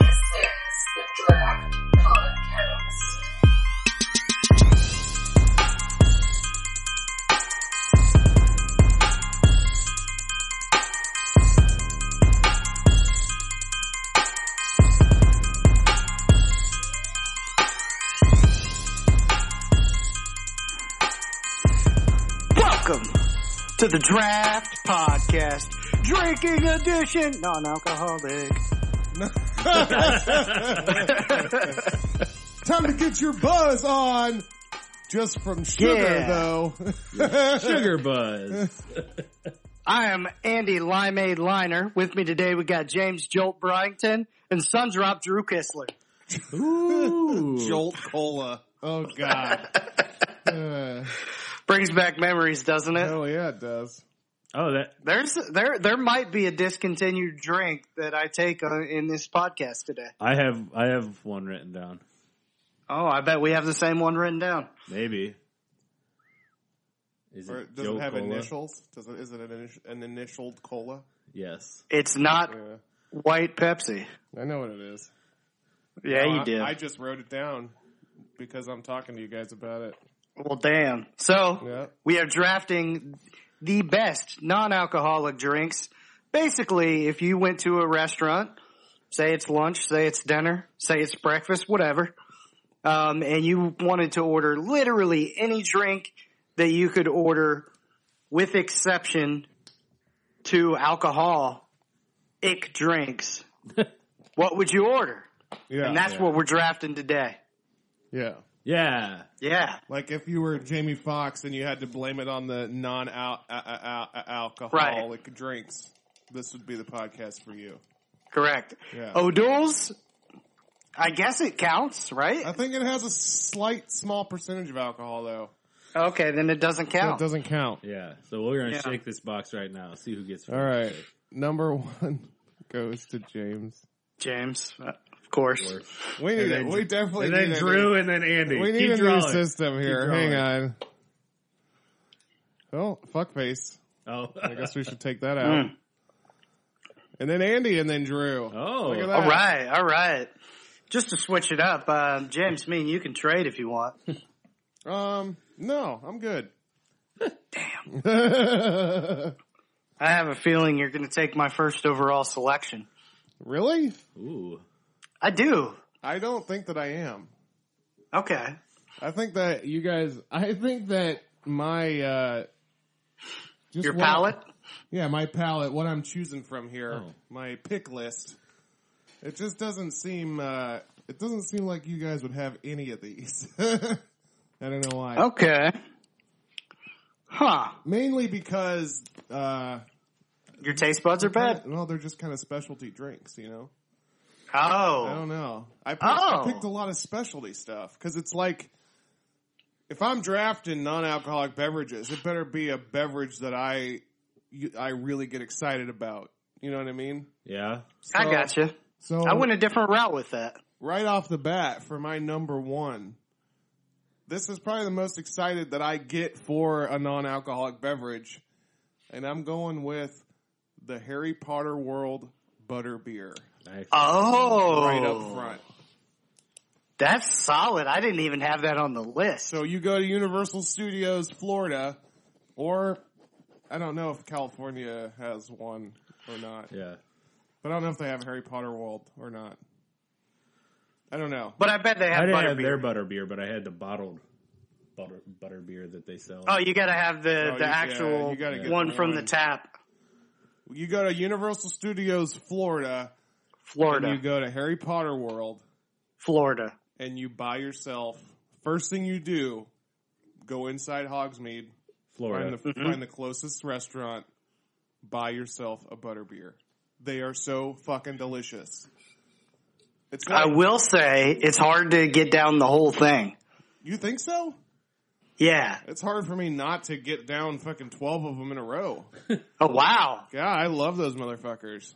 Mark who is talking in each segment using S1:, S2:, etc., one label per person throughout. S1: This is the Draft Podcast.
S2: Welcome to the Draft Podcast, drinking edition, non-alcoholic.
S3: Time to get your buzz on. Just from sugar,
S2: Yeah.
S3: though.
S4: Sugar Buzz.
S2: I am Andy Limeade Liner. With me today, we got James Jolt Bryington and Sundrop Drew Kistler.
S5: Jolt Cola.
S3: Oh God! Uh,
S2: Brings back memories, doesn't it?
S3: hell yeah, it does.
S4: Oh, that
S2: There's there there might be a discontinued drink that I take on, in this podcast today.
S4: I have I have one written down.
S2: Oh, I bet we have the same one written down.
S4: Maybe. Is
S3: Or
S4: it
S3: does
S4: Joe
S3: it have
S4: Cola?
S3: initials? Does it, is it an, initi- an initialed cola?
S4: Yes.
S2: It's not
S3: Yeah,
S2: white Pepsi.
S3: I know what it is.
S2: Yeah,
S3: No,
S2: you
S3: Oh, I-
S2: did.
S3: I, just wrote it down because I'm talking to you guys about it.
S2: Well, damn. So
S3: Yeah.
S2: we are drafting the best non-alcoholic drinks. Basically, if you went to a restaurant, say it's lunch, say it's dinner, say it's breakfast, whatever, um, and you wanted to order literally any drink that you could order, with exception to alcohol, ick drinks. what would you order?
S3: Yeah,
S2: And that's
S3: yeah.
S2: what we're drafting today.
S3: yeah.
S4: Yeah.
S2: Yeah.
S3: Like if you were Jamie Foxx and you had to blame it on the non-alcoholic drinks, this would be the podcast for you.
S2: Correct.
S3: Yeah.
S2: O'Doul's, Oh, I guess it counts,
S3: I
S2: right?
S3: think it has a slight, small percentage of alcohol, though.
S2: Okay, then it doesn't count.
S3: That doesn't count.
S4: Yeah. So we're gonna
S2: Yeah.
S4: shake this box right now. See who gets
S3: All right. Number one goes to James.
S2: James, uh, of course.
S3: We need it. We definitely
S4: and then
S3: need
S4: Drew
S3: a
S4: and then Andy.
S3: new, We need
S4: Keep
S3: a new
S4: drawing.
S3: system here.
S4: drawing.
S3: Hang on. Oh, fuckface.
S4: Oh.
S3: I guess we should take that out. And then Andy and then Drew.
S4: Oh.
S3: Look at
S2: All
S3: that.
S2: right, all right. Just to switch it up, uh, James, me and you can trade if you want.
S4: Oh.
S3: Um, no, I'm good.
S2: I have a feeling you're going to take my first overall selection.
S3: Really?
S4: Ooh.
S2: I do.
S3: I don't think that I am.
S2: Okay.
S3: I think that you guys, I think that my, uh, just
S2: Your
S3: what I-
S2: palate?
S3: Yeah, my palette, what I'm choosing from here,
S4: Oh.
S3: my pick list. It just doesn't seem. Uh, it doesn't seem like you guys would have any of these. I don't know why.
S2: Okay. Huh.
S3: Mainly because, uh,
S2: Your taste buds are bad?
S3: well, they're just kind of specialty drinks, you know. I
S2: Oh.
S3: don't know. I picked,
S2: Oh.
S3: I picked a lot of specialty stuff because it's like if I'm drafting non-alcoholic beverages, it better be a beverage that I you- I really get excited about. You know what I mean?
S4: Yeah.
S2: I
S3: So- um,
S2: gotcha.
S3: So
S2: I went a different route with that.
S3: right off the bat for my number one. This is probably the most excited that I get for a non-alcoholic beverage, and I'm going with the Harry Potter World butter beer
S4: Nice.
S3: Uh,
S2: Oh.
S3: right up front.
S2: That's solid. I didn't even have that on the list.
S3: So you go to Universal Studios, Florida, or I don't know if California has one or not,
S4: Yeah.
S3: but I don't know if they have Harry Potter World or not. I don't know.
S2: but I bet they
S4: I
S2: have
S4: didn't have
S2: butterbeer.
S4: their butter beer, but I had the bottled butter butter beer that they sell.
S2: oh, you got to have the, the
S3: Oh, you- yeah,
S2: actual
S3: you gotta get
S2: one
S3: the
S2: from the
S3: one.
S2: tap,
S3: You go to Universal Studios, Florida,
S2: Florida,
S3: and you go to Harry Potter World
S2: Florida.
S3: and you buy yourself. First thing you do, go inside Hogsmeade,
S4: Florida.
S3: find the, find the closest restaurant, buy yourself a butterbeer. They are so fucking delicious. It's
S2: I
S3: not,
S2: will say it's hard to get down the whole thing.
S3: you think so?
S2: Yeah.
S3: It's hard for me not to get down fucking 12 of them in a row.
S2: Oh wow.
S3: God, I love those motherfuckers.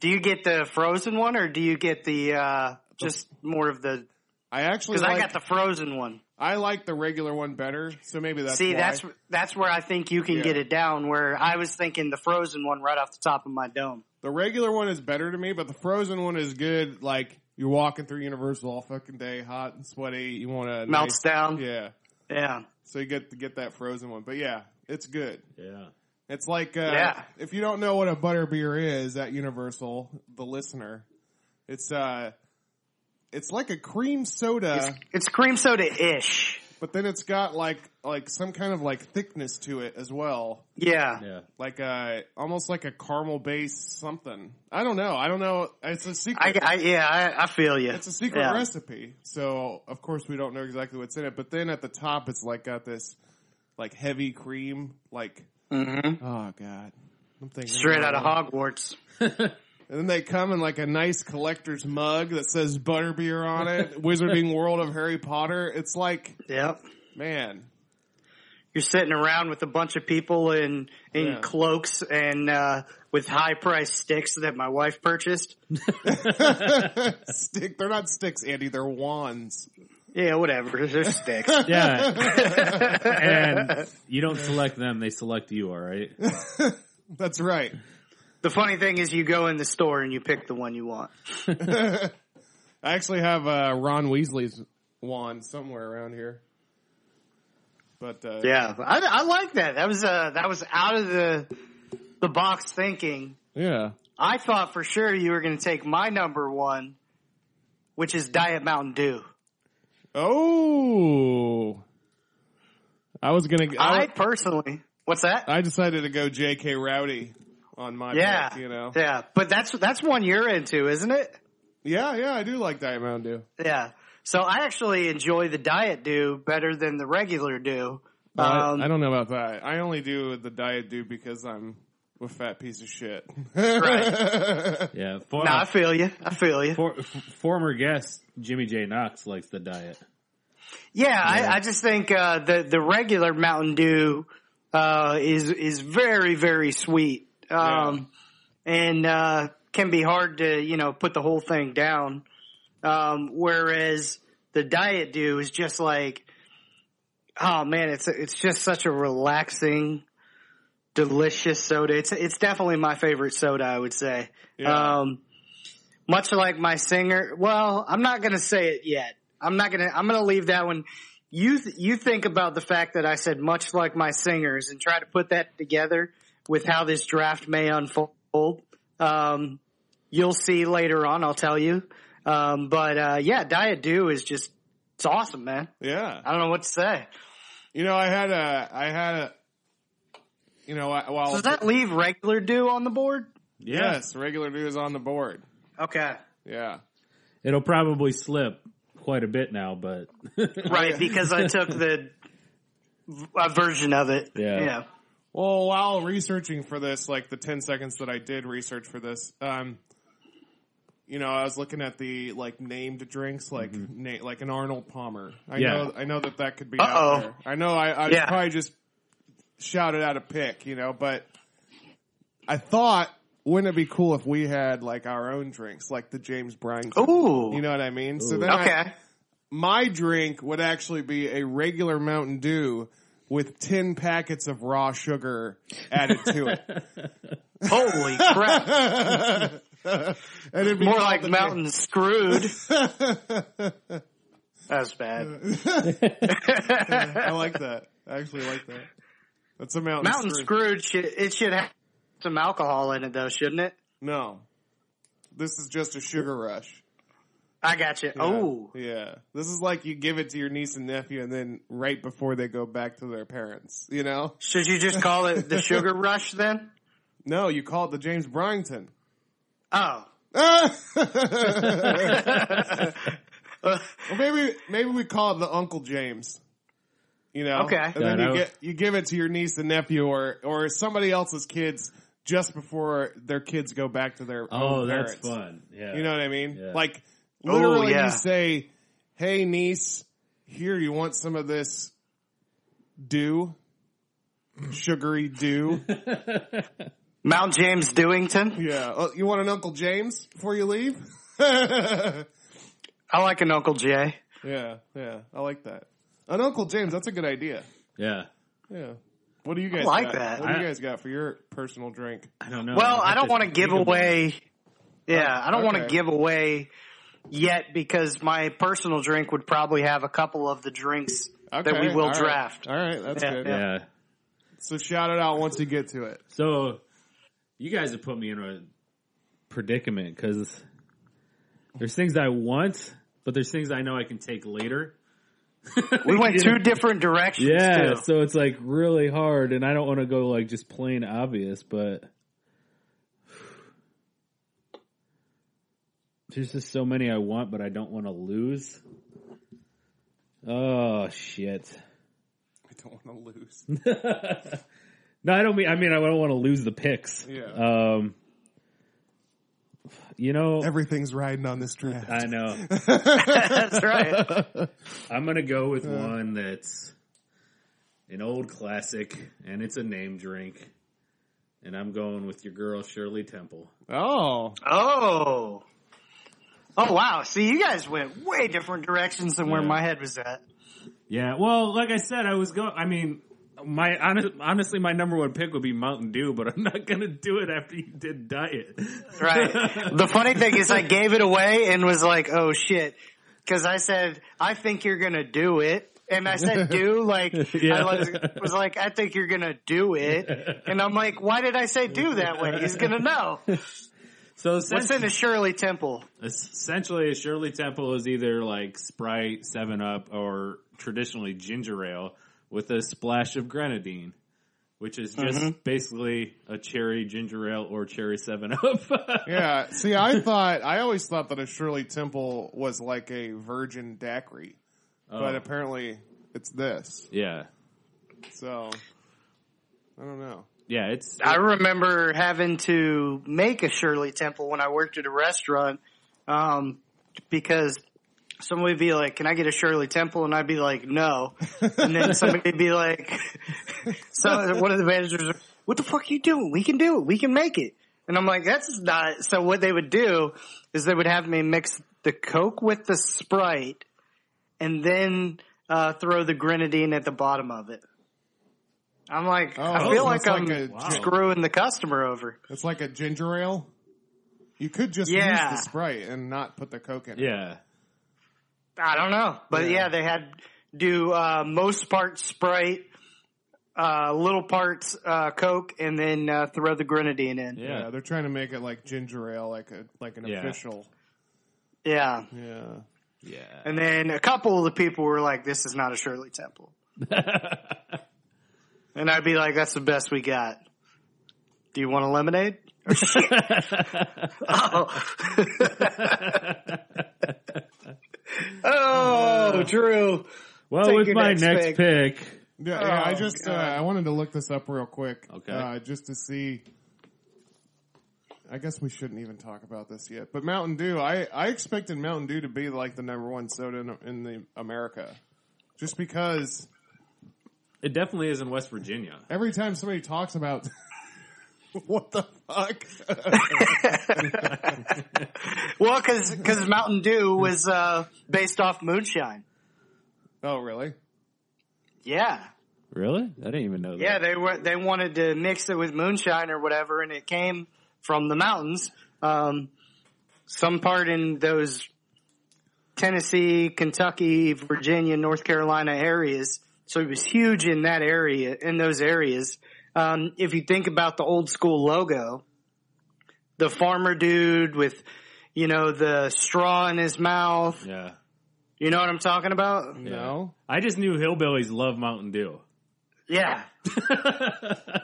S2: Do you get the frozen one or do you get the uh just more of the?
S3: I actually
S2: Because
S3: like,
S2: I got the frozen one.
S3: I like the regular one better, so maybe that's
S2: See,
S3: why.
S2: that's that's where I think you can
S3: Yeah.
S2: get it down. Where I was thinking the frozen one right off the top of my dome.
S3: the regular one is better to me, but the frozen one is good. Like you're walking through Universal all fucking day, hot and sweaty. You want to
S2: Melts down.
S3: Yeah,
S2: Yeah.
S3: so you get to get that frozen one, but yeah, it's good.
S4: Yeah.
S3: It's like uh,
S2: Yeah.
S3: if you don't know what a butterbeer is at Universal, the listener, it's uh, it's like a cream soda,
S2: It's cream soda ish.
S3: but then it's got like like some kind of like thickness to it as well,
S2: Yeah.
S4: Yeah.
S3: like uh, almost like a caramel based something. I don't know. I don't know. It's a
S2: I,
S3: secret.
S2: I- yeah, I, I feel you.
S3: it's a secret
S2: yeah.
S3: recipe, so of course we don't know exactly what's in it. But then at the top, it's like got this like heavy cream, like
S2: Mhm.
S3: oh god, I'm thinking
S2: Straight out of
S3: about it.
S2: Hogwarts.
S3: And then they come in like a nice collector's mug that says Butterbeer on it, Wizarding World of Harry Potter. It's like,
S2: Yep.
S3: man,
S2: You're sitting around with a bunch of people in in
S3: Yeah.
S2: cloaks and uh, with high price sticks that my wife purchased.
S3: stick. They're not sticks, Andy. They're wands.
S2: Yeah, whatever. They're sticks.
S4: Yeah. and you don't select them, they select you, all right?
S3: That's right.
S2: the funny thing is, you go in the store and you pick the one you want.
S3: I actually have uh, Ron Weasley's wand somewhere around here. But uh,
S2: Yeah, I, I like that. That was uh, that was out of the the box thinking.
S3: yeah,
S2: I thought for sure you were going to take my number one, which is Diet Mountain Dew.
S3: Oh, I was gonna.
S2: I,
S3: I,
S2: personally, what's that?
S3: I decided to go J.K. Rowdy on my
S2: yeah,
S3: pick, you know.
S2: yeah, but that's that's one you're into, isn't it?
S3: Yeah, yeah, I do like Diet Mountain Dew.
S2: Yeah. So I actually enjoy the Diet Dew better than the regular Dew.
S3: Well, I-
S2: Um,
S3: I, don't know about that. I only do the diet do because I'm a fat piece of shit.
S4: Yeah. For,
S2: no, I feel you. I feel you.
S4: for, f- former guest Jimmy J. Knox likes the diet.
S2: Yeah, I, I just think uh, the the regular Mountain Dew uh, is is very very sweet, um, and uh, can be hard to you know put the whole thing down. Um, whereas the Diet Dew is just like, oh man, it's it's just such a relaxing, delicious soda. It's it's definitely my favorite soda. I would say.
S3: Yeah.
S2: Um, much like my singer. Well, I'm not going to say it yet. I'm not going to, I'm going to leave that one. You, th- you think about the fact that I said much like my singers and try to put that together with how this draft may unfold. Um, you'll see later on. I'll tell you. Um, but, uh, yeah, Diet Dew is just, it's awesome, man.
S3: yeah,
S2: I don't know what to say.
S3: you know, I had a, I had a, you know, I, well,
S2: So does that leave regular Dew on the board?
S4: Yeah.
S3: yes, regular do is on the board.
S2: Okay.
S3: Yeah,
S4: It'll probably slip quite a bit now, but
S2: Right. Because I took the, a version of it.
S4: Yeah.
S2: Yeah.
S3: Well, while researching for this, like the 10 seconds that I did research for this, um, you know, I was looking at the like named drinks, like na- like an Arnold Palmer. I
S4: Yeah.
S3: know, I know that that could be
S2: Uh-oh.
S3: out there. I know, I, I
S2: Yeah.
S3: probably just shouted out a pick, you know, but I thought, wouldn't it be cool if we had like our own drinks, like the James Bryan?
S2: Ooh.
S3: You know what I mean? So
S4: Ooh.
S3: then I-
S2: okay.
S3: my drink would actually be a regular Mountain Dew with 10 packets of raw sugar added to it.
S2: Holy crap.
S3: And it'd be
S2: More
S3: called
S2: like
S3: the-
S2: Mountain Screwed. That's bad.
S3: I like that. I actually like that. That's a mountain,
S2: Mountain
S3: screw.
S2: Screwed should it should have some alcohol in it though, shouldn't it?
S3: No. This is just a sugar rush.
S2: I got you. Oh,
S3: Yeah. This is like you give it to your niece and nephew and then right before they go back to their parents, you know?
S2: should you just call it the Sugar Rush then?
S3: No, you call it the James Bryanton.
S2: Oh,
S3: Well, maybe maybe we call it the Uncle James. You know,
S2: Okay.
S3: And
S4: Yeah,
S3: then
S4: that
S3: you
S4: would-
S3: get you give it to your niece and nephew or or somebody else's kids just before their kids go back to their
S4: oh,
S3: own
S4: that's
S3: parents.
S4: fun. Yeah.
S3: You know what I mean?
S4: Yeah.
S3: Like literally,
S2: Oh, yeah.
S3: you say, "Hey niece, here you want some of this dew, sugary dew."
S2: Mount James Dewington.
S3: Yeah. Oh, you want an Uncle James before you leave?
S2: I like an Uncle Jay.
S3: Yeah, yeah, I like that. An Uncle James, that's a good idea.
S4: Yeah.
S3: Yeah. What do you guys
S2: like
S3: got?
S2: that.
S3: What do
S4: I-
S3: you guys got for your personal drink?
S4: I don't know.
S2: Well,
S4: I'll
S2: I
S4: have
S2: don't want to
S4: think
S2: give
S4: about it.
S2: away. Yeah, I don't want to
S3: okay.
S2: give away yet because my personal drink would probably have a couple of the drinks that we will
S3: all right.
S2: draft.
S3: All right, that's
S2: Yeah,
S3: good.
S4: Yeah.
S3: So shout it out once you get to it.
S4: So you guys have put me in a predicament because there's things I want, but there's things I know I can take later.
S2: We went two different directions.
S4: Yeah,
S2: too.
S4: so it's like really hard, and I don't want to go like just plain obvious, but there's just so many I want, but I don't want to lose. Oh shit!
S3: I don't want to lose.
S4: No, I don't mean. I mean, I don't want to lose the picks.
S3: Yeah.
S4: Um. You know,
S3: Everything's riding on this draft.
S4: I know.
S2: that's right.
S4: I'm gonna go with one that's an old classic, and it's a name drink. And I'm going with your girl Shirley Temple.
S3: Oh,
S2: Oh. Oh wow! See, you guys went way different directions than where
S4: Yeah.
S2: my head was at.
S4: Yeah, well, like I said, I was going. I mean, my honest, honestly, my number one pick would be Mountain Dew, but I'm not gonna do it after you did diet.
S2: Right. the funny thing is, I gave it away and was like, "Oh shit," because I said, "I think you're gonna do it," and I said, "Do like,"
S4: Yeah.
S2: I was, was like, "I think you're gonna do it," and I'm like, "Why did I say do that way?" He's gonna know.
S4: So
S2: What's
S4: essentially,
S2: in a Shirley Temple?
S4: essentially, Shirley Temple is either like Sprite, Seven Up, or traditionally ginger ale with a splash of grenadine, which is just
S2: Mm-hmm.
S4: basically a cherry ginger ale or cherry Seven Up.
S3: yeah. See, I thought I always thought that a Shirley Temple was like a virgin daiquiri, but apparently it's this.
S4: yeah,
S3: So I don't know.
S4: yeah, it's
S2: I remember having to make a Shirley Temple when I worked at a restaurant, um, because somebody would be like, "Can I get a Shirley Temple?" and I'd be like, "No," and then somebody would be like, "So one of the managers, would, what the fuck are you doing? We can do it. We can make it." And I'm like, "That's not." So what they would do is they would have me mix the Coke with the Sprite, and then uh, throw the grenadine at the bottom of it. I'm like, I
S3: Oh,
S2: feel
S3: so
S2: like
S3: it's like
S2: I'm
S3: a- wow.
S2: screwing the customer over.
S3: It's like a ginger ale. You could just
S2: Yeah.
S3: use the Sprite and not put the Coke in. it.
S4: yeah,
S2: I don't know, but yeah, they had do uh, most parts Sprite, uh, little parts uh, Coke, and then uh, throw the grenadine in.
S4: yeah.
S3: Yeah. they're trying to make it like ginger ale, like a like an
S4: Yeah.
S3: official.
S2: Yeah,
S3: Yeah.
S4: Yeah.
S2: and then a couple of the people were like, "This is not a Shirley Temple," and I'd be like, "That's the best we got." Do you want a lemonade? Oh, shit. oh. oh, Drew.
S4: Well,
S2: Take
S4: with
S2: your
S4: my
S2: next
S4: next
S2: pick.
S4: pick,
S3: Yeah, yeah, I
S2: Oh,
S3: just uh,
S2: God.
S3: I wanted to look this up real quick,
S4: Okay.
S3: uh, just to see. I guess we shouldn't even talk about this yet, but Mountain Dew. I I expected Mountain Dew to be like the number one soda in, in the America, just because
S4: it definitely is in West Virginia.
S3: every time somebody talks about what the fuck,
S2: Well, because Mountain Dew was uh, based off moonshine.
S3: oh really?
S2: Yeah,
S4: Really? I didn't even know that.
S2: yeah. They were they wanted to mix it with moonshine or whatever, and it came from the mountains. Um, some part in those Tennessee, Kentucky, Virginia, North Carolina areas. So it was huge in that area, in those areas. Um, if you think about the old school logo, the farmer dude with, you know, the straw in his mouth.
S4: yeah.
S2: You know what I'm talking about?
S3: No,
S4: I just knew hillbillies love Mountain Dew.
S2: Yeah.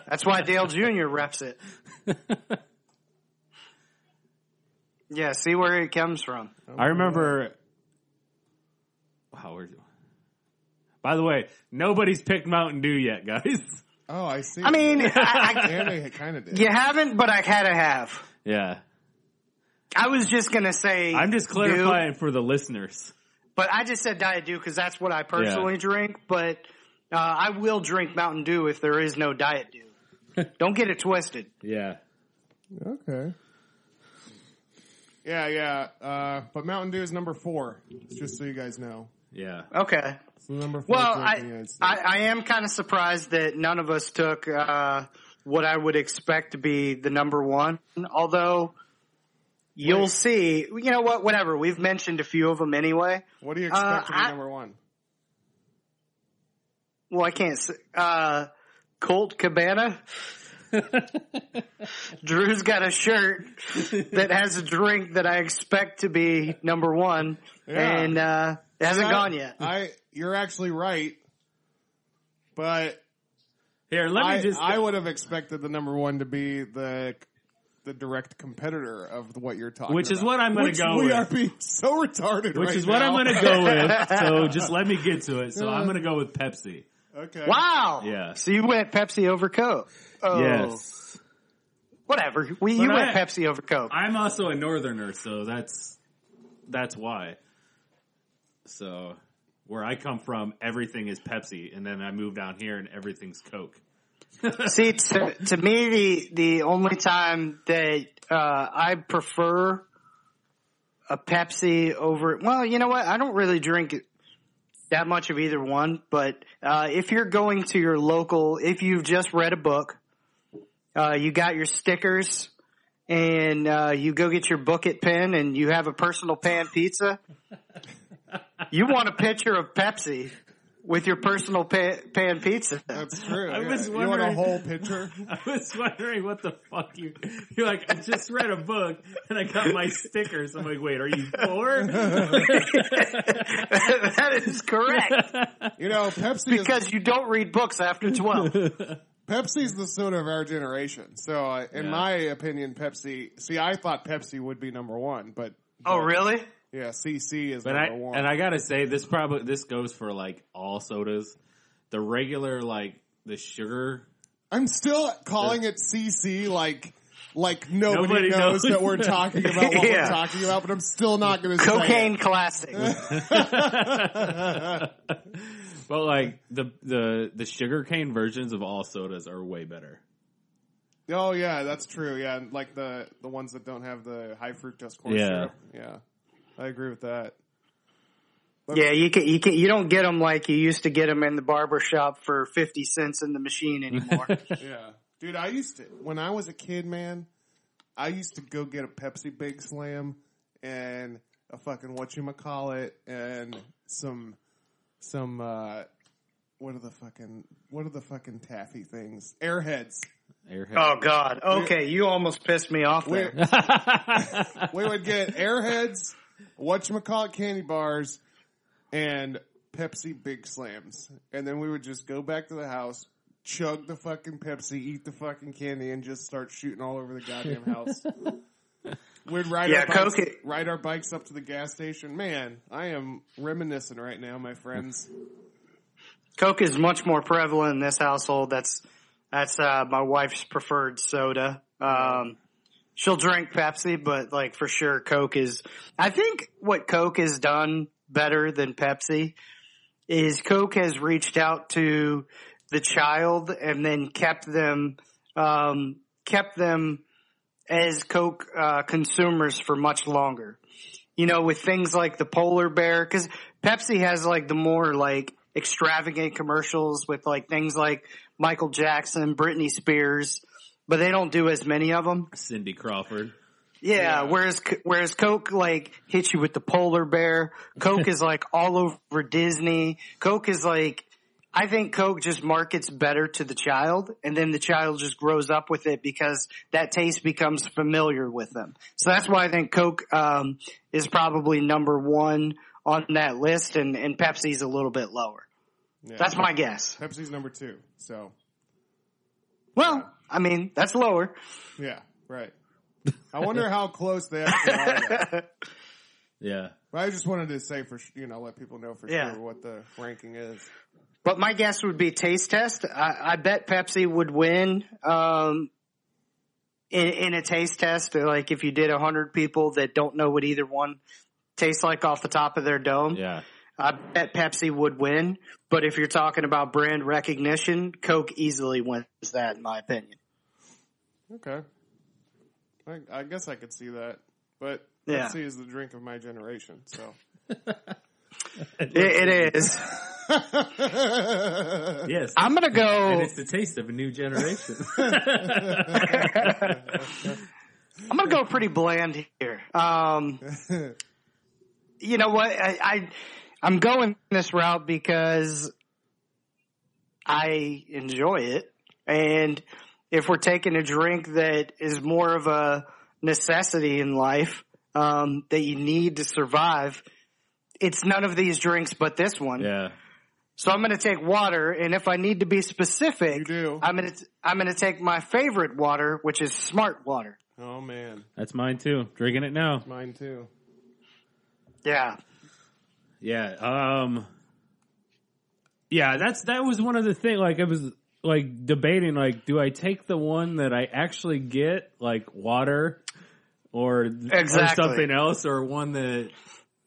S2: That's why Dale Jr. reps it. Yeah, see where it comes from.
S3: Oh
S4: I remember. Wow. We're... By the way, nobody's picked Mountain Dew yet, guys.
S3: oh I see.
S2: I mean, I, I,
S3: and they kind of did.
S2: you haven't, but I had to have.
S4: Yeah.
S2: I was just going to say.
S4: I'm just
S2: Dew,
S4: clarifying for the listeners.
S2: but I just said Diet Dew because that's what I personally drink, but uh, I will drink Mountain Dew if there is no Diet Dew. Don't get it twisted.
S4: Yeah.
S3: Okay. Yeah, yeah. Uh, but Mountain Dew is number four, just so you guys know.
S4: Yeah.
S2: Okay.
S3: It's the number four.
S2: Well,
S3: drink
S2: I,
S3: in the United States.
S2: I, I am kind of surprised that none of us took uh, what I would expect to be the number one. Although you'll
S3: Wait.
S2: see, you know what? Whatever. We've mentioned a few of them anyway.
S3: what do you expect
S2: uh,
S3: to be
S2: I-
S3: number one?
S2: Well, I can't. s Uh, Colt Cabana. Drew's got a shirt that has a drink that I expect to be number one,
S3: Yeah.
S2: and uh, it hasn't
S3: I-
S2: gone yet.
S3: I, you're actually right, but
S4: Here, let
S3: I,
S4: me just.
S3: I would have expected the number one to be the the direct competitor of what you're talking,
S4: Which is
S3: about.
S4: what I'm gonna
S3: Which
S4: go
S3: We
S4: with.
S3: are being so retarded,
S4: which
S3: right
S4: is what
S3: now. Uh,
S4: I'm going to go with. So just let me get to it. So I'm going to go with Pepsi.
S3: Okay.
S2: Wow.
S4: Yeah.
S2: So you went Pepsi over Coke. Oh.
S4: Yes.
S2: Whatever. We, you
S4: But
S2: went
S4: I-
S2: Pepsi over Coke.
S4: I'm also a northerner, so that's that's why. So where I come from, everything is Pepsi, and then I moved down here, and everything's Coke.
S2: See, to, to me, the the only time that uh, I prefer a Pepsi over, well, you know what? I don't really drink that much of either one, but uh, if you're going to your local, if you've just read a book, uh, you got your stickers, and uh, you go get your bucket pen, and you have a personal pan pizza. you want a picture of Pepsi with your personal pan, pan pizza.
S3: That's true.
S4: I
S3: yeah.
S4: was
S3: you want a
S4: wondering-
S3: whole picture?
S4: I was wondering what the fuck you. You're like, I just read a book and I got my stickers. I'm like, wait, are you poor?
S2: that is correct.
S3: You know, Pepsi is
S2: Because you don't read books after 12.
S3: Pepsi's the soda of our generation. So, uh, in
S4: Yeah.
S3: my opinion, Pepsi. See, I thought Pepsi would be number one, but
S2: Oh, really?
S3: yeah, CC is
S4: But I
S3: number one.
S4: and I gotta say this probably this goes for like all sodas. The regular like the sugar
S3: I'm still calling it CC, like like nobody,
S4: Nobody
S3: knows,
S4: knows.
S3: that we're talking about what
S2: Yeah.
S3: we're talking about. But I'm still not going to
S2: Cocaine classic.
S4: But like the the the sugar cane versions of all sodas are way better.
S3: Oh yeah, that's true. Yeah, and like the the ones that don't have the high fructose corn
S4: Yeah.
S3: syrup. Yeah, I agree with that.
S2: Yeah, you can, you can, you don't get them like you used to get them in the barber shop for 50 cents in the machine anymore.
S3: Yeah, dude, I used to when I was a kid, man. I used to go get a Pepsi Big Slam and a fucking what you call it and some some uh what are the fucking what are the fucking taffy things? Airheads.
S4: Airhead.
S2: oh God. Okay. You almost pissed me off
S3: We,
S2: there.
S4: Oh.
S3: we would get airheads, whatchamacallit candy bars, and Pepsi Big Slams. And then we would just go back to the house, chug the fucking Pepsi, eat the fucking candy, and just start shooting all over the goddamn house. We'd ride,
S2: Yeah,
S3: our bikes,
S2: Coke-
S3: ride our bikes up to the gas station. Man, I am reminiscing right now, my friends.
S2: Coke is much more prevalent in this household. That's, that's, uh, my wife's preferred soda. Um, she'll drink Pepsi, but like for sure Coke is, I think what Coke has done better than Pepsi is Coke has reached out to the child and then kept them, um, kept them as Coke, uh, consumers for much longer. You know, with things like the polar bear, cause Pepsi has like the more like extravagant commercials with like things like Michael Jackson, Britney Spears, but they don't do as many of them.
S4: Cindy Crawford.
S2: Yeah,
S3: Yeah.
S2: whereas whereas Coke like hits you with the polar bear. Coke is like all over Disney. Coke is like I think Coke just markets better to the child and then the child just grows up with it because that taste becomes familiar with them. So that's why I think Coke um is probably number 1 on that list and and Pepsi's a little bit lower.
S3: Yeah.
S2: That's my guess.
S3: Pepsi's number two. So,
S2: Well, I mean, that's lower.
S3: yeah, right. I wonder how close they actually are. though.
S4: Yeah.
S3: But I just wanted to say for sh- you know let people know for
S2: Yeah.
S3: sure what the ranking is.
S2: But my guess would be taste test. I, I bet Pepsi would win um, in, in a taste test. Like if you did hundred people that don't know what either one tastes like off the top of their dome,
S4: Yeah.
S2: I bet Pepsi would win. But if you're talking about brand recognition, Coke easily wins that, in my opinion.
S3: Okay. I, I guess I could see that, but
S2: Yeah.
S3: Pepsi is the drink of my generation. So
S2: It, it is.
S4: Yes.
S2: I'm gonna
S4: and
S2: go.
S4: it's the taste of a new generation.
S2: I'm gonna go pretty bland here. Um, you know what? I, I I'm going this route because I enjoy it, and if we're taking a drink that is more of a necessity in life um, that you need to survive, it's none of these drinks but this one.
S4: yeah.
S2: So I'm going to take water, and if I need to be specific,
S3: You do.
S2: I'm going to I'm going to take my favorite water, which is Smart Water.
S3: oh man,
S4: That's mine too. Drinking it now.
S3: mine too.
S2: Yeah,
S4: Yeah. Um Yeah, that's that was one of the thing like I was like debating like do I take the one that I actually get like water or, or
S2: Exactly.
S4: something else or one that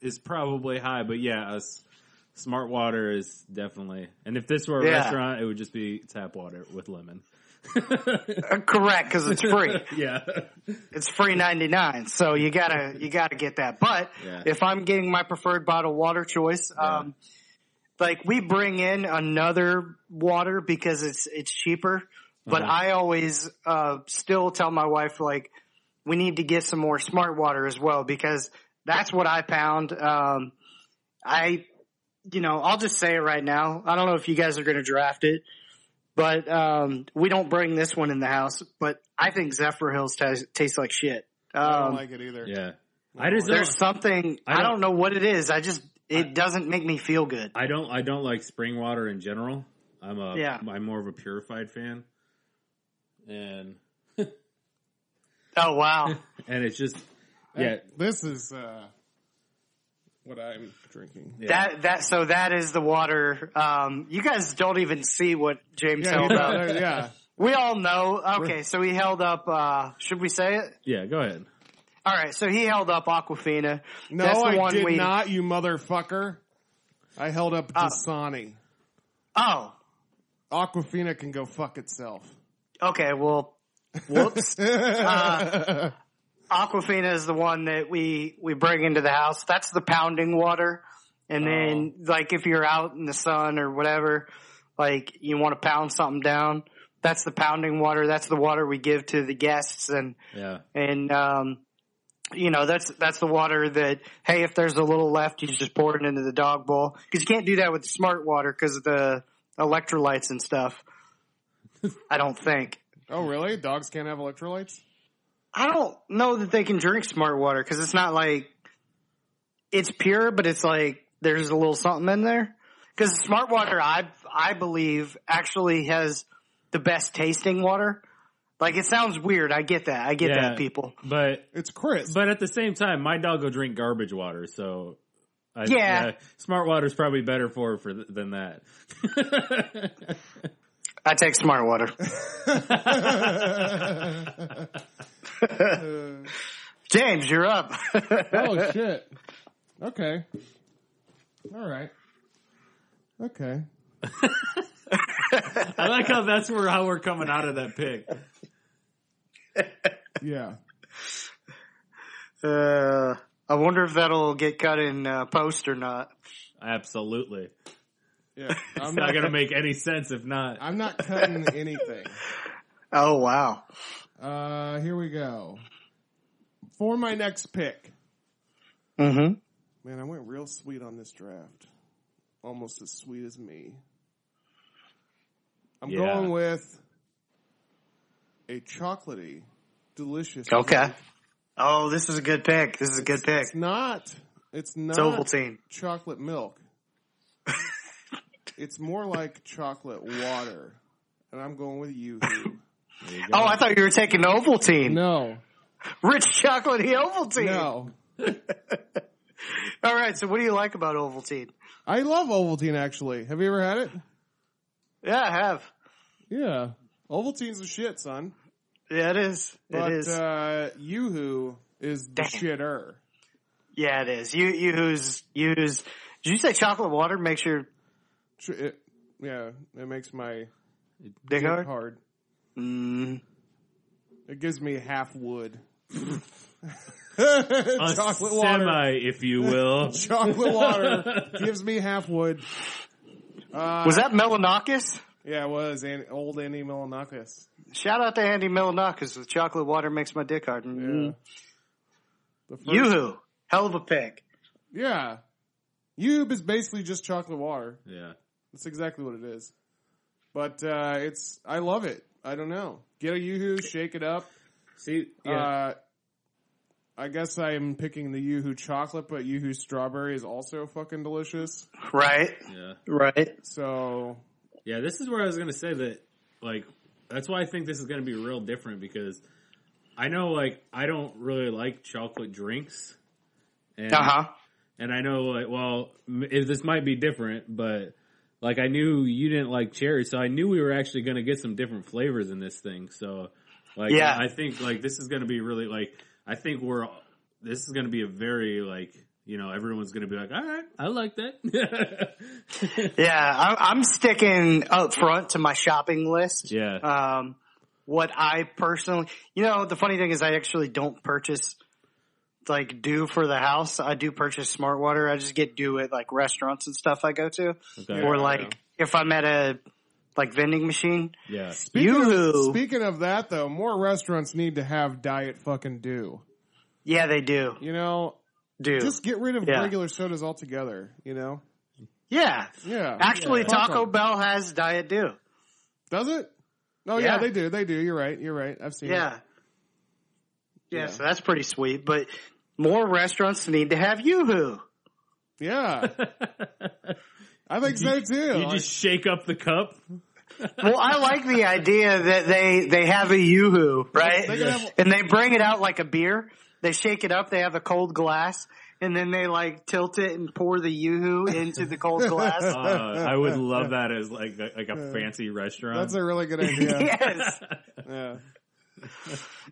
S4: is probably high but yeah, a s- smart water is definitely. And if this were a
S2: Yeah.
S4: restaurant it would just be tap water with lemon.
S2: Uh, correct because it's free.
S4: yeah.
S2: it's free 99, so you gotta you gotta get that. But
S4: Yeah.
S2: if I'm getting my preferred bottle water choice, um, like we bring in another water because it's it's cheaper. But
S4: Uh-huh.
S2: I always uh, still tell my wife like we need to get some more smart water as well because that's what I pound. Um, I, you know, I'll just say it right now. I don't know if you guys are going to draft it, but um, we don't bring this one in the house. But I think Zephyr Hills tas tastes like shit.
S3: I don't
S2: Um,
S3: like it either.
S4: Yeah. I just don't,
S2: there's something
S4: I
S2: I don't,
S4: don't-
S2: know what it is. I just it doesn't make me feel good.
S4: I don't I don't like spring water in general. I'm a
S2: Yeah.
S4: am more of a purified fan. And
S2: Oh wow,
S4: and it's just yeah,
S3: This is uh, what I'm drinking.
S4: yeah.
S2: that that so that is the water. Um, you guys don't even see what James
S3: Yeah, you
S2: held
S3: know,
S2: up.
S3: there- yeah.
S2: We all know. Okay, so he held up. Uh, should we say it?
S4: Yeah, go ahead.
S2: All right, so he held up Aquafina.
S3: No,
S2: That's the
S3: I
S2: one
S3: did
S2: we,
S3: not, you motherfucker. I held up
S2: Oh.
S3: Dasani.
S2: Oh,
S3: Aquafina can go fuck itself.
S2: okay. Well, whoops. Uh, Aquafina is the one that we we bring into the house. That's the pounding water, and then like if you're out in the sun or whatever, like you want to pound something down. That's the pounding water. That's the water we give to the guests and
S4: Yeah.
S2: and um, you know that's that's the water that hey if there's a little left you just pour it into the dog bowl because you can't do that with the smart water because of the electrolytes and stuff i don't think
S3: Oh, really? Dogs can't have electrolytes?
S2: i don't know that they can drink smart water because it's not like it's pure but it's like there's a little something in there because smart water i i believe actually has the best tasting water like it sounds weird i get that i get
S4: Yeah.
S2: that people
S4: But
S3: It's crisp.
S4: but at the same time, my dog will drink garbage water, so I,
S2: Yeah.
S4: smart water's probably better for her for th- than that.
S2: i take smart water James, you're up.
S3: oh, shit. Okay. All right. Okay.
S4: I like how that's where how we're coming out of that pick.
S3: Yeah.
S2: uh, I wonder if that'll get cut in uh, post or not.
S4: Absolutely,
S3: Yeah. I'm
S4: it's not gonna make any sense if not.
S3: I'm not cutting anything.
S2: Oh wow!
S3: Uh, here we go. For my next pick.
S2: Mm-hmm.
S3: Man, I went real sweet on this draft. Almost as sweet as me. I'm
S4: Yeah.
S3: going with a chocolatey, delicious.
S2: Okay.
S3: drink.
S2: Oh, this is a good pick. This is a good pick.
S3: It's not. It's not
S2: It's Ovaltine.
S3: chocolate milk. it's more like chocolate water. And I'm going with you.
S4: There you go.
S2: Oh, I thought you were taking Ovaltine.
S3: no.
S2: Rich chocolatey Ovaltine.
S3: No.
S2: All right. So, what do you like about Ovaltine?
S3: I love Ovaltine actually. Have you ever had it?
S2: Yeah, I have.
S3: Yeah. Ovaltine's the shit, son.
S2: Yeah, it is.
S3: But
S2: it is.
S3: uh Yoo-Hoo is the
S2: Damn.
S3: shitter.
S2: yeah, it is. You, you who's use? Did you say chocolate water makes your
S3: Tr- It, yeah, it makes my
S2: dick
S3: dick
S2: hard?
S3: hard.
S2: Mm,
S3: It gives me half wood.
S4: A
S3: chocolate water.
S4: semi, if you will.
S3: Chocolate water gives me half wood.
S2: Was that Melanakis?
S3: Yeah, it was An old Andy Milanakis.
S2: Shout out to Andy Melanakis with chocolate water makes my dick hard.
S3: Yeah.
S4: Mm-hmm.
S2: Mm.
S3: The first,
S2: Yoo-hoo. Hell of a pick.
S3: Yeah. Yub is basically just chocolate water.
S4: Yeah.
S3: That's exactly what it is. But uh, it's I love it. I don't know. Get a yoo-hoo, shake it up.
S4: See, yeah.
S3: Uh, I guess I'm picking the yoo-hoo chocolate, but yoo-hoo strawberry is also fucking delicious.
S2: Right.
S4: yeah.
S2: Right.
S3: So
S4: Yeah, this is where I was going to say that, like, that's why I think this is going to be real different because I know, like, I don't really like chocolate drinks. And,
S2: Uh
S3: Uh-huh.
S2: huh.
S4: and I know, like, well, m- if this might be different, but, like, I knew you didn't like cherry, so I knew we were actually going to get some different flavors in this thing. So, like,
S2: Yeah.
S4: I think, like, this is going to be really, like, I think we're, this is going to be a very, like, you know, everyone's going to be like, all right, I like that.
S2: Yeah, I, I'm sticking up front to my shopping list.
S4: yeah.
S2: Um, what I personally, you know, the funny thing is I actually don't purchase like dew for the house. I do purchase smart water. I just get dew at like restaurants and stuff I go to,
S4: Okay.
S2: or like if I'm at a like vending machine.
S4: yeah.
S2: Yoo-hoo.
S3: speaking of that, though, more restaurants need to have diet fucking do.
S2: Yeah, they do.
S3: You know,
S2: Do
S3: just get rid of
S2: Yeah.
S3: regular sodas altogether. You know,
S2: yeah.
S3: yeah.
S2: Actually,
S3: Yeah.
S2: Taco
S3: Fuck 'em.
S2: Bell has diet dew.
S3: does it. Oh yeah.
S2: Yeah.
S3: they do. They do. You're right. You're right. I've seen.
S2: Yeah.
S3: It.
S2: yeah.
S3: Yeah.
S2: so that's pretty sweet. But more restaurants need to have YooHoo.
S3: Yeah, I think so too.
S4: You
S3: Like,
S4: just shake up the cup.
S2: Well, I like the idea that they they have a yoo-hoo, right?
S3: They can have-
S2: and they bring it out like a beer. They shake it up. They have a cold glass, and then they like tilt it and pour the yoo-hoo into the cold glass.
S4: Uh, I would love that as like a, like a fancy restaurant.
S3: that's a really good idea.
S2: yes.
S3: yeah.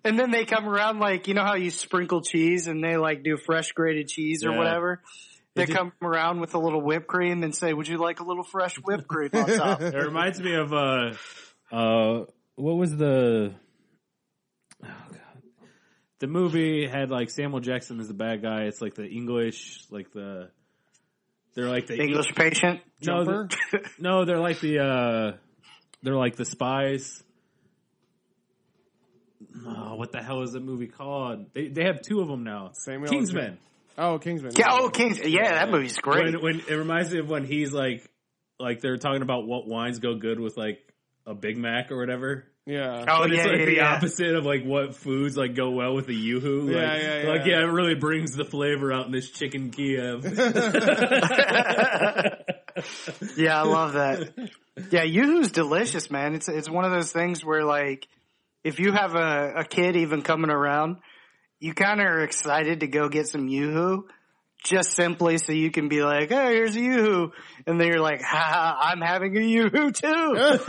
S2: And then they come around like you know how you sprinkle cheese, and they like do fresh grated cheese or
S4: Yeah.
S2: whatever. They
S4: It ju-
S2: come around with a little whipped cream and say, "Would you like a little fresh whipped cream on top?"
S4: it reminds me of uh, uh, what was the oh god, the movie had like Samuel Jackson is the bad guy. It's like the English, like the they're like the
S2: English patient.
S4: No,
S3: Jumper?
S4: the- no, they're like the uh, they're like the spies. Oh, what the hell is the movie called? They they have two of them now.
S3: Samuel
S4: Kingsman.
S3: Oh, Kingsman.
S2: Yeah. Oh, Kings. Yeah, that movie's great.
S4: When, when it reminds me of when he's like like they're talking about what wines go good with like a Big Mac or whatever.
S3: Yeah.
S2: Oh
S4: But it's
S2: yeah,
S4: like
S2: yeah,
S4: the
S2: yeah.
S4: opposite of like what foods like go well with a yoo-hoo.
S3: Yeah,
S4: like,
S3: yeah, yeah.
S4: like yeah, it really brings the flavor out in this chicken Kiev.
S2: Yeah, I love that. yeah, yoo-hoo's delicious, man. It's it's one of those things where like if you have a, a kid even coming around, you kind of are excited to go get some yoo-hoo just simply so you can be like, "Oh, here's a yoo-hoo," and then you're like, "Ha, ha, I'm having a yoo-hoo too."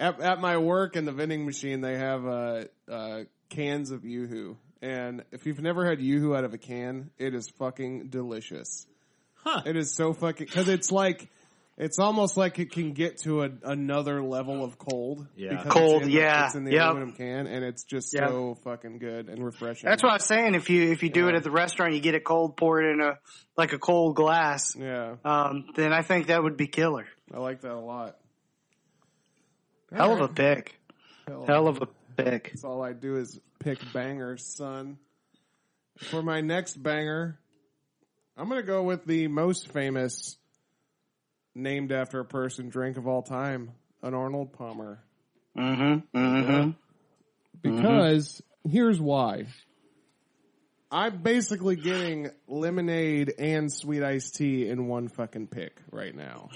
S3: At, at my work in the vending machine, they have uh, uh, cans of yoo-hoo. And if you've never had yoo-hoo out of a can, it is fucking delicious.
S4: Huh.
S3: It is so fucking because it's like it's almost like it can get to a, another level of cold.
S4: Yeah.
S3: because it's
S2: Cold,
S3: in the-
S2: yeah,
S3: It's in the
S2: yep.
S3: aluminum can, and it's just
S2: Yep.
S3: so fucking good and refreshing.
S2: That's what I was saying. If you if you do it at the restaurant, you get it cold, pour it in a like a cold glass.
S3: Yeah,
S2: Um, then I think that would be killer.
S3: I like that a lot.
S2: Hell of a pick.
S3: Hell of a-
S2: Hell of a pick.
S3: That's all I do is pick bangers, son. For my next banger, I'm gonna go with the most famous, named after a person, drink of all time, an Arnold Palmer.
S2: Mm-hmm. Mm-hmm.
S3: Because here's why. I'm basically getting lemonade and sweet iced tea in one fucking pick right now.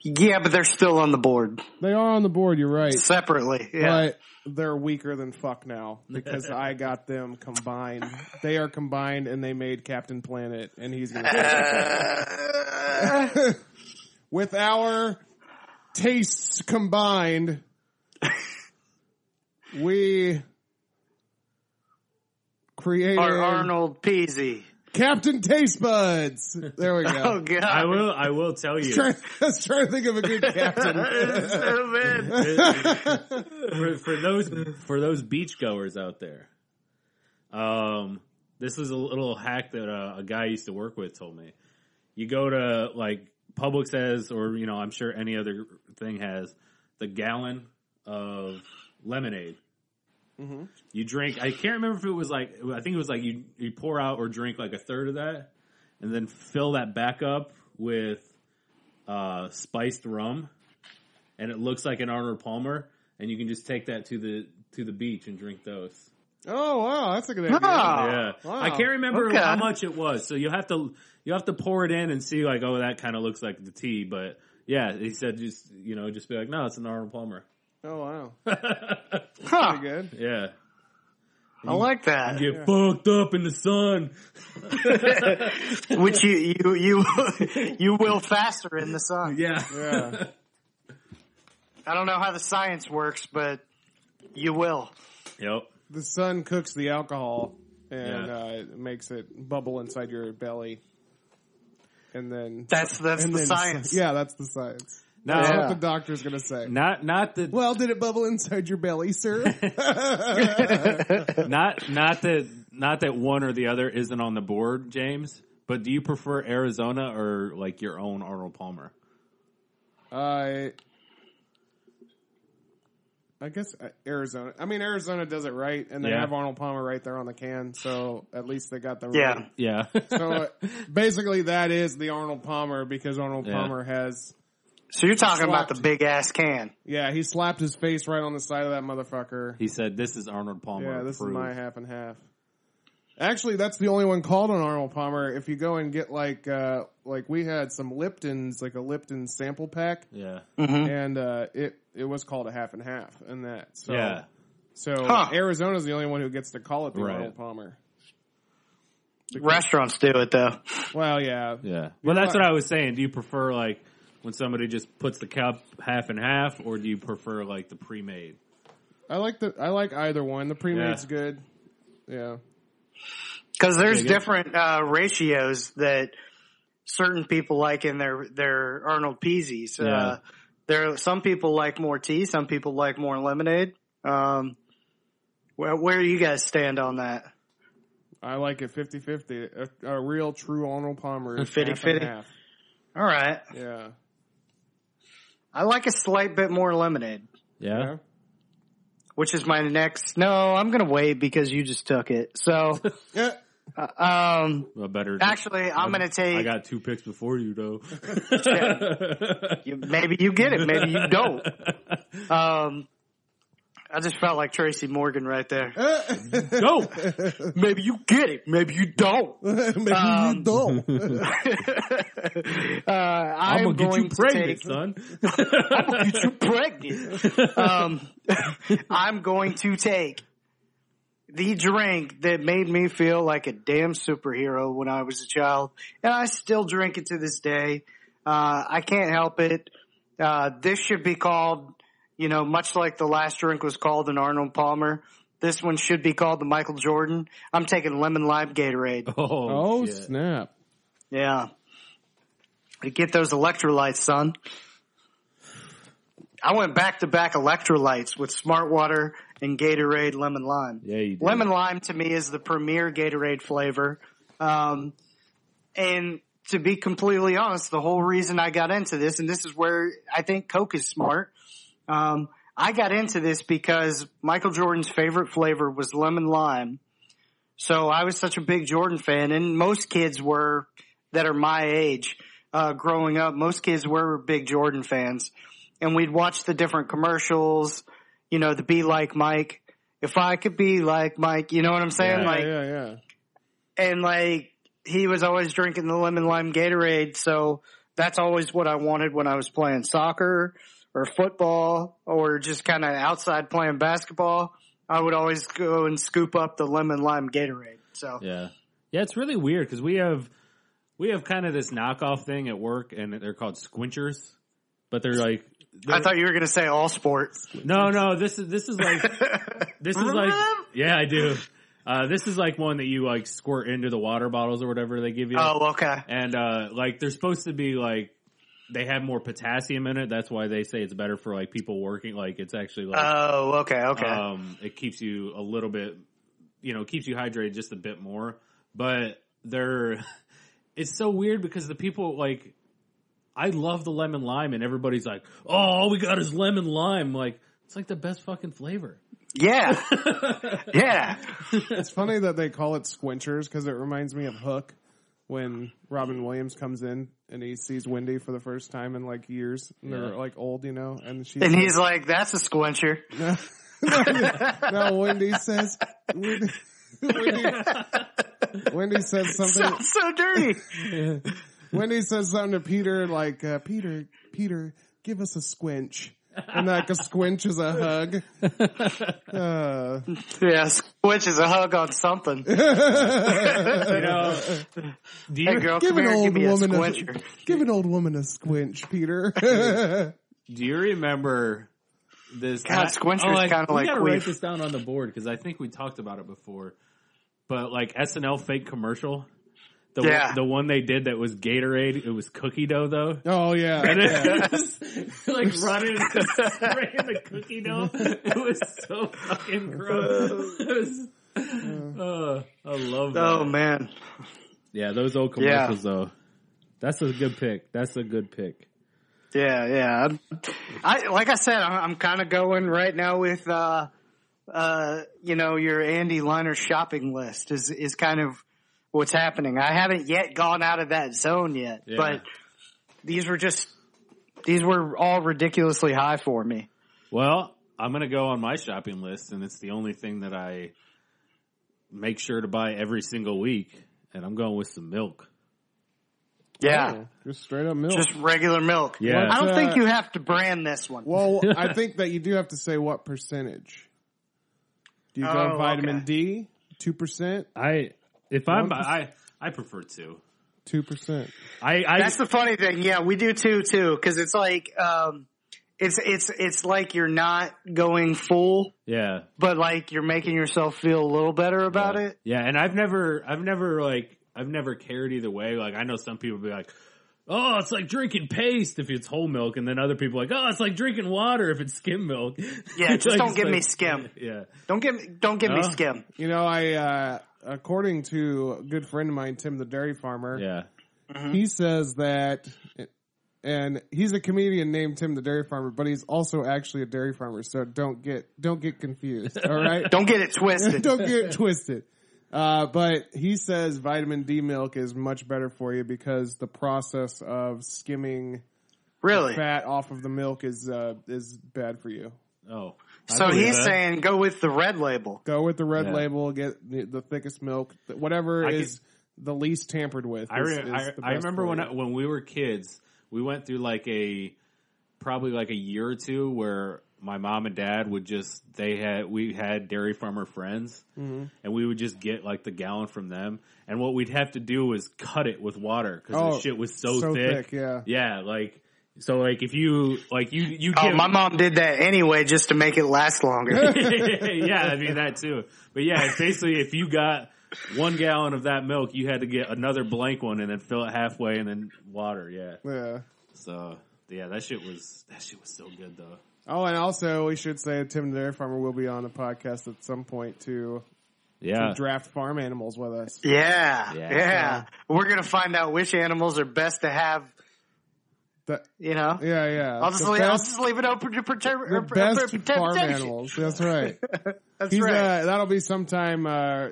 S2: Yeah, but they're still on the board
S3: They are on the board, you're right.
S2: separately. Yeah.
S3: But they're weaker than fuck now because I got them combined. They are combined and they made Captain Planet and he's gonna with our tastes combined. We created
S2: Or Arnold Peasy.
S3: Captain Taste Buds. There we
S2: Oh
S3: go.
S2: god.
S4: I will. I will tell you.
S3: Try- Let's try to think of a good captain.
S2: It's so bad.
S4: for, for those for those beachgoers out there, um, this is a little hack that uh, a guy I used to work with told me. You go to like Publix has, or you know, I'm sure any other thing has the gallon of lemonade. You drink. I can't remember if it was like I think it was like you you pour out or drink like a third of that, and then fill that back up with uh, spiced rum and it looks like an Arnold Palmer, and you can just take that to the to the beach and drink those.
S3: oh wow, that's a good idea.
S2: Ah.
S4: yeah,
S3: wow.
S4: I can't remember
S2: Okay.
S4: how much it was, so you have to you have to pour it in and see like, oh, that kind of looks like the tea, but yeah, he said just you know just be like, no, it's an Arnold Palmer.
S3: Oh wow,
S2: Huh.
S3: pretty good.
S4: Yeah,
S2: I like that.
S4: get fucked up in the sun.
S2: Which you you you you will faster in the sun.
S4: Yeah,
S3: Yeah.
S2: I don't know how the science works, but you will.
S4: yep.
S3: The sun cooks the alcohol and
S4: Yeah.
S3: uh, it makes it bubble inside your belly, and then
S2: That's that's
S3: and
S2: the
S3: then-
S2: science.
S3: Yeah, that's the science.
S4: Now,
S3: That's
S2: Yeah.
S3: what the doctor's gonna say.
S4: not not that
S3: Well, did it bubble inside your belly, sir?
S4: not not that not that one or the other isn't on the board, James. But do you prefer Arizona or like your own Arnold Palmer?
S3: I, I guess uh, Arizona. I mean, Arizona does it right, and they
S4: Yeah.
S3: have Arnold Palmer right there on the can, so at least they got the
S2: Yeah.
S4: Yeah.
S3: So uh, basically, that is the Arnold Palmer because Arnold
S4: Yeah.
S3: Palmer has
S2: So you're talking about the
S3: Slapped.
S2: big ass can.
S3: yeah he slapped his face right on the side of that motherfucker.
S4: He said, "This is Arnold Palmer."
S3: Yeah, this
S4: approved."
S3: is my half and half. Actually, that's the only one called on Arnold Palmer. If you go and get like uh like we had some Lipton's, like a Lipton sample pack,
S4: Yeah,
S3: and uh it it was called a half and half, and that so
S4: yeah.
S3: so
S2: Huh.
S3: Arizona's the only one who gets to call it the
S4: Right.
S3: Arnold Palmer.
S2: Restaurants do it though.
S3: Well, yeah,
S4: Yeah. Well, that's what I was saying. Do you prefer like when somebody just puts the cup half and half, or do you prefer like the pre-made?
S3: I like the I like either one. The pre-made's
S4: Yeah.
S3: good. Yeah,
S2: Because there's
S4: Dig it.
S2: different uh, ratios that certain people like in their their Arnold Peasies.
S4: Yeah.
S2: Uh, there, some people like more tea, some people like more lemonade. Um, where where do you guys stand on that?
S3: I like it 50-50. A, a real true Arnold Palmer is half
S2: 50-50.
S3: and half.
S2: All right,
S3: Yeah.
S2: I like a slight bit more lemonade,
S4: Yeah.
S2: which is my next. No, I'm gonna wait because you just took it. So,
S3: Yeah.
S2: um,
S4: A better.
S2: actually, I'm gonna
S4: I
S2: take.
S4: got two picks before you, though.
S2: you- Maybe you get it, maybe you don't. Um, I just felt like Tracy Morgan right there.
S4: Go.
S2: Maybe you get it. Maybe you don't. uh,
S3: Maybe you
S4: Um,
S3: don't.
S2: I'm,
S4: I'm, gonna
S2: going
S4: get you
S2: to
S4: pregnant,
S2: take. Oh,
S4: son.
S2: I'm gonna get you pregnant. um, I'm going to take the drink that made me feel like a damn superhero when I was a child, and I still drink it to this day. Uh, I can't help it. Uh, this should be called, you know, much like the last drink was called an Arnold Palmer. This one should be called the Michael Jordan. I'm taking lemon lime Gatorade.
S4: Oh,
S3: Oh
S4: shit.
S3: snap!
S2: Yeah. You get those electrolytes, son. I went back to back electrolytes with smart water and Gatorade lemon lime.
S4: Yeah, you did.
S2: Lemon lime to me is the premier Gatorade flavor. Um, and to be completely honest, the whole reason I got into this, and this is where I think Coke is smart. Um, I got into this because Michael Jordan's favorite flavor was lemon lime. So I was such a big Jordan fan and most kids were that are my age, uh, growing up, most kids were big Jordan fans and we'd watch the different commercials, you know, the be like Mike. If I could be like Mike, you know what I'm saying?
S4: Yeah,
S2: like,
S3: yeah, yeah,
S2: and like he was always drinking the lemon lime Gatorade, so that's always what I wanted when I was playing soccer or football or just kind of outside playing basketball. I would always go and scoop up the lemon lime Gatorade. So
S4: Yeah. Yeah, it's really weird because we have we have kind of this knockoff thing at work, and they're called squinchers. But they're like,
S2: I thought you were gonna say all sports.
S4: no, no, this is this is like this is like,
S2: Remember them?
S4: yeah, I do. Uh, this is like one that you like squirt into the water bottles or whatever they give you.
S2: Oh, okay.
S4: And uh, like they're supposed to be like they have more potassium in it. That's why they say it's better for like people working. Like it's actually like
S2: Oh, okay, okay.
S3: Uh,
S4: um, it keeps you a little bit, you know, keeps you hydrated just a bit more. But they're, it's so weird because the people like, I love the lemon lime, and everybody's like, "Oh, all we got is lemon lime." Like it's like the best fucking flavor.
S2: yeah. yeah.
S3: It's funny that they call it squinchers because it reminds me of Hook when Robin Williams comes in and he sees Wendy for the first time in like years. And they're
S4: Yeah.
S3: like old, you know, and she.
S2: And he's like, that's a squincher.
S3: no, Wendy says. Wendy, Wendy, Wendy says something.
S2: Sounds so dirty.
S3: Wendy says something to Peter like, uh, "Peter, Peter, give us a squinch." And like a squinch is a hug. Uh,
S2: yeah, squinch is a hug on something.
S4: You know, do you
S2: Hey girl,
S3: give
S2: come
S3: an
S2: here and
S3: old
S2: give me a
S3: woman a,
S2: squincher.
S3: give an old woman a squinch, Peter.
S4: do you remember this?
S2: God, Squincher's
S4: Oh, I-
S2: kinda
S4: we
S2: like
S4: gotta write
S2: queef.
S4: this down on the board because I think we talked about it before. But like SNL fake commercial, the
S2: Yeah.
S4: one, the one they did that was Gatorade. It was cookie dough though.
S3: oh yeah.
S4: And it was like running and spraying the cookie dough. It was so fucking gross. It was, uh, I love that.
S2: Oh man.
S4: yeah, those old
S2: Yeah.
S4: commercials though. That's a good pick. That's a good pick.
S2: Yeah, yeah. I like I said, I'm, I'm kind of going right now with uh, uh, you know your Andy Liner shopping list is is kind of what's happening. I haven't yet gone out of that zone yet,
S4: Yeah.
S2: but these were just these were all ridiculously high for me.
S4: Well, I'm gonna go on my shopping list, and it's the only thing that I make sure to buy every single week. And I'm going with some milk.
S2: Yeah,
S3: Oh, just straight up milk.
S2: just regular milk.
S4: Yeah.
S2: I don't
S3: Uh,
S2: think you have to brand this one.
S3: well, I think that you do have to say what percentage. Do you go
S2: Oh,
S3: vitamin
S2: okay.
S3: D? Two percent.
S4: I if I'm
S3: One
S4: I I prefer two.
S3: Two percent.
S4: I I
S2: That's the funny thing. Yeah, we do too, too, because it's like um, it's it's it's like you're not going full.
S4: yeah.
S2: but like you're making yourself feel a little better about it.
S4: Yeah, and I've never, I've never like, I've never cared either way. Like, I know some people be like, "Oh, it's like drinking paste if it's whole milk," and then other people like, "Oh, it's like drinking water if it's skim milk."
S2: Yeah, just
S4: Like,
S2: don't
S4: it's
S2: give me
S4: like-
S2: skim.
S4: Yeah,
S2: Don't give me, don't give me
S4: No.
S2: skim.
S3: You know, I uh, according to a good friend of mine, Tim the Dairy Farmer.
S4: yeah,
S3: He says that, and he's a comedian named Tim the Dairy Farmer, but he's also actually a dairy farmer. So don't get don't get confused. All right,
S2: Don't get it twisted.
S3: don't get twisted. Uh, but he says vitamin D milk is much better for you because the process of skimming
S2: really.
S3: fat off of the milk is uh, is bad for you.
S4: Oh, I
S2: So
S4: believe
S2: he's
S4: that.
S2: saying go with the red label.
S3: Go with the red
S4: Yeah.
S3: label. Get the, the thickest milk. Whatever
S4: I get-
S3: is the least tampered with.
S4: I,
S3: is-
S4: re-
S3: is
S4: I,
S3: the
S4: I
S3: best
S4: remember
S3: for
S4: when
S3: you.
S4: I, when we were kids, we went through like a probably like a year or two where my mom and dad would just they had we had dairy farmer friends
S3: Mm-hmm.
S4: and we would just get like the gallon from them and what we'd have to do was cut it with water because
S3: Oh,
S4: the shit was so,
S3: so
S4: thick.
S3: thick, yeah.
S4: yeah like so like if you like you you
S2: Oh,
S4: give-
S2: my mom did that anyway just to make it last longer.
S4: yeah, I mean that too. But yeah, it's basically if you got one gallon of that milk, you had to get another blank one and then fill it halfway and then water. Yeah.
S3: yeah.
S4: So yeah, that shit was that shit was so good though.
S3: Oh, and also we should say Tim the Dairy Farmer will be on the podcast at some point to, to
S4: Yeah.
S3: draft farm animals with us.
S2: yeah, yeah,
S4: Yeah.
S2: We're gonna find out which animals are best to have.
S3: The-
S2: You know,
S3: yeah, yeah.
S2: I'll just
S3: the
S2: leave, I'll
S3: best,
S2: just leave it open to perturb.
S3: the
S2: or- or-
S3: best
S2: perturb-
S3: farm
S2: perturb-
S3: animals. That's right.
S2: That's
S3: He's,
S2: right.
S3: uh, that'll be sometime. Uh,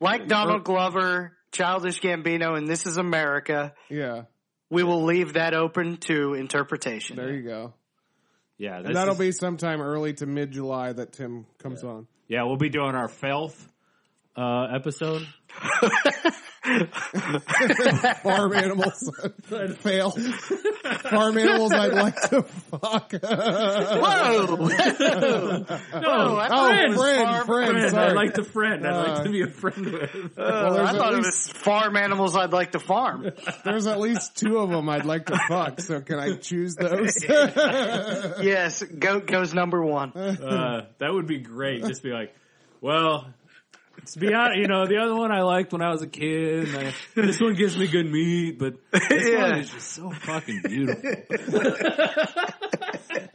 S2: like Donald Glover, Childish Gambino, and This Is America.
S3: yeah,
S2: We will leave that open to interpretation.
S3: there you go.
S4: yeah.
S3: And that'll be sometime early to mid July that Tim comes on.
S4: yeah. We'll be doing our filth uh, episode.
S3: Farm animals I'd fail. Farm animals I'd like to fuck.
S2: Whoa!
S4: No,
S2: I
S3: oh,
S2: thought it
S3: friend,
S2: was
S3: friend,
S2: farm-
S4: I
S3: sorry.
S4: like the friend. I'd like
S3: Uh,
S4: to be a friend with.
S3: Well,
S2: I
S3: there's at
S2: thought it
S3: least-
S2: was farm animals I'd like to farm.
S3: There's at least two of them I'd like to fuck, so can I choose those?
S2: yes, goat goes number one.
S4: Uh, that would be great. Just be like, well, It's beyond, you know, the other one I liked when I was a kid. and I- this one gives me good meat, but this
S2: Yeah.
S4: one is just so fucking beautiful.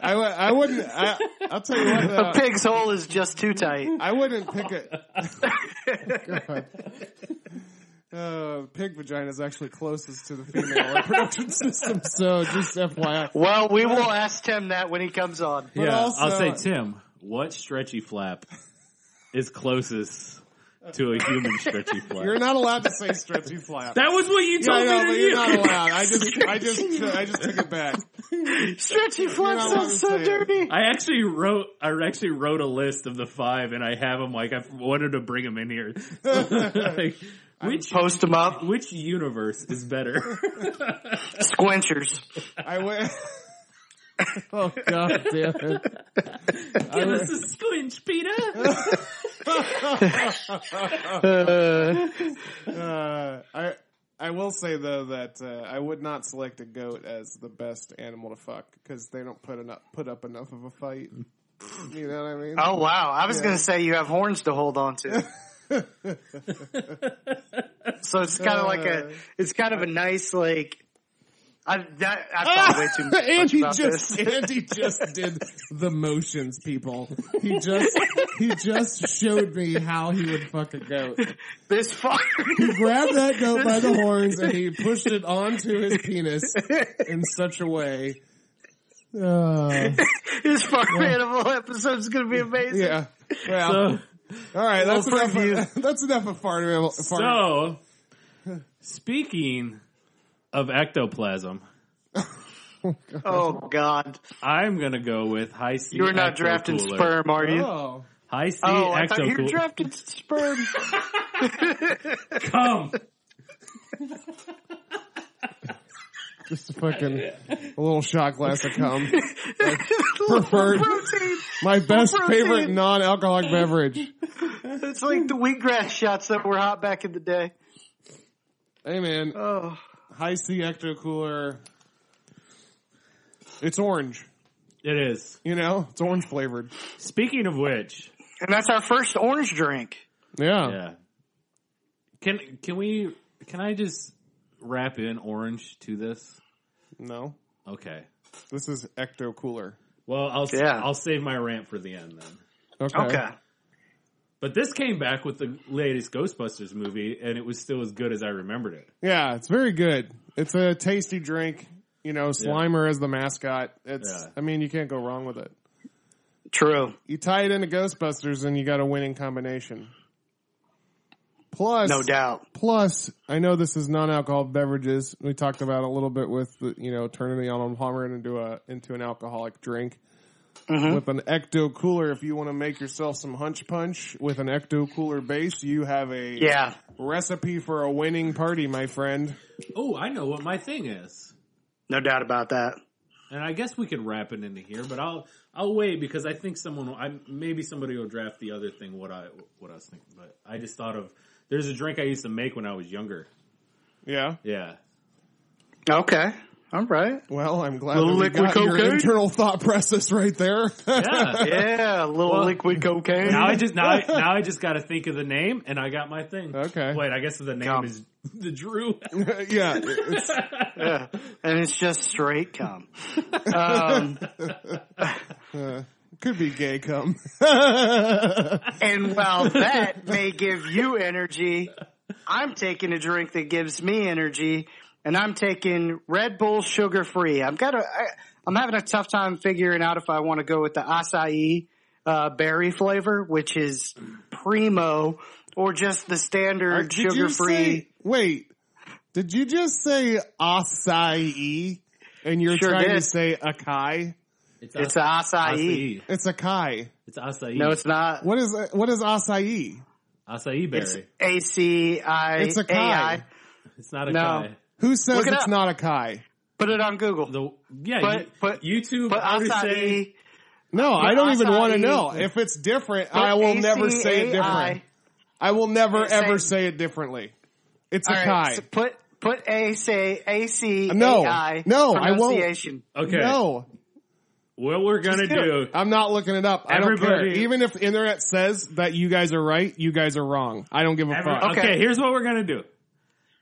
S3: I, w- I wouldn't. I, I'll tell you what.
S2: A
S3: Uh,
S2: pig's hole is just too tight.
S3: I wouldn't pick a. God. Uh, pig vagina is actually closest to the female reproduction system, so just FYI.
S2: Well, we will ask Tim that when he comes on.
S3: But
S4: yeah,
S3: also-
S4: I'll say, Tim, what stretchy flap is closest to a human stretchy flap?
S3: You're not allowed to say stretchy flap.
S4: that was what you
S3: Yeah, I
S4: told
S3: know,
S4: me
S3: but
S4: to
S3: you're
S4: do.
S3: not allowed. I just, I just, I just took it back.
S2: Stretchy flaps
S3: allowed to
S2: sounds so
S3: say it.
S2: dirty.
S4: I actually wrote, I actually wrote a list of the five, and I have them like I wanted to bring them in here. Like, which
S2: Post them up.
S4: which universe is better?
S2: Squinchers.
S3: I went.
S4: oh
S3: God damn it!
S4: Give us a squinch, Peter.
S2: Uh,
S3: Uh, I, I will say though that uh, I would not select a goat as the best animal to fuck because they don't put enough, put up enough of a fight. You know what I mean?
S2: oh wow, I was gonna say you have horns to hold on to. so it's kind of like a, it's kind of a nice like. I that I thought way too much
S3: Andy
S2: about
S3: just
S2: this.
S3: Andy just did the motions, people. He just he just showed me how he would fuck a goat.
S2: This far.
S3: He grabbed that goat by the horns and he pushed it onto his penis in such a way. Uh,
S2: This farm animal episode is going to be amazing.
S3: yeah. Well,
S4: So,
S3: all right. That's
S2: Little
S3: enough. Of, that's enough of farm animal. Farm.
S4: so speaking of ectoplasm,
S2: Oh God,
S4: I'm gonna go with high C.
S2: you were not drafting
S4: ectocooler.
S2: sperm, are you? Oh,
S3: Oh.
S4: High C
S2: I thought you were
S4: ectocooler.
S2: drafting sperm.
S4: Come.
S3: Just a fucking a little shot glass of cum. Preferred.
S2: protein.
S3: My best
S2: Protein.
S3: favorite non-alcoholic beverage.
S2: It's like the wheatgrass shots that were hot back in the day.
S3: Hey man,
S2: Oh,
S3: Uh, high C ecto cooler. It's orange.
S4: It is.
S3: You know, it's orange flavored.
S4: Speaking of which,
S2: and that's our first orange drink.
S3: Yeah.
S4: yeah. Can can we? Can I just wrap in orange to this?
S3: No,
S4: Okay.
S3: this is ecto cooler.
S4: Well, I'll
S2: Yeah.
S4: I'll save my rant for the end then.
S3: Okay.
S2: Okay,
S4: But this came back with the latest Ghostbusters movie, and it was still as good as I remembered it.
S3: Yeah, it's very good. It's a tasty drink. You know, Slimer is the mascot. It's.
S4: Yeah.
S3: I mean, you can't go wrong with it.
S2: true.
S3: You tie it into Ghostbusters, and you got a winning combination. Plus,
S2: No doubt.
S3: Plus, I know this is non-alcoholic beverages. We talked about it a little bit with the, you know turning the almond palmer into a into an alcoholic drink
S2: Mm-hmm.
S3: with an ecto cooler. If you want to make yourself some hunch punch with an ecto cooler base, you have a
S2: Yeah.
S3: recipe for a winning party, my friend.
S4: Oh, I know what my thing is,
S2: No doubt about that.
S4: and I guess we could wrap it into here, but I'll I'll wait because I think someone will, I maybe somebody will draft the other thing what I what I was thinking, but I just thought of there's a drink I used to make when I was younger.
S3: Yeah.
S4: Yeah,
S2: Okay. All right.
S3: Well, I'm glad
S2: Little
S3: that we
S2: liquid
S3: got your
S2: cocaine?
S3: internal thought process right there.
S4: yeah.
S2: Yeah, a little liquid cocaine.
S4: Now I just now I, now I just got to think of the name, and I got my thing.
S3: Okay.
S4: Wait, I guess the name
S2: Come.
S4: is the Drew.
S3: yeah. It's,
S2: Yeah. And it's just straight cum.
S3: could be gay cum.
S2: And while that may give you energy, I'm taking a drink that gives me energy, and I'm taking Red Bull sugar free. I'm got a, I, I'm having a tough time figuring out if I want to go with the acai uh, berry flavor, which is primo, or just the standard
S3: Uh, Did you
S2: sugar
S3: say-
S2: free.
S3: Wait, did you just say acai? And you're
S2: Sure
S3: trying to
S2: did.
S3: say acai?
S2: It's acai.
S4: acai.
S3: It's acai.
S4: It's acai.
S2: No, it's not.
S3: What is what is acai?
S4: acai berry.
S2: It's
S4: It's,
S2: A C I
S3: It's acai.
S2: A I.
S4: not a
S2: No.
S4: kai.
S3: Who says
S2: Look it
S3: it's
S2: up.
S3: not acai?
S2: Put it on Google.
S4: The yeah,
S2: But-
S4: you,
S2: but-
S4: YouTube.
S2: Put
S4: I would say
S2: acai.
S3: No, I don't even
S2: acai.
S3: want to know. If it's different, I
S2: put
S3: will never say it
S2: ACAI.
S3: different. I will never
S2: Say-
S3: ever say it differently. It's
S2: All right,
S3: acai.
S2: so put put a say a c
S3: No.
S2: A I
S3: No, I won't.
S2: pronunciation.
S4: okay.
S3: No.
S4: what we're gonna do.
S3: I'm not looking it up. I don't care.
S4: Everybody-
S3: Even if the internet says that you guys are right, you guys are wrong. I don't give a
S4: Every-
S3: fuck.
S4: okay.
S2: Okay.
S4: here's what we're gonna do.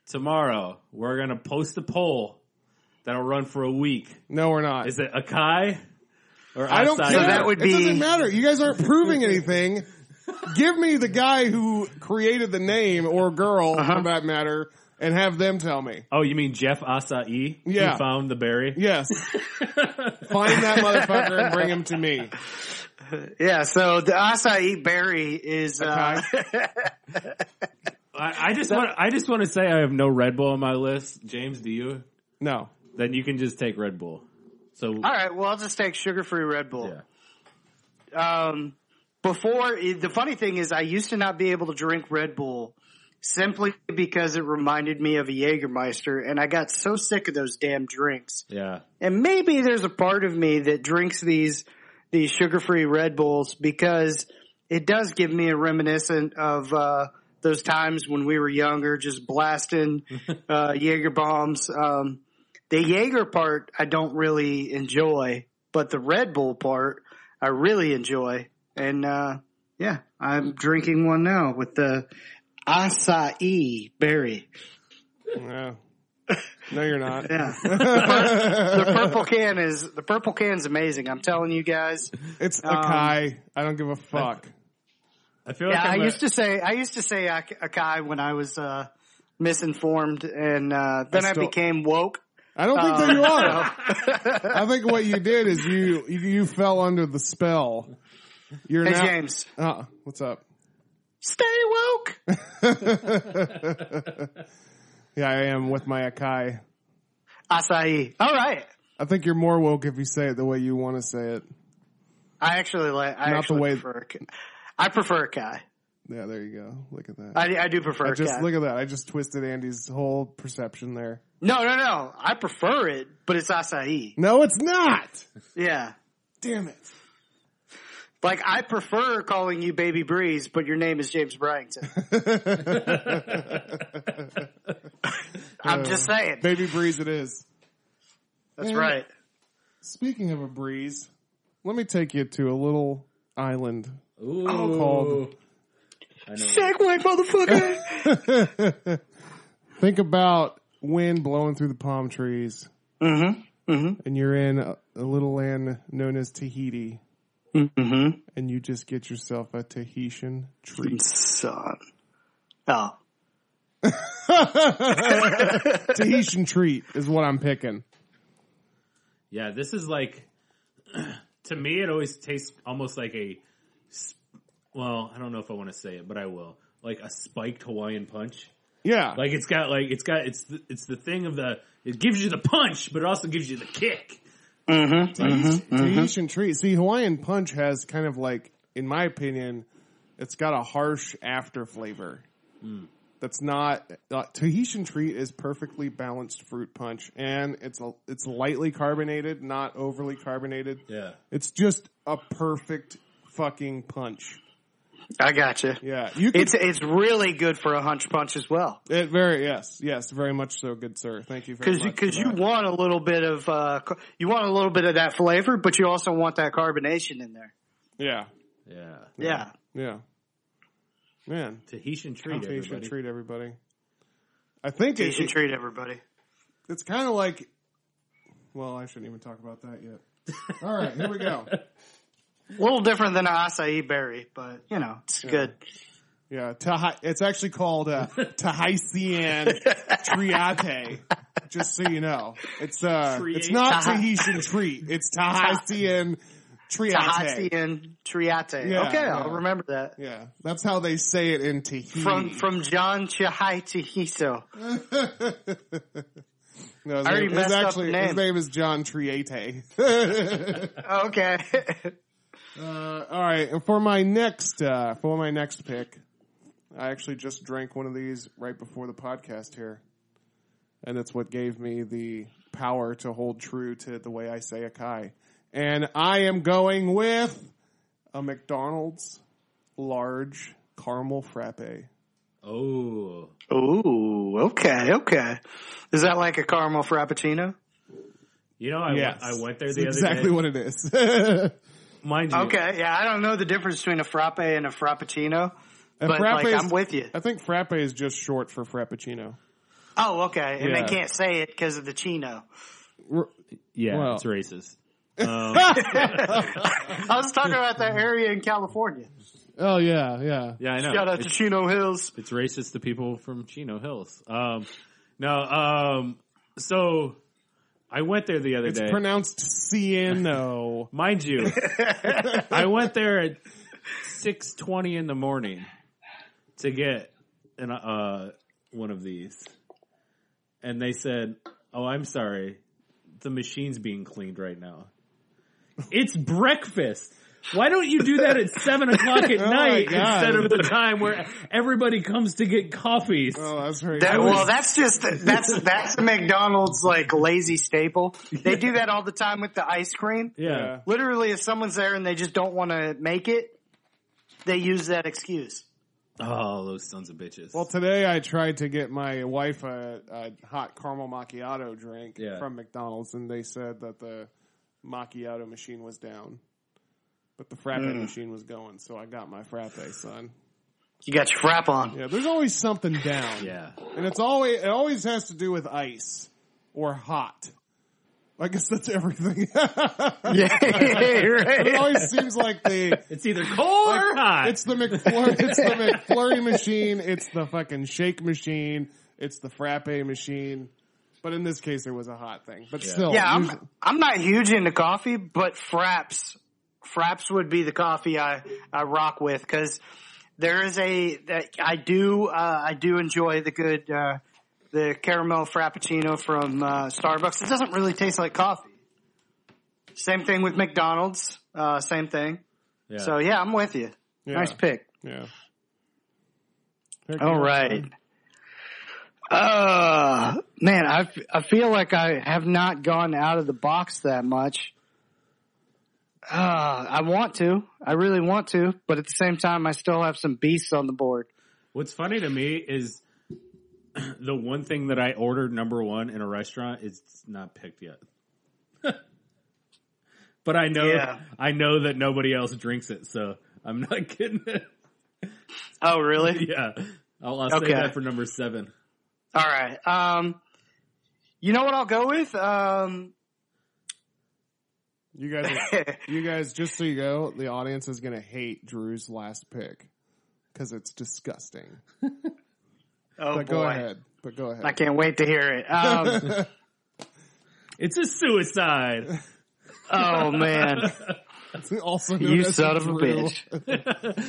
S4: Tomorrow, we're gonna post a poll that'll run for a week.
S3: No, we're not.
S4: Is it Akai or
S3: I don't
S4: Asai?
S3: care.
S2: So that would
S3: It
S2: be-
S3: doesn't matter. You guys aren't proving anything. Give me the guy who created the name or girl,
S2: Uh-huh.
S3: for that matter, and have them tell me.
S4: Oh, you mean Jeff Asai?
S3: Yeah.
S4: who found the berry.
S3: Yes. Find that motherfucker and bring him to me.
S2: Yeah, so the acai berry is uh,
S4: I, I just want I just want to say I have no Red Bull on my list. James, do you?
S3: No.
S4: Then you can just take Red Bull. So
S2: all right. Well, I'll just take sugar-free Red Bull.
S4: yeah.
S2: um, before the funny thing is I used to not be able to drink Red Bull simply because it reminded me of a Jägermeister and I got so sick of those damn drinks.
S4: Yeah.
S2: And maybe there's a part of me that drinks these these sugar-free Red Bulls because it does give me a reminiscent of uh those times when we were younger just blasting uh Jaeger bombs um the Jaeger part I don't really enjoy, but the Red Bull part I really enjoy. And uh yeah, I'm drinking one now with the acai berry.
S3: No. No, you're not.
S2: Yeah. the, pur- the purple can is the purple can's amazing. I'm telling you guys.
S3: It's
S2: Um,
S3: Akai. I don't give a fuck.
S4: I feel
S2: Yeah,
S4: like
S2: I
S4: I'm a-
S2: used to say I used to say Ak- Akai when I was uh misinformed and uh then
S3: I
S2: I,
S3: still-
S2: became woke.
S3: I don't think
S2: Uh,
S3: that you are. I think what you did is you you, you fell under the spell. You're
S2: Hey
S3: now,
S2: James,
S3: Uh, what's up?
S2: stay woke.
S3: Yeah, I am with my Akai.
S2: Acai. All right.
S3: I think you're more woke if you say it the way you want to say it.
S2: I actually like I
S3: Not the
S2: actually
S3: way-
S2: prefer Ak- I prefer Akai.
S3: Yeah, there you go. Look at that.
S2: I, I do prefer
S3: I just
S2: Akai.
S3: look at that. I just twisted Andy's whole perception there.
S2: No, no, no. I prefer it, but it's acai.
S3: No, it's not.
S2: Yeah.
S3: Damn it.
S2: Like I prefer calling you Baby Breeze, but your name is James Bryington. I'm just saying.
S3: Baby breeze it is.
S2: That's right.
S3: Speaking of a breeze, let me take you to a little island.
S4: Ooh.
S3: called-
S4: I know.
S2: Segway, motherfucker.
S3: Think about wind blowing through the palm trees. Mm-hmm. And you're in a, a little land known as Tahiti.
S2: mm-hmm.
S3: And you just get yourself a Tahitian treat.
S2: Son. Oh.
S3: Tahitian treat is what I'm picking.
S4: Yeah, this is like to me it always tastes almost like a s- well, I don't know if I want to say it, but I will. Like a spiked Hawaiian punch.
S3: Yeah.
S4: Like it's got like it's got it's the, it's the thing of the it gives you the punch, but it also gives you the kick.
S2: Mm-hmm.
S3: Tahitian treat. See, Hawaiian punch has kind of like, in my opinion, it's got a harsh after flavor.
S2: Mm.
S3: That's not uh, Tahitian treat is perfectly balanced fruit punch, and it's a, it's lightly carbonated, not overly carbonated.
S4: Yeah.
S3: It's just a perfect fucking punch.
S2: I gotcha.
S3: Yeah, you can.
S2: It's it's really good for a hunch punch as well.
S3: it very yes, yes, very much so. Good sir, thank you very
S2: Cause
S3: much.
S2: you,
S3: for
S2: cause you
S3: that.
S2: want a little bit of, uh, ca- you want a little bit of that flavor, but you also want that carbonation in there.
S3: yeah,
S4: Yeah.
S2: Yeah.
S3: yeah, man.
S4: Tahitian treat,
S3: Tahitian
S4: everybody.
S3: treat everybody. I think it-
S2: Asian
S3: it,
S2: treat everybody.
S3: it's kind of like well i shouldn't even talk about that yet all right here we go
S2: A little different than an acai berry, but you know, it's good.
S3: yeah Tahi- it's actually called uh, tahitian triate just so you know it's uh it's not
S2: Tahi-
S3: tahitian treat it's tahitian triate
S2: Tahitian triate.
S3: Yeah,
S2: okay,
S3: yeah.
S2: I'll remember that.
S3: yeah that's how they say it in tahiti
S2: From from John Chihai Chihiso.
S3: no, his,
S2: I already
S3: name, his
S2: messed up
S3: actually
S2: the name.
S3: his name is john triate
S2: Okay.
S3: Uh, all right, and for my next uh, for my next pick, I actually just drank one of these right before the podcast here, and it's what gave me the power to hold true to the way I say Akai. And I am going with a McDonald's large caramel frappe.
S4: Oh.
S2: Ooh, okay, okay. Is that like a caramel frappuccino?
S4: You know, I,
S3: Yes.
S4: went, I went there
S3: That's
S4: the other
S3: exactly
S4: day.
S3: what it is.
S4: Mind you,
S2: Okay, yeah, I don't know the difference between a frappe and a frappuccino,
S3: A
S2: but
S3: frappe
S2: like
S3: is-
S2: I'm with you.
S3: I think frappe is just short for frappuccino.
S2: Oh, okay, and
S3: Yeah.
S2: they can't say it because of the chino.
S3: R-
S4: yeah,
S3: Well-
S4: it's racist.
S2: I was talking about that area in California.
S3: Oh yeah, yeah.
S4: Yeah, I know.
S2: Shout out to
S4: It's-
S2: Chino Hills.
S4: it's racist to people from Chino Hills. Um, no, um, so I went there the other
S3: It's
S4: day.
S3: pronounced Cieno.
S4: Mind you, I went there at six twenty in the morning to get an uh one of these, and they said, "Oh, I'm sorry, the machine's being cleaned right now. It's breakfast." Why don't you do that at seven o'clock at
S3: Oh my
S4: night
S3: God.
S4: instead of the time where everybody comes to get coffees?
S3: oh, that's very.
S2: That,
S3: good.
S2: well, that's just that's that's the McDonald's like lazy staple. They do that all the time with the ice cream.
S4: yeah.
S2: Literally, if someone's there and they just don't want to make it, they use that excuse.
S4: Oh, those sons of bitches.
S3: Well, today I tried to get my wife a, a hot caramel macchiato drink
S4: Yeah.
S3: from McDonald's, and they said that the macchiato machine was down, but the frappe machine was going. So I got my frappe, son.
S2: You got your frap on.
S3: Yeah, there's always something down.
S4: yeah.
S3: and it's always it always has to do with ice or hot. I guess that's everything.
S2: Yeah,
S3: it
S2: right.
S3: always seems like the
S4: It's either cold or hot.
S3: It's the McFlurry. It's the McFlurry machine. It's the fucking shake machine. It's the frappe machine. But in this case, it was a hot thing. But still,
S2: Yeah,
S3: usu-
S2: I'm I'm not huge into coffee, but fraps fraps would be the coffee I I rock with because there is a that I do uh, I do enjoy the good uh, the caramel frappuccino from uh, Starbucks. It doesn't really taste like coffee. Same thing with McDonald's. Uh, same thing.
S4: yeah.
S2: So yeah, I'm with you.
S3: yeah,
S2: Nice pick.
S3: Yeah.
S2: All right. Uh, man, I, f- I feel like I have not gone out of the box that much. Uh, I want to. I really want to, but at the same time, I still have some beasts on the board.
S4: What's funny to me is the one thing that I ordered number one in a restaurant is not picked yet. but I know
S2: Yeah.
S4: I know that nobody else drinks it, so I'm not kidding.
S2: Oh, really?
S4: yeah. I'll, I'll save
S2: Okay.
S4: that for number seven.
S2: All right. Um, you know what I'll go with? Um,
S3: You guys, are- you guys, just so you go, the audience is gonna hate Drew's last pick because it's disgusting.
S2: oh
S3: but
S2: boy.
S3: go ahead. But go ahead.
S2: I can't wait to hear it. Um,
S4: It's a suicide.
S2: oh man,
S3: also, known
S2: you
S3: as
S2: son of a
S3: Drew.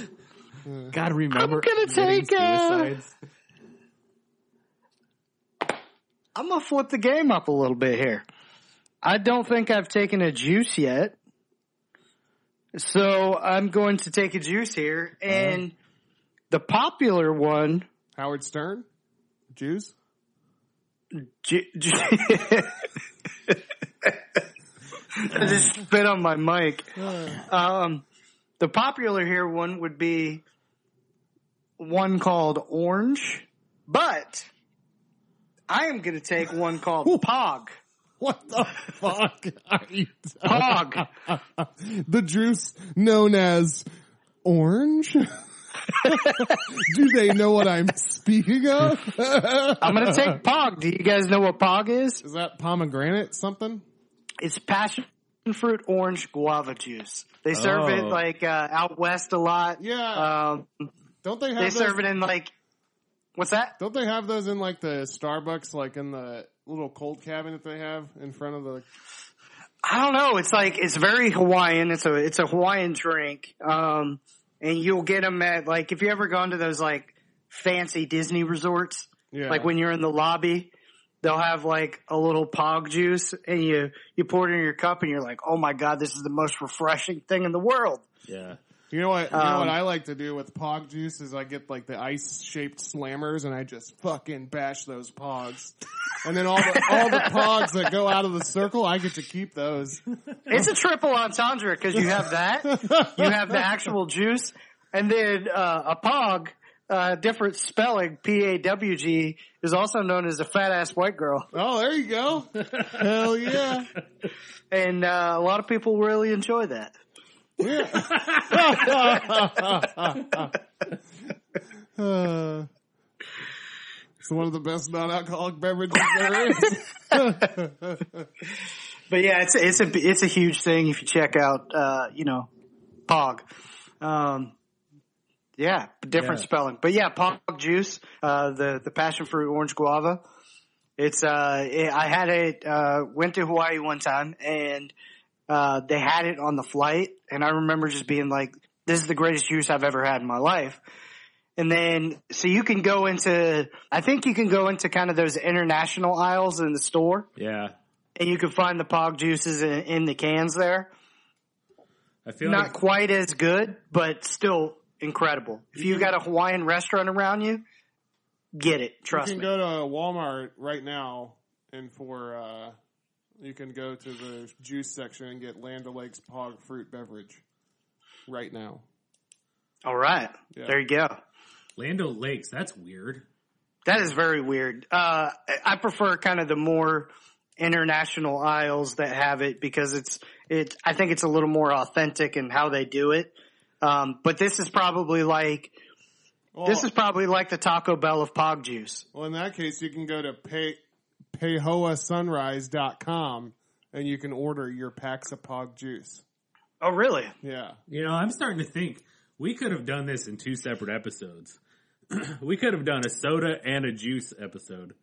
S2: bitch.
S4: God, remember?
S2: gonna
S4: committing
S2: take a-
S4: suicides?
S2: I'm gonna flip the game up a little bit here. I don't think I've taken a juice yet, so I'm going to take a juice here. And the popular one,
S3: Howard Stern, Jews.
S2: ju- ju- I just spit on my mic. Um, the popular here one would be one called Orange, but I am going to take one called Pog.
S3: What the fuck are you?
S2: Pog.
S3: the juice known as orange. Do they know what I'm speaking of?
S2: I'm gonna take Pog. Do you guys know what Pog is?
S3: Is that pomegranate something?
S2: It's passion fruit orange guava juice. They serve it
S4: Oh.
S2: like uh, out west a lot.
S3: Yeah.
S2: Um,
S3: don't Uh, they have
S2: they
S3: those,
S2: serve it in like what's that?
S3: Don't they have those in like the Starbucks, like in the little cold cabinet they have in front of the?
S2: I don't know. It's like it's very Hawaiian. It's a it's a Hawaiian drink. Um, and you'll get them at like if you ever gone to those like fancy Disney resorts.
S3: Yeah.
S2: Like when you're in the lobby, they'll have like a little pog juice and you you pour it in your cup and you're like, oh my god, this is the most refreshing thing in the world.
S4: Yeah.
S3: you know what you know
S2: Um,
S3: what I like to do with pog juice is I get like the ice shaped slammers and I just fucking bash those pogs, and then all the all the pogs that go out of the circle I get to keep those.
S2: It's a triple entendre because you have that, you have the actual juice, and then uh, a pog uh, different spelling, P A W G, is also known as a fat ass white girl.
S3: Oh, there you go. Hell yeah.
S2: And uh, a lot of people really enjoy that.
S3: Uh, it's one of the best non-alcoholic beverages there is.
S2: But yeah, it's it's a it's a huge thing if you check out uh, you know Pog. Um, yeah, different
S4: Yeah.
S2: spelling, but yeah, Pog juice, uh, the the passion fruit orange guava. It's uh, it, I had it uh, went to Hawaii one time and uh, they had it on the flight, and I remember just being like, "This is the greatest juice I've ever had in my life." And then, so you can go into, I think you can go into kind of those international aisles in the store
S4: Yeah.
S2: and you can find the pog juices in, in the cans there.
S4: I feel
S2: Not
S4: like
S2: quite as good, but still incredible. If
S3: Mm-hmm.
S2: you got a Hawaiian restaurant around you, get it.
S3: You
S2: Trust
S3: can
S2: me.
S3: go to Walmart right now and for, uh, you can go to the juice section and get Land O'Lakes Pog Fruit Beverage right now.
S2: All right,
S3: Yeah.
S2: there you go.
S4: Lando Lakes, that's weird.
S2: That is very weird. Uh, I prefer kind of the more international aisles that have it because it's it. I think it's a little more authentic in how they do it. Um, but this is probably like
S3: Well, Oh.
S2: this is probably like the Taco Bell of pog juice.
S3: well, in that case, you can go to pay, payhoasunrise.com and you can order your packs of Pog juice.
S2: Oh, really?
S3: Yeah.
S4: You know, I'm starting to think we could have done this in two separate episodes. we could have done a soda and a juice episode.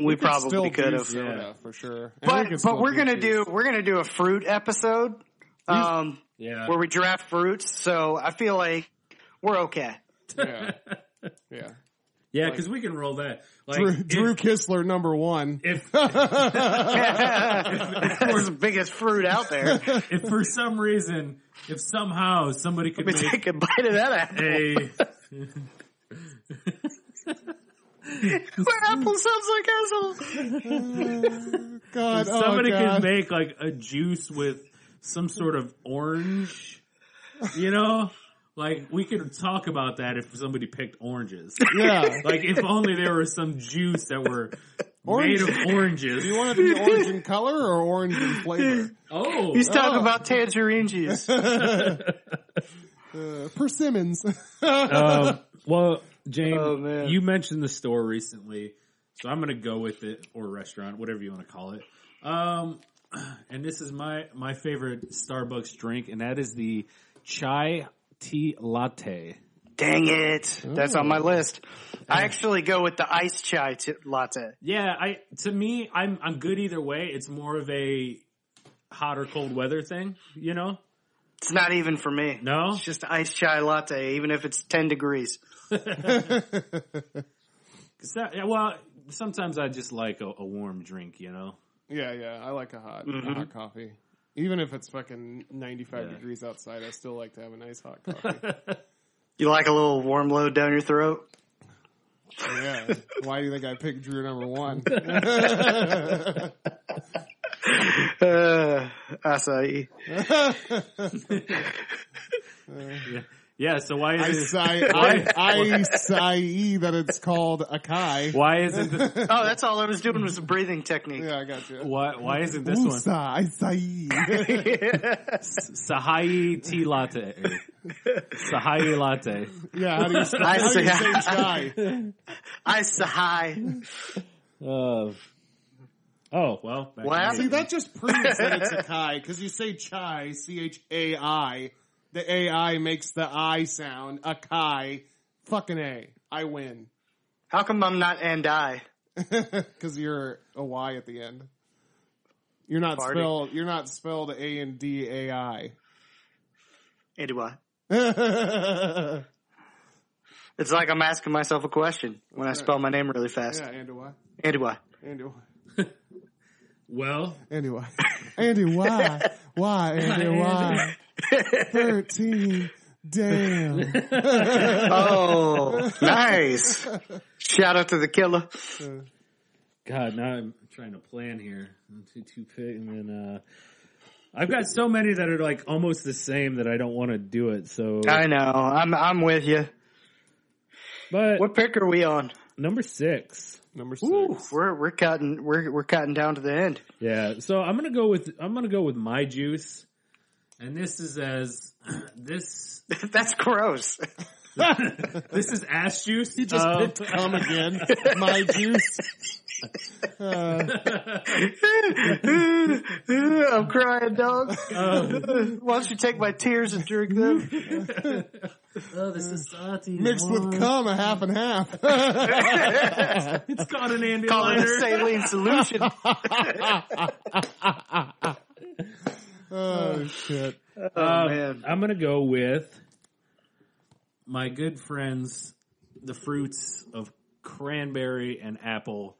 S2: We, probably
S3: do
S2: could have.
S3: soda for sure. And we
S2: but
S3: can
S2: but
S3: still
S2: we're gonna
S3: juice.
S2: do we're gonna do a fruit episode, um,
S4: Yeah.
S2: where we draft fruits. So I feel like we're okay.
S3: yeah, yeah.
S4: Yeah, because we can roll that. Like
S3: Drew,
S4: if-
S3: Drew Kistler number one.
S4: if
S2: That's the biggest fruit out there.
S4: if for some reason, if somehow somebody could
S2: We
S4: make
S2: take a bite of that apple.
S4: a
S2: That apple sounds like asshole.
S3: God, oh
S4: somebody
S3: God.
S4: could make like a juice with some sort of orange, you know? Like we could talk about that if somebody picked oranges.
S3: yeah.
S4: Like if only there was some juice that were
S3: Orange.
S4: made of oranges.
S3: Do you want it to be orange in color or orange in flavor?
S4: Oh,
S2: He's talking about tangerine juice.
S3: Uh, persimmons.
S4: Um, well, Jane,
S2: Oh, man.
S4: you mentioned the store recently, so I'm going to go with it or restaurant, whatever you want to call it. Um, and this is my my favorite Starbucks drink, and that is the chai tea latte.
S2: Dang it, that's on my list. I actually go with the ice chai t- latte.
S4: Yeah, I to me, I'm I'm good either way. It's more of a hot or cold weather thing, you know.
S2: It's not even for me.
S4: No?
S2: it's just ice chai latte, even if it's ten degrees.
S4: Cause that, yeah, well, sometimes I just like a, a warm drink, you know.
S3: yeah, yeah. I like a hot, a hot coffee. Even if it's fucking 95
S4: mm-hmm. Yeah.
S3: degrees outside, I still like to have a nice hot coffee.
S2: You like a little warm load down your throat?
S3: yeah. Why do you think I picked Drew number one?
S2: Uh, acai.
S4: Yeah. So why
S3: I
S4: is it,
S3: sigh, I, I sigh that it's called Akai.
S4: why isn't this,
S2: Oh, that's all I was doing was a breathing technique.
S3: Yeah, I got you.
S4: why why isn't this one?
S3: Usa, I sigh.
S4: Sahai tea latte. Sahai latte.
S3: Yeah, how do you,
S2: I
S3: how do you say
S2: say-
S3: chai?
S2: I sigh.
S4: Uh, oh, well. back
S2: What?
S4: to
S3: See,
S4: me.
S3: that just proves that it's a kai, because you say chai, C-H-A-I. The A-I makes the I sound. A kai. Fucking A. I win.
S2: How come I'm not and I?
S3: Because you're a Y at the end. You're not
S2: Farty.
S3: spelled, you're not spelled A and D A I.
S2: And do I?
S3: yeah,
S2: It's like I'm asking myself a question when I spell my name really fast.
S3: and a Y.
S2: And do I?
S3: And a Y.
S4: Well,
S3: Andy, why? Andy, why? Why, Andy, why? 13. Damn.
S2: Oh, nice. Shout out to the killer.
S4: God, now I'm trying to plan here. I'm too, too pick, and then, uh, I've got so many that are like almost the same that I don't want to do it. So
S2: I know. I'm I'm with you.
S4: But
S2: What pick are we on?
S4: number six.
S3: Number six.
S2: Ooh, we're we're cutting we're we're cutting down to the end.
S4: Yeah, so I'm gonna go with I'm gonna go with my juice, and this is as this
S2: That's gross.
S4: this is ass juice.
S3: He just
S4: Um,
S3: picked cum again. My juice. Uh,
S2: I'm crying, dog.
S4: um,
S2: Why don't you take my tears and drink them?
S4: oh, this is salty.
S3: mixed with cum, a half and half.
S4: It's got an Andy
S2: Call it a
S4: Liner.
S2: saline solution.
S3: oh shit!
S4: Um,
S2: man.
S4: I'm gonna go with my good friends, the fruits of cranberry and apple.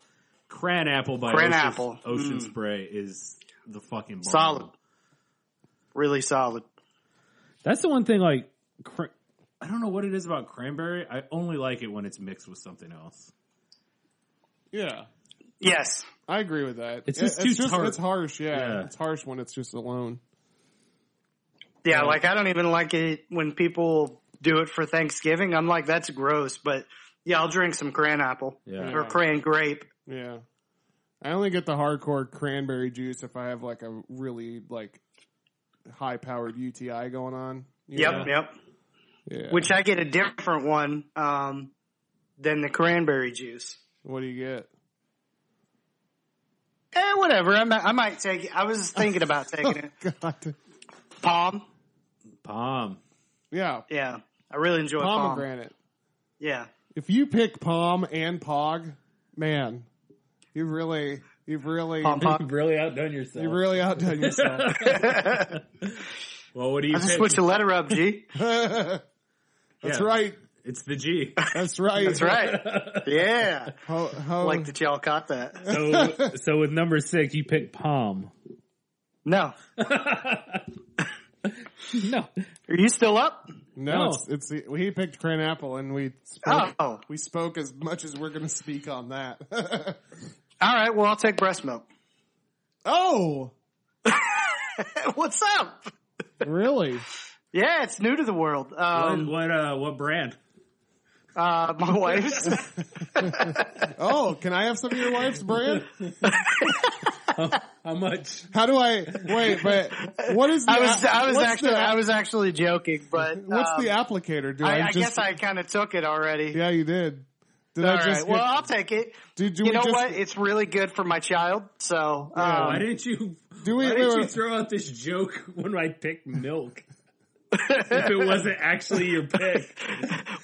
S4: Cran apple by
S2: Cran
S4: Ocean,
S2: apple. Mm.
S4: Ocean Spray is the fucking bomb.
S2: Solid. Really solid.
S4: That's the one thing. Like, cra- I don't know what it is about cranberry. I only like it when it's mixed with something else.
S3: Yeah,
S2: Yes.
S3: I agree with that.
S4: It's
S3: It-
S4: just too tart.
S3: It's harsh. Yeah.
S4: Yeah.
S3: it's harsh when it's just alone.
S2: Yeah, like I don't even like it when people do it for Thanksgiving. I'm like, that's gross, but yeah, I'll drink some cran apple
S4: Yeah.
S2: or cran grape.
S3: Yeah, I only get the hardcore cranberry juice if I have like a really like high powered UTI going on. you
S2: Yep,
S3: know?
S2: yep.
S3: Yeah.
S2: Which I get a different one um, than the cranberry juice.
S3: What do you get?
S2: Eh, whatever. I might, I might take it. I was thinking about taking it.
S3: God.
S2: Palm.
S4: Palm.
S3: Yeah,
S2: Yeah. I really enjoy palm.
S3: pomegranate.
S2: Yeah.
S3: If you pick Palm and Pog, man, you've really, you've really,
S2: Palm pop.
S4: You've really outdone yourself.
S3: you've really outdone yourself.
S4: well, what do you
S2: I just
S4: pick?
S2: switched the letter up, G.
S3: That's
S4: Yeah,
S3: right.
S4: It's the G.
S3: That's right.
S2: That's right. Yeah.
S3: Ho, ho,
S2: I like that y'all caught that.
S4: So, so with number six, you pick palm.
S2: No.
S4: No,
S2: Are you still up?
S3: no,
S4: No.
S3: It's, it's he picked Cran Apple, and we spoke,
S2: Oh. All
S3: we spoke as much as we're going to speak on that.
S2: right. Well, I'll take breast milk.
S3: oh,
S2: What's up?
S3: really?
S2: Yeah, it's new to the world.
S4: um,
S2: Um,
S4: what uh, what brand?
S2: uh, my wife's.
S3: Oh, can I have some of your wife's brand?
S4: Oh, How much?
S3: How do I wait? But what is the,
S2: I was, I was
S3: what's
S2: actually,
S3: the,
S2: I was actually joking, but
S3: what's
S2: um,
S3: the applicator? Do
S2: I, I
S3: just,
S2: guess I kind of took it already.
S3: yeah, you did. Did
S2: All
S3: I
S2: right.
S3: just get-
S2: well, I'll take it.
S3: Did- do
S2: you
S3: we
S2: know
S3: just-
S2: what? It's really good for my child. So, um,
S4: Why didn't you?
S3: Do we-
S4: why didn't
S3: wait,
S4: you
S3: wait.
S4: throw out this joke when I picked milk? if it wasn't actually your pick,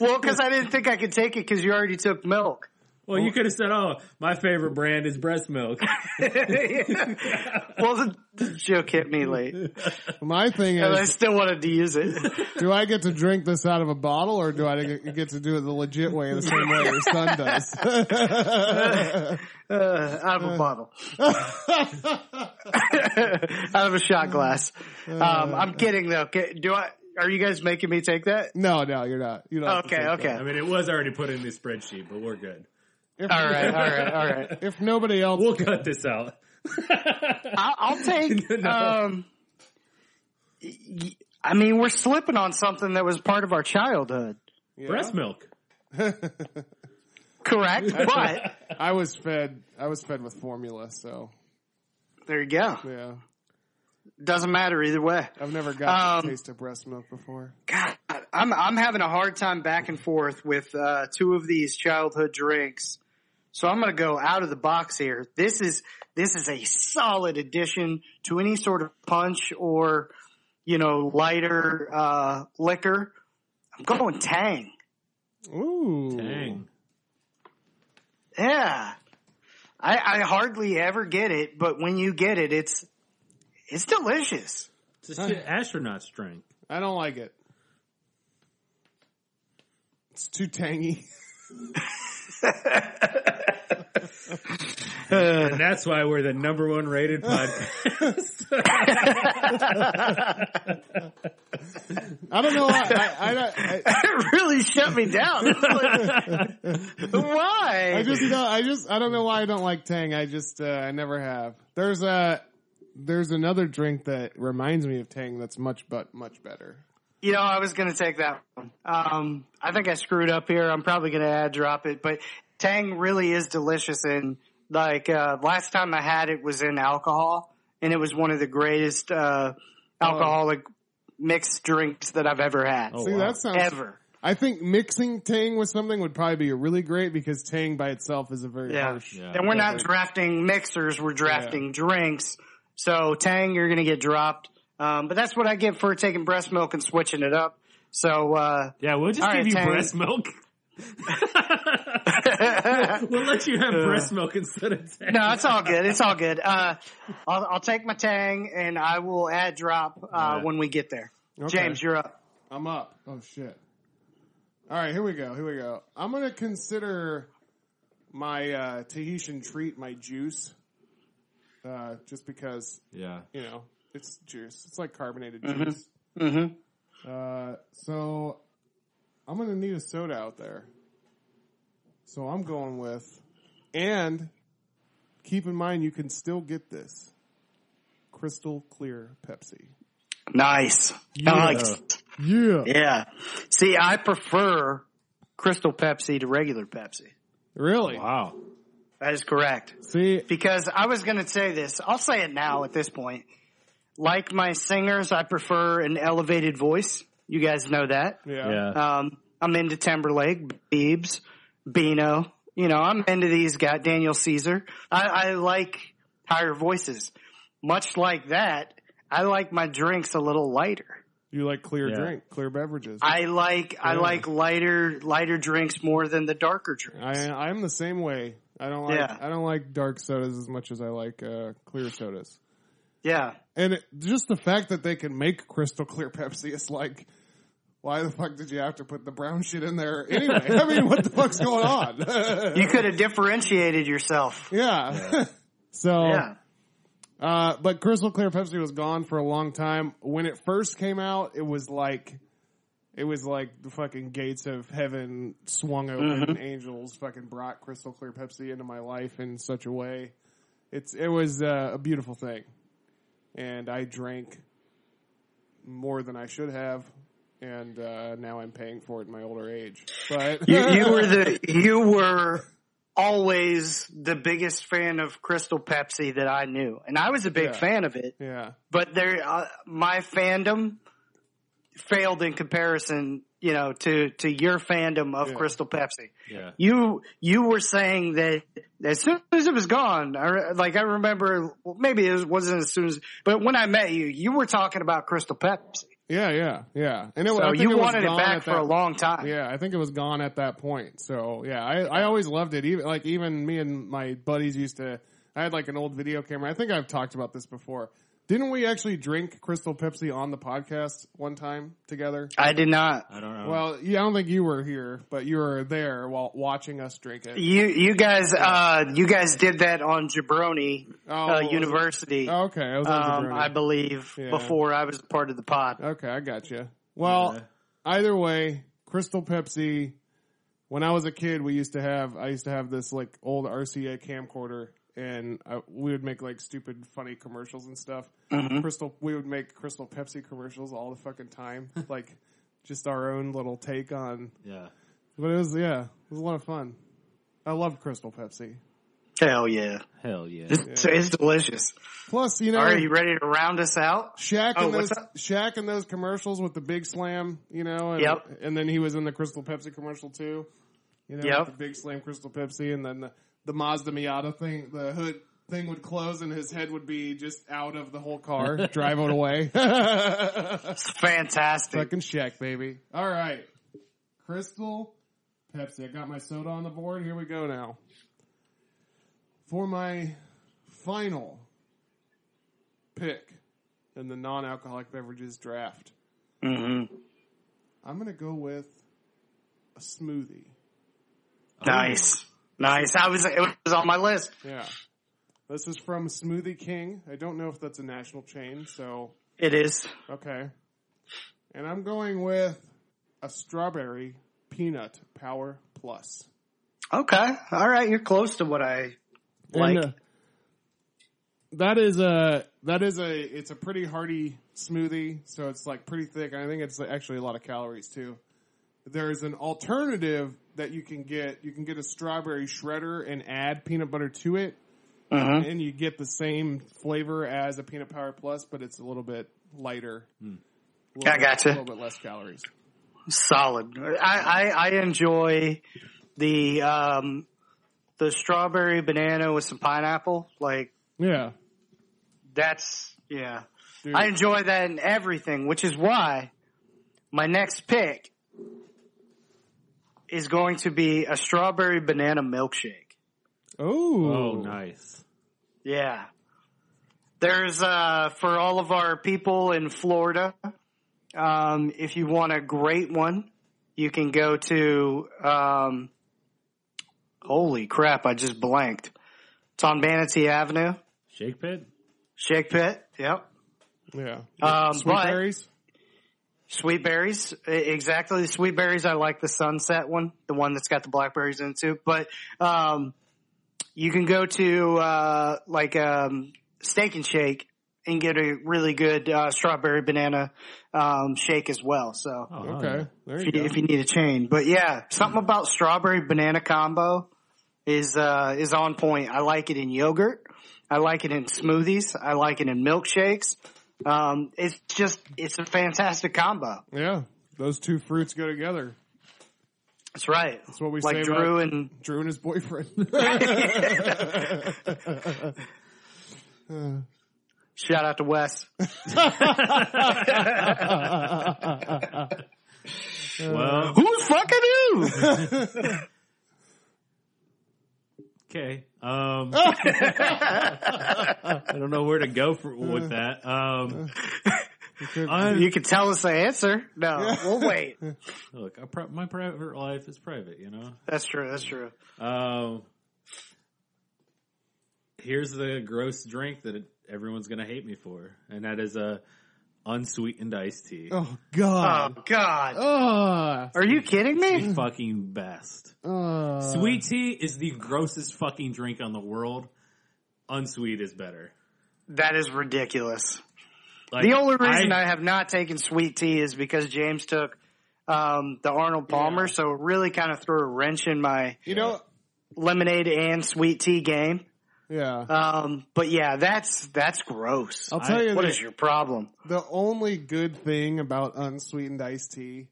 S2: well, because I didn't think I could take it because you already took milk.
S4: well, you could have said, "Oh, my favorite brand is breast milk."
S2: well, the, the joke hit me late, and
S3: my thing
S2: I
S3: is,
S2: still wanted to use it.
S3: do I get to drink this out of a bottle, or do I get get to do it the legit way, the same way your son does?
S2: Uh, out of a bottle, out of a shot glass.
S4: Uh,
S2: Um, I'm kidding though. Ca- Do I? Are you guys making me take that?
S3: No, no, you're not. You don't. have to
S2: Okay,
S3: take that.
S2: okay.
S4: I mean, it was already put in the spreadsheet, but we're good.
S3: If,
S2: All right, all right, all right.
S3: If nobody else,
S4: We'll cut this out.
S2: I'll, I'll take.
S4: No.
S2: um, y- y- I mean, we're slipping on something that was part of our childhood,
S3: Yeah.
S4: Breast milk.
S2: correct? But
S3: I was fed. I was fed with formula, so
S2: there you go.
S3: yeah.
S2: Doesn't matter either way.
S3: I've never got
S2: Um,
S3: the taste of breast milk before.
S2: God, I'm I'm having a hard time back and forth with uh, two of these childhood drinks. So I'm going to go out of the box here. This is this is a solid addition to any sort of punch or you know lighter uh, liquor. I'm going Tang.
S3: Ooh,
S4: Dang.
S2: Yeah, I, I hardly ever get it, but when you get it, it's it's delicious.
S4: It's a shit astronaut's drink.
S3: I don't like it. It's too tangy.
S4: And that's why we're the number one rated podcast.
S3: I don't know. Why, I, I, don't- I,
S2: It really shut me down. Like, why?
S3: I just, don't, I just, I don't know why I don't like Tang. I just, uh, I never have. There's a, there's another drink that reminds me of Tang that's much, but much better.
S2: You know, I was going to take that one. Um, I think I screwed up here. I'm probably going to add drop it, but Tang really is delicious. And like, uh, last time I had it was in alcohol and it was one of the greatest, uh, alcoholic mixed drinks that I've ever had.
S4: Oh,
S3: See,
S4: wow.
S3: that sounds.
S2: Ever.
S3: I think mixing Tang with something would probably be really great because Tang by itself is a very
S2: Yeah.
S3: harsh.
S4: Yeah.
S2: And we're not
S3: Okay.
S2: drafting mixers, we're drafting drinks. So Tang, you're going to get dropped. Um, but that's what I get for taking breast milk and switching it up. So, uh,
S4: Yeah, we'll just
S2: All
S4: give
S2: right,
S4: you
S2: Tang.
S4: breast milk. we'll let you have breast milk instead of tang.
S2: no, it's all good. It's all good. Uh, I'll, I'll take my Tang and I will add drop, uh,
S4: right.
S2: when we get there.
S3: Okay.
S2: James, you're up.
S3: I'm up. Oh shit. All right, here we go. Here we go. I'm gonna consider my uh, Tahitian treat my juice, uh, just because
S4: Yeah.
S3: you know it's juice. It's like carbonated juice.
S2: Mhm.
S3: Uh, so I'm gonna need a soda out there. So I'm going with, and keep in mind you can still get this crystal clear Pepsi.
S2: Nice. Nice.
S3: Yeah,
S2: Yeah. See, I prefer Crystal Pepsi to regular Pepsi.
S3: really.
S4: Wow.
S2: That is correct.
S3: See,
S2: because I was going to say this. I'll say it now at this point. Like my singers, I prefer an elevated voice. You guys know that.
S4: Yeah.
S2: Um, I'm into Timberlake, Biebs, Beano. You know, I'm into these guys, Daniel Caesar. I, I like higher voices. Much like that, I like my drinks a little lighter.
S3: You like clear
S4: Yeah.
S3: drink, clear beverages. I,
S2: I like I
S3: Yeah.
S2: like lighter lighter drinks more than the darker drinks.
S3: I am the same way. I don't like
S2: Yeah.
S3: I don't like dark sodas as much as I like uh, clear sodas.
S2: Yeah.
S3: And it, just the fact that they can make crystal clear Pepsi is like, why the fuck did you have to put the brown shit in there anyway? I mean, what the fuck's going on?
S2: You could have differentiated yourself.
S3: yeah. so,
S2: Yeah.
S3: uh, but crystal clear Pepsi was gone for a long time. When it first came out, it was like. It was like the fucking gates of heaven swung open.
S2: Mm-hmm.
S3: Angels fucking brought crystal clear Pepsi into my life in such a way. It's it was uh, a beautiful thing, and I drank more than I should have, and uh, now I'm paying for it in my older age. But
S2: you, you were the you were always the biggest fan of Crystal Pepsi that I knew, and I was a big
S3: Yeah.
S2: fan of it.
S3: yeah,
S2: But there, uh, my fandom failed in comparison, you know, to to your fandom of
S3: Yeah.
S2: Crystal Pepsi.
S4: Yeah.
S2: You you were saying that as soon as it was gone, I, re- like I remember, well, maybe it wasn't as soon as, but when I met you, you were talking about Crystal Pepsi.
S3: yeah, yeah, yeah. And it, I
S2: So
S3: think
S2: you
S3: it was
S2: wanted it
S3: gone
S2: back
S3: at
S2: for a
S3: that-
S2: long time.
S3: Yeah, I think it was gone at that point. So yeah, I, I always loved it. Even like even me and my buddies used to. I had like an old video camera. I think I've talked about this before. Didn't we actually drink Crystal Pepsi on the podcast one time together?
S2: I did not.
S4: I don't know.
S3: Well, yeah, I don't think you were here, but you were there while watching us drink it.
S2: You you guys uh you guys did that on Jabroni
S3: Oh,
S2: uh,
S3: was it-
S2: University,
S3: Oh, okay, I was on
S2: um,
S3: Jabroni.
S2: I believe,
S3: Yeah.
S2: before I was a part of the pod.
S3: Okay, I got you. Well,
S4: Yeah.
S3: either way, Crystal Pepsi. When I was a kid, we used to have I used to have this like old RCA camcorder, and I, we would make like stupid, funny commercials and stuff. Crystal, we would make Crystal Pepsi commercials all the fucking time, like just our own little take on.
S4: yeah.
S3: But it was yeah, it was a lot of fun. I love Crystal Pepsi.
S2: Hell yeah,
S4: Hell yeah.
S2: it's, it's delicious.
S3: Plus, you know,
S2: Are you ready to round us out?
S3: Shaq
S2: Oh,
S3: and those
S2: what's up?
S3: Shaq and those commercials with the big slam, you know, and,
S2: Yep.
S3: and then he was in the Crystal Pepsi commercial too. You know,
S2: Yep.
S3: with the big slam Crystal Pepsi and then the, the Mazda Miata thing, the hood thing would close and his head would be just out of the whole car, drive it away.
S2: It's fantastic.
S3: Fucking Shaq, baby. All right. Crystal Pepsi. I got my soda on the board. Here we go now. For my final pick in the non alcoholic beverages draft,
S2: hmm
S3: I'm going to go with a smoothie.
S2: Nice, nice. I was it was on my list.
S3: Yeah. This is from Smoothie King. I don't know if that's a national chain, so
S2: It is.
S3: okay. And I'm going with a strawberry peanut power plus.
S2: Okay, all right. You're close to what I like.
S3: And, uh, that is a that is a it's a pretty hearty smoothie, so it's like pretty thick. I think it's actually a lot of calories too. There's an alternative that you can get. You can get a strawberry shredder and add peanut butter to it,
S2: Uh-huh.
S3: and you get the same flavor as a peanut power plus, but it's a little bit lighter. Little
S2: I
S3: bit-
S2: gotcha.
S3: A little bit less calories.
S2: solid. I, I, I enjoy the um, the strawberry banana with some pineapple. Like
S3: Yeah,
S2: that's yeah.
S3: Dude.
S2: I enjoy that in everything, which is why my next pick is going to be a strawberry banana milkshake.
S4: Oh,
S3: Oh,
S4: nice.
S2: Yeah. There's, uh, for all of our people in Florida, um, if you want a great one, you can go to, um, holy crap, I just blanked. It's on Manatee Avenue,
S4: Shake pit.
S2: Shake Pit. Yep.
S3: Yeah.
S2: Um,
S3: Sweet
S2: but-
S3: berries.
S2: Sweet berries, e- exactly. The sweet berries. I like the sunset one, the one that's got the blackberries in it too. But um, you can go to uh, like um, Steak and Shake and get a really good uh, strawberry banana um, shake as well. So
S4: Oh, hell
S3: Okay, there you
S2: if,
S3: go.
S2: you, if you need a chain, but yeah, something about strawberry banana combo is uh, is on point. I like it in yogurt. I like it in smoothies. I like it in milkshakes. Um, it's just it's a fantastic combo.
S3: Yeah, those two fruits go together.
S2: That's right. That's
S3: what we
S2: like
S3: say about-
S2: Drew and
S3: Drew and his boyfriend.
S2: shout out to Wes.
S4: yeah. Well,
S2: Who's fucking you?
S4: okay. Um, I don't know where to go for, with that. Um, I'm-
S2: you can tell us the answer. No, we'll wait.
S4: look, I pro- my private life is private, you know.
S2: That's true. That's true.
S4: Um, here's the gross drink that everyone's gonna hate me for, and that is a unsweetened iced tea.
S3: oh
S2: Oh
S3: God.
S2: God,
S3: Oh.
S2: are you kidding me?
S4: Fucking best.
S2: Uh.
S3: Oh.
S4: Sweet tea is the grossest fucking drink on the world. Unsweet is better.
S2: That is ridiculous.
S4: Like,
S2: The only reason I, have not taken sweet tea is because James took um, the Arnold Palmer, so it really kind of threw a wrench in my
S3: You know.
S2: lemonade and sweet tea game.
S3: Yeah.
S2: Um, but yeah, that's that's gross.
S3: I'll tell you
S2: What
S3: the,
S2: is your problem?
S3: the only good thing about unsweetened iced tea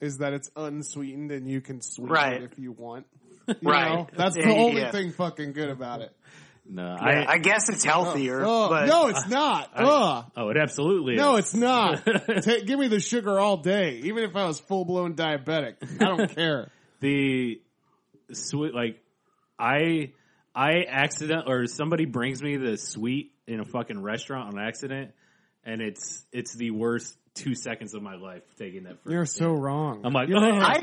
S3: is that it's unsweetened and you can sweeten
S2: Right.
S3: it if you want.
S2: right.
S3: You know? That's the
S2: Yeah,
S3: only
S2: yeah.
S3: thing fucking good about it.
S4: no,
S2: I,
S4: I,
S2: guess it's healthier,
S3: Ugh.
S2: but
S3: Oh, no, it's not. Ugh.
S4: oh, it absolutely.
S3: No,
S4: is.
S3: it's not. Ta give me the sugar all day, even if I was full blown diabetic. I don't care.
S4: the sweet like I I accident or somebody brings me the sweet in a fucking restaurant on accident and it's it's the worst two seconds of my life taking that first.
S3: You're so wrong.
S4: I'm like, "Ugh."
S2: I,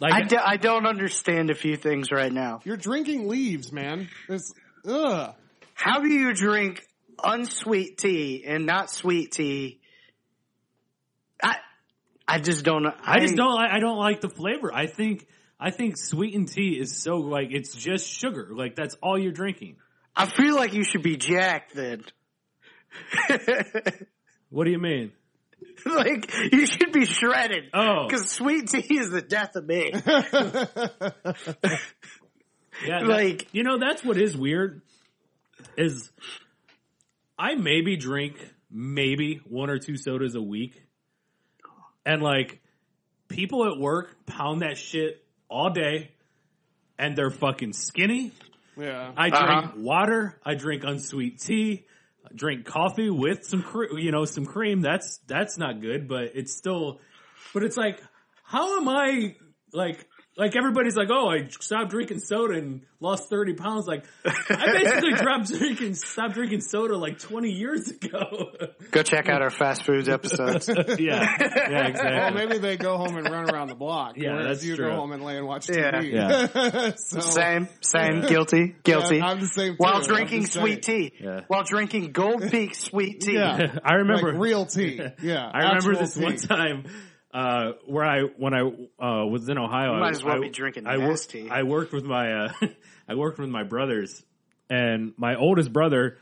S4: like
S2: I, do, I don't understand a few things right now.
S3: You're drinking leaves, man. It's ugh.
S2: How do you drink unsweet tea and not sweet tea? I I just don't. I,
S4: I just don't like I don't like the flavor. I think I think sweetened tea is so like it's just sugar. Like that's all you're drinking.
S2: I feel like you should be jacked then.
S4: What do you mean?
S2: like you should be shredded.
S4: Oh.
S2: because sweet tea is the death of me.
S4: Yeah, that-
S2: Like-
S4: you know, that's what is weird is I maybe drink maybe one or two sodas a week, and like people at work pound that shit all day, and they're fucking skinny.
S3: Yeah.
S4: I drink
S2: Uh-huh.
S4: water. I drink unsweet tea. I drink coffee with some, cre- you know, some cream. That's that's not good, but it's still. But it's like, how am I like? Like everybody's like, oh, I stopped drinking soda and lost thirty pounds. Like, I basically dropped drinking, stopped drinking soda like twenty years ago.
S2: Go check out our fast foods episodes.
S4: yeah, yeah,
S3: well,
S4: exactly.
S3: maybe they go home and run around the block.
S4: Yeah,
S3: whereas
S4: that's
S3: you
S4: true.
S3: go home and lay and watch
S2: Yeah.
S3: TV. so,
S2: Same, same, guilty, guilty.
S3: Yeah, I'm the same.
S2: while
S3: too. I'm
S2: drinking
S3: just
S2: sweet
S3: saying.
S2: tea,
S4: Yeah.
S2: while drinking Gold Peak sweet tea.
S3: Yeah.
S4: I remember
S3: Like real tea. Yeah.
S4: I remember
S3: actual
S4: this
S3: tea.
S4: one time uh, where I when I uh, was in Ohio.
S2: might
S4: I,
S2: as well
S4: I-
S2: be drinking
S4: I wor-
S2: Nest tea.
S4: I worked with my uh, I worked with my brothers, and my oldest brother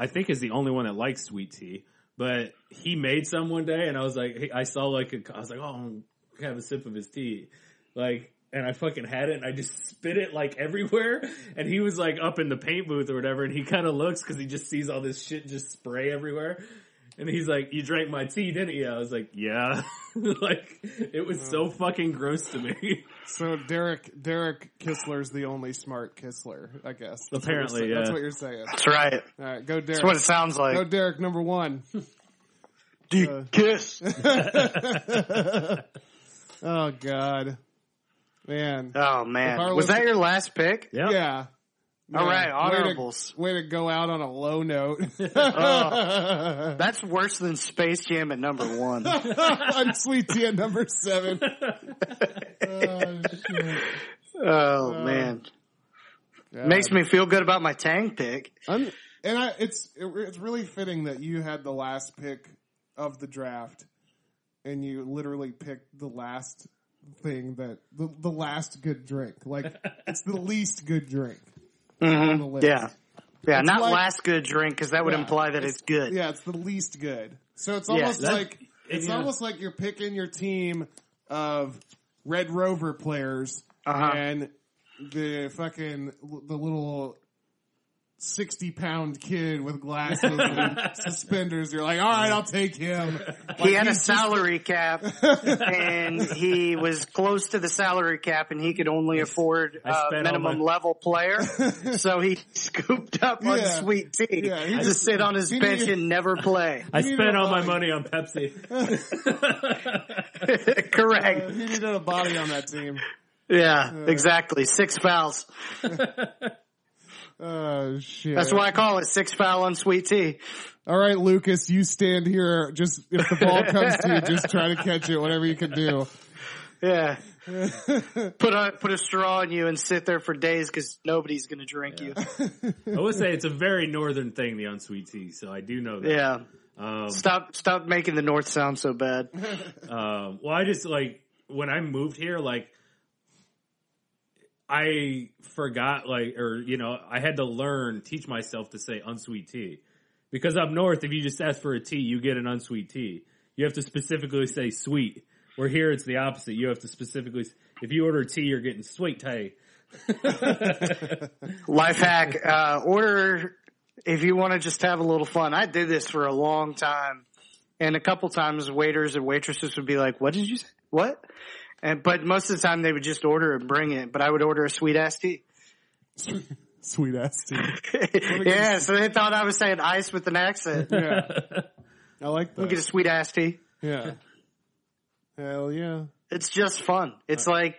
S4: I think is the only one that likes sweet tea. But he made some one day, and I was like, I saw like a, I was like, oh, I'm gonna have a sip of his tea, like, and I fucking had it, and I just spit it like everywhere. And he was like up in the paint booth or whatever, and he kind of looks because he just sees all this shit just spray everywhere. And he's like, "You drank my tea, didn't you?" I was like, "Yeah." like it was so fucking gross to me.
S3: So Derek Derek Kistler's the only smart Kistler, I guess. That's what you're
S4: Apparently,
S3: saying- that's
S4: yeah.
S3: what you're saying.
S2: That's right.
S3: All right, go Derek.
S2: That's what it sounds
S3: go
S2: like.
S3: Derek number one.
S2: Deep kiss.
S3: Oh God, man.
S2: Oh
S3: If I
S2: man,
S3: were
S2: was that
S3: listening-
S2: your last pick?
S4: Yeah.
S3: Yeah.
S2: All
S3: Yeah.
S2: right,
S3: Way to-
S2: honorables.
S3: Way to, go out on a low note.
S2: That's worse than Space Jam at number one.
S3: I'm sweet tea at number seven. Oh, shit.
S2: Oh man,
S3: God.
S2: makes me feel good about my Tang pick.
S3: I'm, and I, it's it, it's really fitting that you had the last pick of the draft, and you literally picked the last thing that the, the last good drink. Like it's the least good drink on the list.
S2: Yeah, yeah, not
S3: like-
S2: last good drink because that would
S3: Yeah.
S2: imply that it's good.
S3: Yeah, it's the least good. So it's
S2: Yeah,
S3: almost
S2: that-
S3: like it's
S4: yeah.
S3: almost like you're picking your team of Red Rover players
S2: Uh-huh.
S3: and the fucking the little sixty pound kid with glasses and suspenders. You're like, all right, I'll take him.
S2: He had a salary cap, and he was close to the salary cap, and he could only afford
S4: I
S2: a
S4: spent all
S2: minimum
S4: my-
S2: level player. So he scooped up on
S3: Yeah.
S2: sweet tea
S3: Yeah, he
S2: to
S3: just-
S2: sit on his
S3: he
S2: bench
S3: needed-
S2: and never play.
S4: I
S3: need
S4: spent
S3: a
S4: all my
S3: body.
S4: money on Pepsi.
S3: Uh,
S2: Correct.
S3: He needed a body on that team.
S2: Yeah, exactly. Six fouls.
S3: Oh shit!
S2: That's why I call it six foul on sweet tea.
S3: All right, Lucas, you stand here. Just if the ball comes to you, just try to catch it. Whatever you can do.
S2: Yeah. put a put a straw in you and sit there for days because nobody's gonna drink
S4: I would say it's a very northern thing, the unsweet tea. So I do know
S2: you.
S4: that.
S2: Yeah.
S4: Um,
S2: Stop stop making the North sound so bad.
S4: um, well, I just like when I moved here, like I forgot, like, or you know, I had to learn, teach myself to say unsweet tea because up north, if you just ask for a tea, you get an unsweet tea. You have to specifically say sweet. Where here, it's the opposite. You have to specifically, if you order tea, you're getting sweet tea.
S2: Life hack. Uh, order if you want to just have a little fun. I did this for a long time, and a couple times waiters and waitresses would be like, "What did you say? What?" And but most of the time they would just order and bring it. But I would order a sweet ass tea.
S3: Sweet ass team.
S2: yeah, so they thought I was saying ice with an accent.
S3: Yeah. I like
S2: Get a
S3: that.
S2: sweet ass tea.
S3: Yeah. Hell yeah.
S2: It's just fun. It's like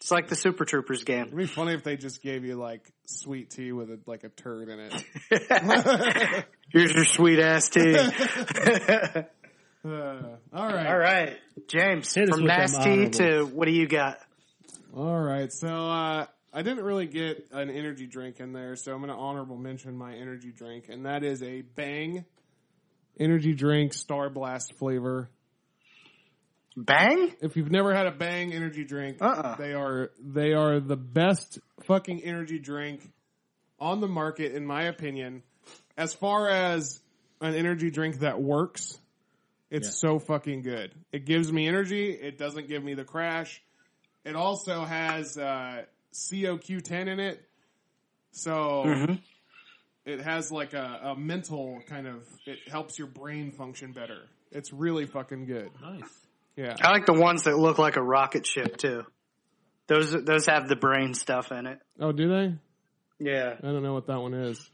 S2: it's like the Super Troopers game.
S3: It'd be funny if they just gave you like sweet tea with a, like a turd in it.
S2: Here's your sweet ass tea.
S3: Uh, all right.
S2: All right, James,
S4: Hit us
S2: from
S4: with them
S2: nasty to what do you got?
S3: All right. So, uh, I didn't really get an energy drink in there, so I'm going to honorable mention my energy drink, and that is a Bang energy drink, Star Blast flavor.
S2: Bang.
S3: If you've never had a Bang energy drink,
S2: Uh-uh.
S3: they are they are the best fucking energy drink on the market, in my opinion. As far as an energy drink that works, it's
S4: Yeah.
S3: so fucking good. It gives me energy. It doesn't give me the crash. It also has uh, CoQ10 in it, so it has like a, a mental kind of. It helps your brain function better. It's really fucking good.
S4: Nice.
S3: Yeah.
S2: I like the ones that look like a rocket ship too. Those those have the brain stuff in it.
S3: Oh, do they?
S2: Yeah,
S3: I don't know what that one is.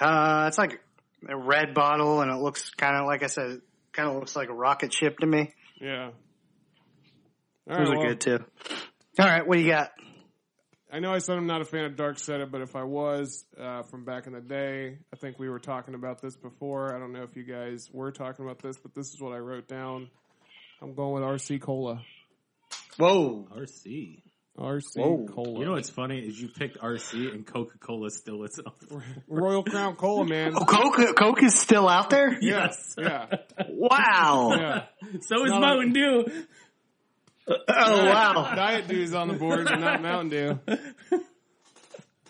S2: uh, it's like a red bottle, and it looks kind of like I said, kind of looks like a rocket ship to me.
S3: Yeah. All
S2: Those
S3: right,
S4: Oh,
S2: are
S3: well,
S2: good too. All right, what do you got?
S3: I know I said I'm not a fan of Dark Setup, but if I was uh, from back in the day, I think we were talking about this before. I don't know if you guys were talking about this, but this is what I wrote down. I'm going with RC Cola.
S2: Whoa,
S4: RC.
S3: RC
S2: Whoa.
S3: Cola.
S4: You know what's funny is you picked RC and Coca Cola still its own.
S3: Royal Crown Cola, man.
S2: oh, Coke Coke is still out there.
S4: Yes.
S3: yeah.
S2: Wow.
S3: Yeah.
S4: So is
S3: No,
S4: Mountain Dew.
S2: Oh wow.
S3: Diet Dew's on the board, but not Mountain Dew.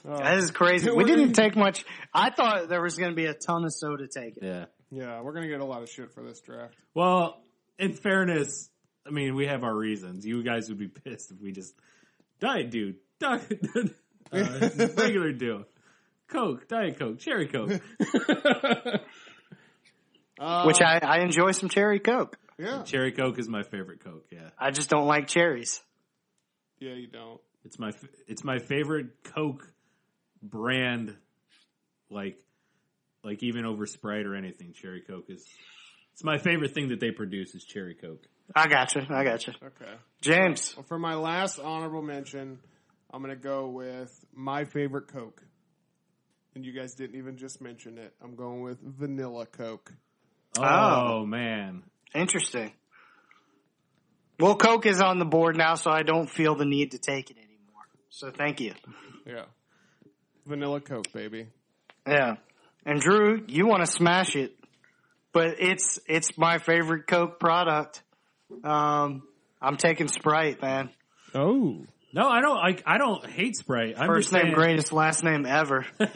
S3: All
S2: That is crazy.
S3: Dude,
S2: We
S3: we're
S2: didn't
S3: gonna-
S2: take much. I thought there was going to be a ton of soda taken.
S4: Yeah.
S3: Yeah, we're gonna get a lot of shit for this draft.
S4: Well, in fairness, I mean, we have our reasons. You guys would be pissed if we just diet dude, diet, uh, regular deal, Coke, diet Coke, cherry Coke.
S3: Uh,
S2: Which I, I enjoy some cherry coke.
S3: yeah,
S4: cherry Coke is my favorite Coke. Yeah,
S2: I just don't like cherries.
S3: yeah, you don't.
S4: it's my f- it's my favorite Coke brand. Like, like even over Sprite or anything, cherry Coke is. It's my favorite thing that they produce is cherry Coke.
S2: I gotcha. I gotcha.
S3: Okay.
S2: James.
S3: Well, for my last honorable mention, I'm gonna go with my favorite Coke. And you guys didn't even just mention it. I'm going with vanilla Coke.
S4: Oh, man,
S2: Interesting. Well, coke is on the board now, so I don't feel the need to take it anymore. So thank you.
S3: Yeah, vanilla Coke, baby.
S2: Yeah. And Drew, you want to smash it, but it's, it's my favorite coke product. Um, I'm taking Sprite, man.
S3: Oh,
S4: no, I don't like. I don't hate Sprite. I'm
S2: First
S4: just
S2: name
S4: saying-
S2: greatest, last name ever. you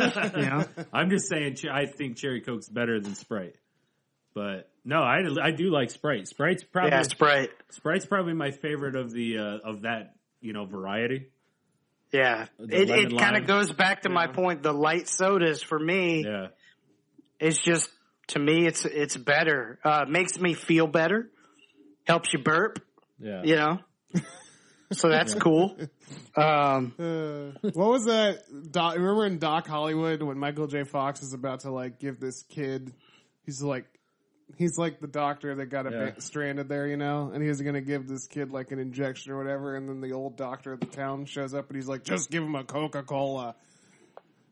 S2: know?
S4: I'm just saying, che- I think Cherry Coke's better than Sprite. But no, I, I do like Sprite. Sprite's probably
S2: Yeah, Sprite.
S4: Sprite's probably my favorite of the uh, of that you know variety.
S2: Yeah.
S4: The
S2: It,
S4: lemon
S2: it kind
S4: lime.
S2: of goes back to my point. The light sodas for me,
S4: Yeah,
S2: it's just, to me, it's, it's better. Uh, makes me feel better. Helps you burp,
S4: yeah.
S2: you know? so that's cool. Um,
S3: Uh, what was that? Doc, remember in Doc Hollywood when Michael J. Fox is about to like give this kid, he's like, he's like the doctor that got a
S4: Yeah.
S3: bit stranded there, you know, and he was gonna give this kid like an injection or whatever, and then the old doctor of the town shows up and he's like, just give him a Coca Cola.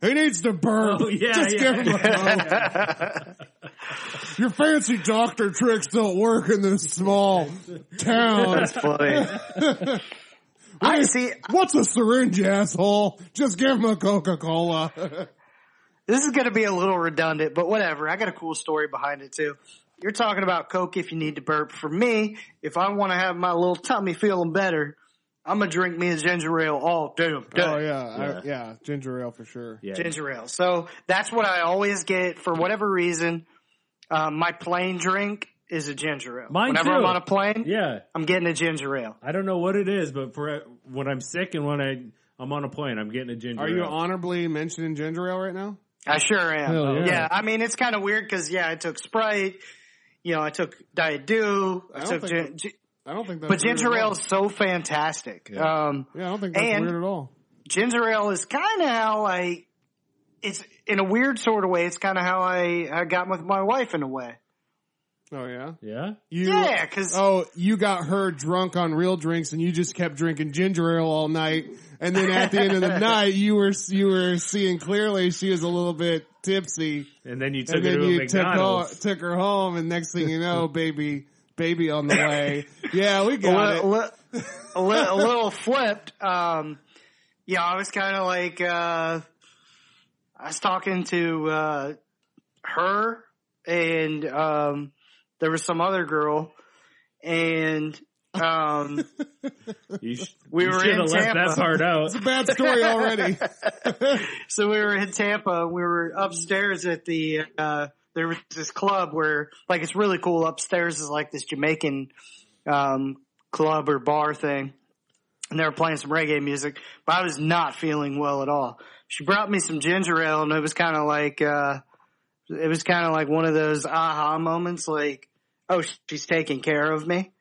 S3: He needs to burn.
S4: Oh, yeah,
S3: just
S4: yeah.
S3: give him a Coca. Your fancy doctor tricks don't work in this small town.
S2: funny. I see.
S3: What's a syringe, asshole? Just give him a Oh, Coca Cola.
S2: This is going to be a little redundant, but whatever. I got a cool story behind it too. You're talking about Coke if you need to burp. For me, if I want to have my little tummy feeling better, I'm gonna drink me a ginger ale all day.
S3: Oh yeah,
S2: yeah.
S3: I- yeah, ginger ale for sure.
S4: Yeah.
S2: Ginger ale. So that's what I always get for whatever reason. Um, my plane drink is a ginger ale.
S4: Mine
S2: Whenever
S4: too.
S2: I'm on a plane,
S4: Yeah.
S2: I'm getting a ginger ale.
S4: I don't know what it is, but for when I'm sick and when I I'm on a plane, I'm getting a ginger.
S3: Are you
S4: ale.
S3: honorably mentioning ginger ale right now?
S2: I sure am.
S3: Hell yeah.
S2: yeah. I mean it's kind of weird because yeah, I took Sprite. You know, I took Diet Dew. I,
S3: don't
S2: took.
S3: think-
S2: gi- gi-
S3: I don't think that's
S2: But
S3: weird
S2: ginger
S3: at all.
S2: ale is so fantastic. Um,
S3: Yeah, I don't think that's
S2: and-
S3: weird at all.
S2: ginger ale is kind of how I, it's in a weird sort of way. It's kind of how I, I got with my wife in a way.
S3: Oh yeah,
S4: Yeah.
S3: you,
S2: Yeah, because
S3: Oh, you got her drunk on real drinks, and you just kept drinking ginger ale all night. And then at the end of the night, you were you were seeing clearly she was a little bit tipsy,
S4: And then you took
S3: and
S4: it
S3: then
S4: to a
S3: you took, ho-
S4: McDonald's.
S3: took her home. And next thing you know, baby, baby on the way. Yeah, we
S2: a,
S3: got it.
S2: li- li- a, li- a little flipped. Um, yeah, I was kind of like, uh, I was talking to uh, her and um, there was some other girl and um,
S4: you sh-
S2: We
S4: you
S2: were
S4: should
S2: in
S4: have left
S2: Tampa.
S4: that part out.
S3: It's a bad story already.
S2: so we were in Tampa. We were upstairs at the uh, there was this club where like it's really cool. Upstairs is like this Jamaican um, club or bar thing, and they were playing some reggae music. But I was not feeling well at all. She brought me some ginger ale, and it was kind of like uh, it was kind of like one of those aha moments, like oh she's taking care of me.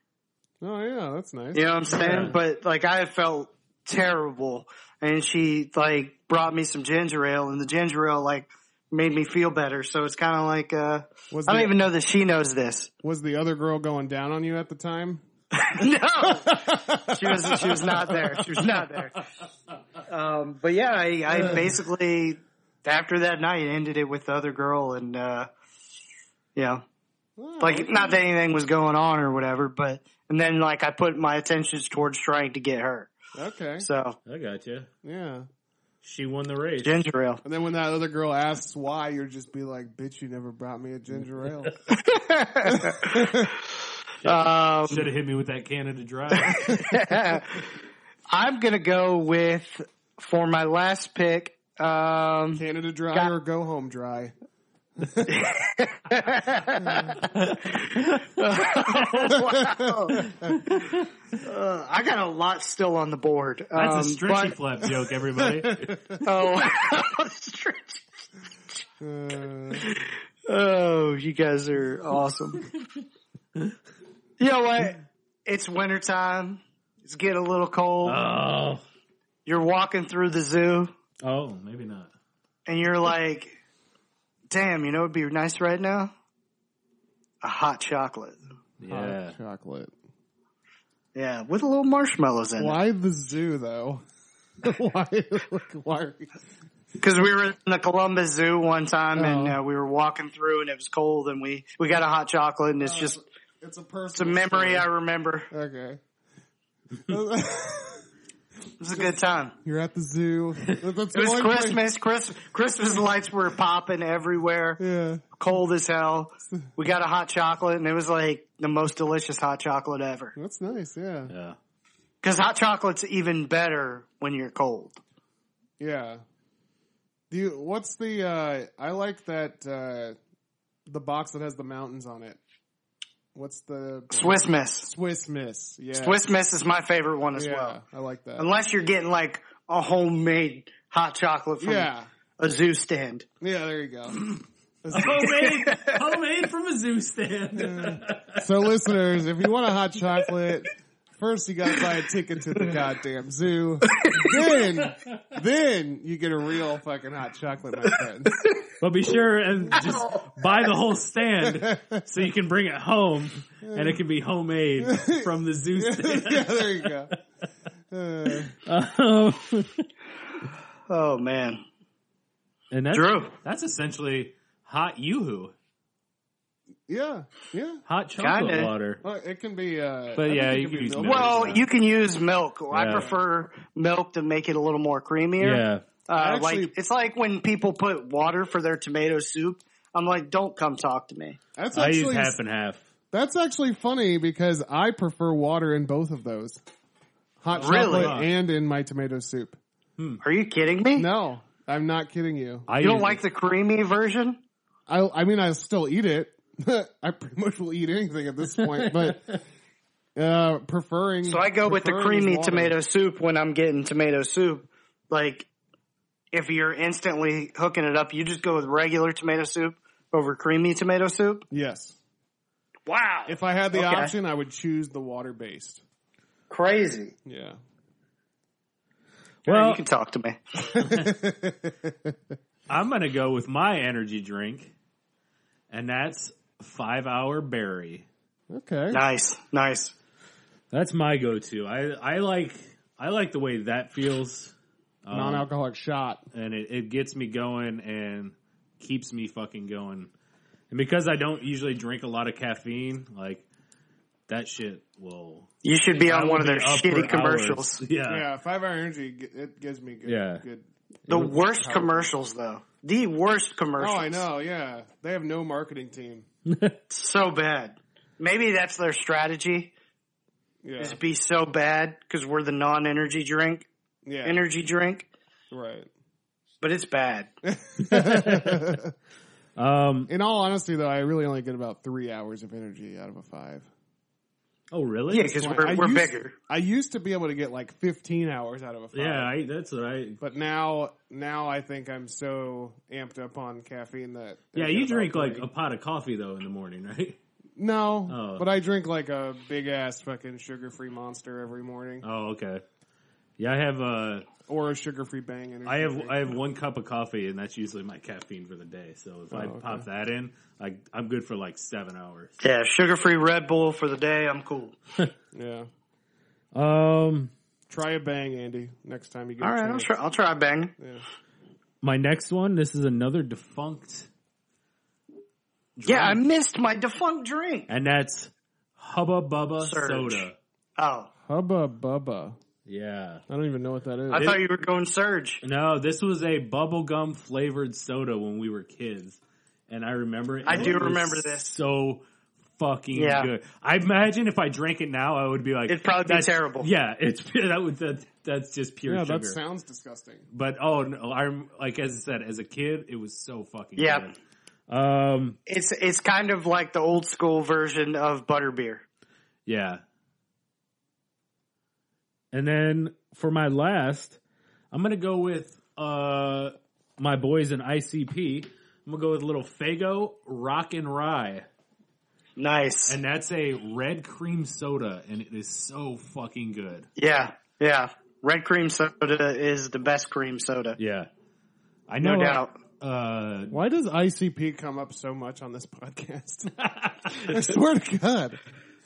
S3: Oh yeah, that's nice.
S2: You know what I'm saying?
S4: Yeah.
S2: But like I felt terrible and she like brought me some ginger ale and the ginger ale like made me feel better. So it's kind of like, uh,
S3: Was
S2: I don't
S3: the,
S2: even know that she knows this.
S3: was the other girl going down on you at the time?
S2: no, she was, she was not there. She was not there. Um, but yeah, I, I basically after that night ended it with the other girl and, uh, you know, like not that anything was going on or whatever, but, and then like I put my attentions towards trying to get her.
S3: Okay.
S2: So
S4: I got you.
S3: Yeah.
S4: She won the race.
S2: ginger ale.
S3: And then when that other girl asks why, you're just be like, "Bitch, you never brought me a ginger ale."
S2: Um,
S4: Should have hit me with that Canada Dry.
S2: I'm gonna go with for my last pick. Um,
S3: Canada dry
S2: Got-
S3: or go home dry.
S2: wow. Uh, I got a lot still on the board.
S4: That's
S2: um,
S4: a stretchy
S2: but-
S4: flap joke, everybody.
S2: Oh, stretchy.
S3: Uh,
S2: Oh, you guys are awesome. you know what? It's wintertime. It's getting a little cold.
S4: oh,
S2: You're walking through the zoo
S4: oh, maybe not.
S2: and you're like, damn, you know, it'd be nice right now. A hot chocolate.
S4: Yeah,
S3: hot chocolate.
S2: Yeah, with a little marshmallows in it.
S3: Why the zoo though? why? Like, why? Are you,
S2: Because we were in the Columbus Zoo one time and
S3: Oh.
S2: uh, we were walking through and it was cold and we, we got a hot chocolate and it's just,
S3: it's a
S2: it's a
S3: personal.
S2: memory I
S3: story.
S2: remember.
S3: Okay.
S2: It was a good time.
S3: You're at the zoo. That's
S2: It was Christmas. Christmas. Christmas lights were popping everywhere.
S3: Yeah.
S2: Cold as hell. We got a hot chocolate, and it was like the most delicious hot chocolate ever.
S3: That's nice. Yeah.
S4: yeah.
S2: Because hot chocolate's even better when you're cold.
S3: Yeah. Do you, what's the, uh, I like that, uh, the box that has the mountains on it. What's the
S2: Swiss Miss.
S3: Swiss Miss. Yeah.
S2: Swiss Miss is my favorite one as
S3: Yeah.
S2: well.
S3: I like that.
S2: Unless you're getting like a homemade hot chocolate from
S3: yeah.
S2: a zoo stand.
S3: Yeah. There you go.
S4: Homemade, homemade from a zoo stand.
S3: so listeners, if you want a hot chocolate, first you gotta buy a ticket to the goddamn zoo. Then, then you get a real fucking hot chocolate, my friend.
S4: but be sure and just buy the whole stand so you can bring it home and it can be homemade from the zoo stand.
S3: yeah. There you go. Uh,
S4: Um,
S2: Oh man,
S4: and that's,
S2: Drew.
S4: that's essentially hot yoo-hoo,
S3: yeah. Yeah.
S4: hot chocolate
S2: Kinda.
S4: water.
S3: Well, it can be. Uh,
S4: But
S3: I
S4: yeah,
S3: think it
S4: you
S3: can
S4: can
S3: be
S4: use
S3: milk.
S4: milk.
S2: Well, you can use milk. I
S4: Yeah.
S2: prefer milk to make it a little more creamier.
S4: Yeah.
S2: Uh,
S3: Actually-
S2: like it's like when people put water for their tomato soup. I'm like, don't come talk to me.
S3: That's
S4: I use
S3: actually
S4: half and half.
S3: that's actually funny because I prefer water in both of those, hot
S2: Really?
S3: chocolate and in my tomato soup.
S2: Are you kidding me?
S3: No, I'm not kidding you.
S4: I
S2: You don't
S4: use-
S2: like the creamy version?
S3: I I mean I still eat it. I pretty much will eat anything at this point, but uh, preferring.
S2: So I go with the
S3: preferring
S2: creamy
S3: water.
S2: tomato soup when I'm getting tomato soup. Like if you're instantly hooking it up, you just go with regular tomato soup over creamy tomato soup.
S3: Yes,
S2: Wow.
S3: if I had the
S2: Okay.
S3: option, I would choose the water based.
S2: Crazy.
S3: Yeah.
S2: Well,
S4: Well-
S2: you can talk to me.
S4: I'm gonna go with my energy drink, and that's five hour berry.
S3: Okay.
S2: Nice. Nice.
S4: That's my go to. I I like I like the way that feels, um,
S3: Non-alcoholic shot.
S4: and it, it gets me going and keeps me fucking going. And because I don't usually drink a lot of caffeine, like that shit will
S2: You should be on
S4: I
S2: one
S4: will
S2: of their
S4: be up for
S2: shitty
S4: hours.
S2: commercials.
S4: Yeah,
S3: Yeah, five hour energy. g- It gives me good.
S4: Yeah.
S3: Good
S2: The worst commercials though. The worst commercials.
S3: Oh, I know. Yeah, they have no marketing team.
S2: so bad. Maybe that's their strategy
S3: Yeah,
S2: is be so bad because we're the non-energy drink,
S3: yeah,
S2: energy drink,
S3: right.
S2: but it's bad.
S4: Um.
S3: In all honesty, though, I really only get about three hours of energy out of a five.
S4: Oh really?
S2: Yeah, because
S3: fine.
S2: we're,
S3: I
S2: we're
S3: used-
S2: bigger.
S3: I used to be able to get like fifteen hours out of a five.
S4: Yeah, I, that's what I.
S3: but now, now I think I'm so amped up on caffeine that
S4: Yeah,
S3: I
S4: you
S3: get about
S4: drink like
S3: three.
S4: a pot of coffee though in the morning, right?
S3: no,
S4: Oh.
S3: but I drink like a big ass fucking sugar free monster every morning
S4: Oh, okay. Yeah, I have uh
S3: or a sugar free bang. Energy
S4: I have
S3: drink.
S4: I have one cup of coffee and that's usually my caffeine for the day. So if I
S3: okay.
S4: pop that in, like I'm good for like seven hours.
S2: Yeah, sugar-free Red Bull for the day. I'm cool.
S3: yeah.
S4: Um,
S3: Try a bang, Andy. Next time you get
S2: All
S3: a
S2: right, I'll
S3: chance.
S2: try. I'll try bang.
S3: Yeah.
S4: my next one. This is another defunct,
S2: Yeah, I missed my defunct drink.
S4: and that's Hubba Bubba
S2: Surge.
S4: Soda.
S2: Oh,
S3: Hubba Bubba.
S4: Yeah.
S3: I don't even know what that is.
S2: I thought you were going Surge.
S4: No, this was a bubblegum flavored soda when we were kids. And I remember it.
S2: I do
S4: was
S2: remember this.
S4: So fucking
S2: Yeah.
S4: good. I imagine if I drank it now, I would be like,
S2: It'd probably be
S4: "That's-
S2: terrible."
S4: Yeah, it's that would that, that's just pure
S3: Yeah,
S4: sugar.
S3: that sounds disgusting.
S4: but oh, no, I'm like as I said, as a kid, it was so fucking
S2: Yeah.
S4: good. Um,
S2: It's it's kind of like the old school version of butterbeer.
S4: yeah. And then for my last, I'm gonna go with uh my boys in ICP. I'm gonna go with little Fago Rock and Rye.
S2: Nice.
S4: And that's a red cream soda, and it is so fucking good.
S2: yeah, yeah. Red cream soda is the best cream soda.
S4: Yeah. I
S2: No
S4: know.
S2: doubt.
S4: Uh,
S3: Why does ICP come up so much on this podcast? I swear to God.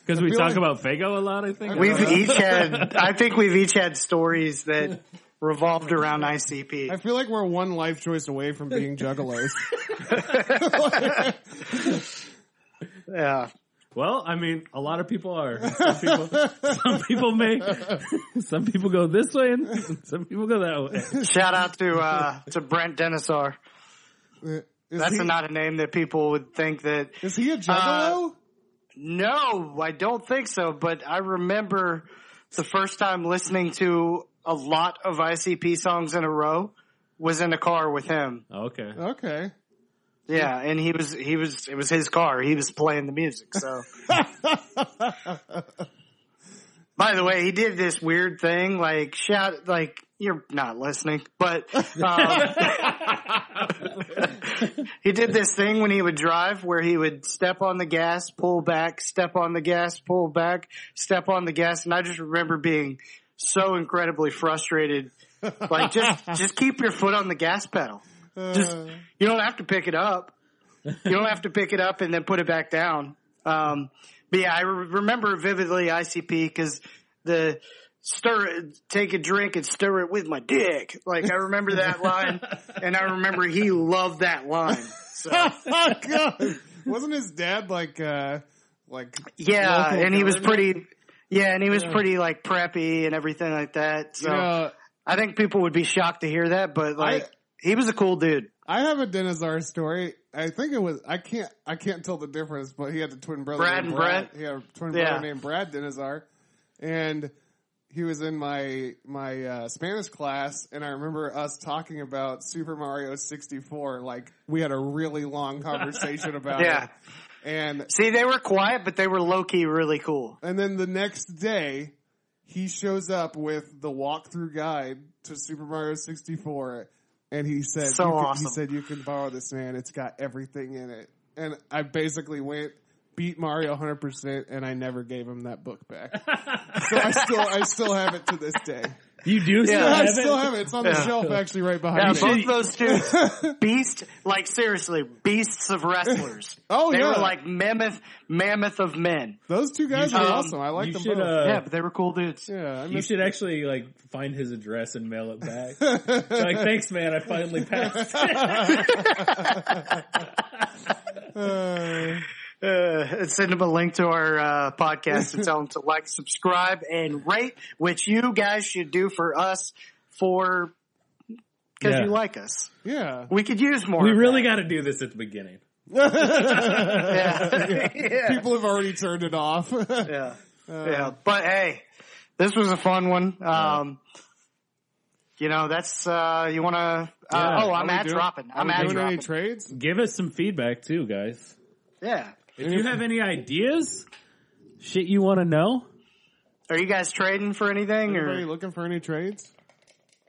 S4: because we
S3: feel
S4: talk
S3: like-
S4: about Fago a lot, I think.
S2: We've
S3: Yeah.
S2: each had, I think we've each had stories that revolved around ICP.
S3: I feel like we're one life choice away from being juggalos.
S2: Yeah.
S4: Well, I mean, a lot of people are. Some people, some people may, some people go this way and some people go that way.
S2: Shout out to, uh, to Brent Denisar.
S3: Is
S2: That's
S3: he,
S2: not a name that people would think that,
S3: Is he a juggalo?
S2: no, I don't think so, but I remember the first time listening to a lot of ICP songs in a row was in a car with him.
S4: Okay.
S3: okay.
S2: Yeah, and he was he was it was his car. He was playing the music. So By the way, he did this weird thing like shout like you're not listening, but um, he did this thing when he would drive where he would step on the gas, pull back, step on the gas, pull back, step on the gas, and I just remember being so incredibly frustrated. Like just just keep your foot on the gas pedal. Just you don't have to pick it up. You don't have to pick it up and then put it back down. Um, but yeah, I re- remember vividly ICP because the stir, it- take a drink and stir it with my dick. Like I remember that line, and I remember he loved that line. So
S3: oh God. Wasn't his dad like, uh, like,
S2: yeah,
S3: Local
S2: and he was
S3: government?
S2: pretty. Yeah, and he was pretty like preppy and everything like that. So
S3: you know,
S2: I think people would be shocked to hear that, but like he was a cool dude.
S3: I have a dinosaur story. I think it was I can't I can't tell the difference, but he had a twin brother
S2: Brad and
S3: named Brad.
S2: Brett?
S3: He had a twin
S2: Yeah.
S3: brother named Brad Dinosaur, and he was in my my uh, Spanish class, and I remember us talking about Super Mario sixty four. Like we had a really long conversation about
S2: Yeah.
S3: it, and
S2: See, they were quiet, but they were low key really cool.
S3: and then the next day, he shows up with the walkthrough guide to Super Mario 64, and he said,
S2: So
S3: you can-
S2: awesome.
S3: He said, "You can borrow this, man. It's got everything in it." And I basically went beat Mario 100, percent and I never gave him that book back. so I still, I still have it to this day.
S4: You do still
S3: I
S4: have
S3: still
S4: it?
S3: have it. It's on the
S2: Yeah.
S3: shelf, actually, right
S2: Yeah,
S3: behind me.
S2: both those dudes, beast, like seriously, beasts of wrestlers.
S3: Oh,
S2: they
S3: yeah.
S2: were like mammoth, mammoth of men.
S3: Those two guys are
S2: um,
S3: awesome. I like
S4: you
S3: them
S4: should,
S3: both.
S4: uh,
S2: yeah, but they were cool dudes.
S3: yeah, I
S4: You
S3: miss
S4: should actually like find his address and mail it back. like, thanks, man. I finally passed.
S3: uh,
S2: Uh, and send them a link to our uh, podcast and tell them to like, subscribe, and rate, which you guys should do for us for because
S4: Yeah.
S2: you like us.
S3: yeah.
S2: We could use more.
S4: we
S2: of
S4: really got to do this at the beginning.
S2: that. yeah. yeah.
S3: People have already turned it off.
S2: Yeah. yeah. But hey, this was a fun one. Um, you know, that's, uh, you want to, uh,
S4: Yeah.
S2: oh, I'm
S3: Are we
S2: ad
S3: doing-
S2: dropping. I'm
S3: Are
S2: ad
S3: we doing any
S2: dropping.
S3: trades?
S4: Give us some feedback too, guys.
S2: yeah.
S4: If you have any ideas, shit you want to know.
S2: Are you guys trading for anything
S3: Anybody
S2: or?
S3: looking for any trades?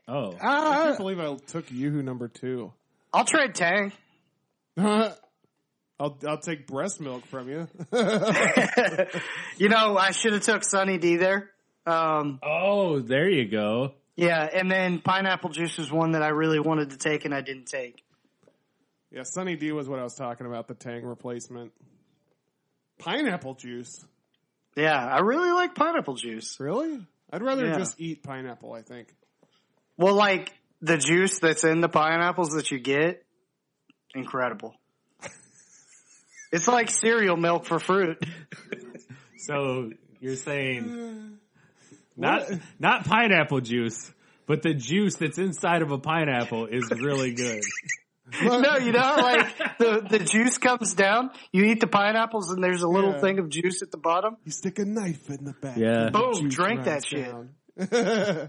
S4: Oh,
S3: I can't
S2: Uh,
S3: believe I took Yoohoo number two.
S2: I'll trade Tang.
S3: I'll I'll take breast milk from you.
S2: You know, I should have took Sunny D there. Um,
S4: oh, there you go.
S2: yeah. And then pineapple juice was one that I really wanted to take and I didn't take.
S3: yeah, Sunny D was what I was talking about. The Tang replacement. Pineapple juice.
S2: Yeah. I really like pineapple juice.
S3: Really? I'd rather
S2: Yeah.
S3: just eat pineapple. I think.
S2: Well, like the juice that's in the pineapples that you get, incredible. it's like cereal milk for fruit.
S4: So you're saying not not pineapple juice, but the juice that's inside of a pineapple is really good.
S2: no, you know, how, like the the juice comes down. You eat the pineapples, and there's a little
S3: Yeah.
S2: thing of juice at the bottom.
S3: You stick a knife in the back.
S4: Yeah.
S3: The
S2: Boom,
S3: juice
S2: drink that
S3: runs
S2: shit.
S3: down.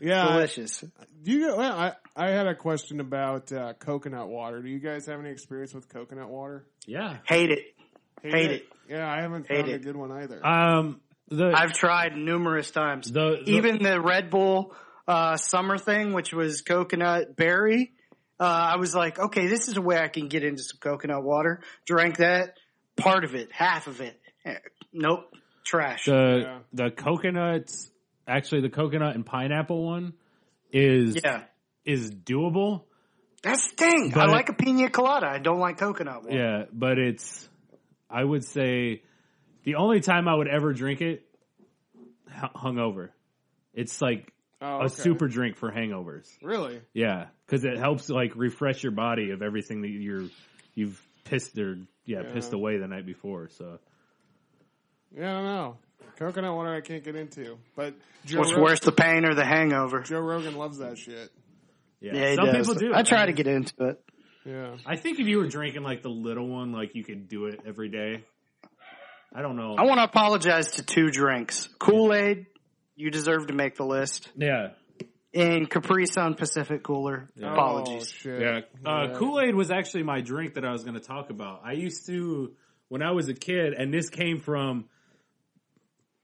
S3: yeah. I-
S2: Delicious.
S3: Do you? Well, I I had a question about uh, coconut water. Do you guys have any experience with coconut water?
S4: Yeah.
S2: Hate it. Hate it.
S3: Yeah, I haven't
S2: Hate
S3: found a
S2: it.
S3: good one either.
S4: Um. The
S2: I've tried numerous times.
S4: The- the-
S2: Even the Red Bull uh, summer thing, which was coconut berry, uh, I was like, okay, this is a way I can get into some coconut water. Drank that, part of it, half of it. Eh, Nope, trash.
S4: the
S3: Yeah.
S4: the coconut actually the coconut and pineapple one is
S2: yeah,
S4: is doable.
S2: that's the thing. I
S4: But-
S2: like a pina colada. I don't like coconut water.
S4: Yeah, but it's I would say the only time I would ever drink it h- hungover. It's like
S3: oh,
S4: a
S3: okay.
S4: super drink for hangovers.
S3: Really?
S4: Yeah, cuz it helps like refresh your body of everything that you're you've pissed or yeah,
S3: Yeah.
S4: pissed away the night before. So
S3: Yeah, I don't know. Coconut water, I can't get into. But Joe,
S2: What's
S3: Rog-
S2: worse, the pain or the hangover?
S3: Joe Rogan loves that shit.
S4: yeah,
S2: Yeah, it
S4: some
S2: does.
S4: people do.
S2: I try to
S4: mean,
S2: get into it.
S3: Yeah.
S4: I think if you were drinking like the little one, like you could do it every day. I don't know.
S2: I want to apologize to two drinks: Kool Aid. You deserve to make the list.
S4: yeah,
S2: And Capri Sun Pacific Cooler. Apologies.
S3: Oh, shit.
S4: Yeah. Uh,
S3: Yeah.
S4: Kool Aid was actually my drink that I was going to talk about. I used to, when I was a kid, and this came from,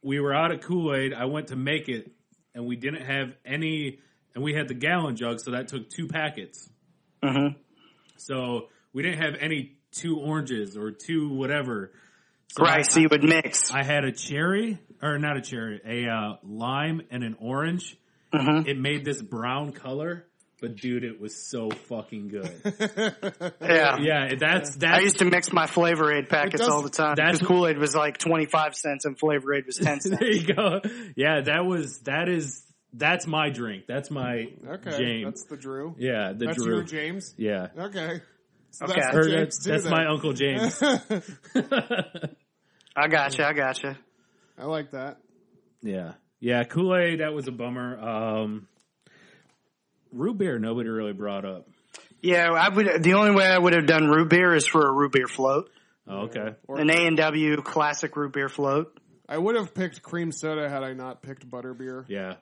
S4: we were out of Kool Aid. I went to make it, and we didn't have any, and we had the gallon jug, so that took two packets.
S2: Mhm.
S4: So we didn't have any two oranges or two whatever. So
S2: right,
S4: I-
S2: so you would mix.
S4: I had a cherry, or not a cherry, a uh, lime and an orange. It made this brown color, but dude, it was so fucking good.
S2: yeah.
S4: yeah, that's
S2: I
S4: that's
S2: used to mix my Flavor Aid packets
S3: does-
S2: all the time
S4: that's-
S2: because Kool Aid was like twenty five cents and Flavor Aid was ten cents.
S4: there you go. Yeah, that was that is that's my drink. That's my
S3: Okay.
S4: James.
S3: That's the Drew.
S4: yeah, the
S3: that's
S4: Drew.
S3: your James.
S4: Yeah,
S3: Okay. So
S2: Okay.
S3: that's, the
S4: Or
S3: James
S4: that's,
S3: too,
S4: that's
S3: then.
S4: my uncle James.
S2: I gotcha, I gotcha.
S3: I like that.
S4: yeah, yeah. Kool Aid. That was a bummer. Um, root beer. Nobody really brought up.
S2: Yeah, I would. The only way I would have done root beer is for a root beer float,
S4: Oh, okay.
S3: Or
S2: an A and W classic root beer float.
S3: I would have picked cream soda had I not picked butterbeer.
S4: Yeah.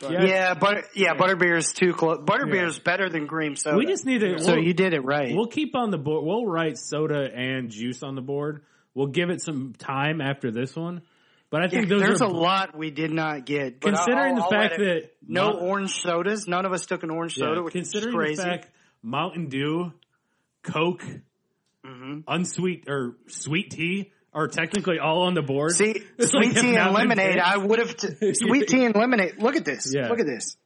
S3: But-
S4: Yeah.
S2: Yeah, but yeah, butterbeer is too close. Butterbeer
S3: Yeah.
S2: is better than cream soda.
S4: We just need to.
S2: so
S4: we'll-
S2: you did it right.
S4: We'll keep on the board. We'll write soda and juice on the board. We'll give it some time after this one. But I
S2: Yeah,
S4: think those
S2: there's
S4: are
S2: a lot we did not get. but I'll-
S4: considering
S2: I'll-
S4: the
S2: I'll
S4: fact
S2: let it-
S4: that
S2: no
S4: Mount-
S2: orange sodas, none of us took an orange
S4: yeah,
S2: soda, which is
S4: considering
S2: crazy.
S4: the fact Mountain Dew, Coke,
S2: Mm-hmm.
S4: unsweet or sweet tea are technically all on the board.
S2: See,
S4: It's like
S2: sweet tea
S4: not
S2: and
S4: been
S2: lemonade.
S4: picked.
S2: I would have t- sweet tea and lemonade. Look at this.
S4: Yeah.
S2: Look at this.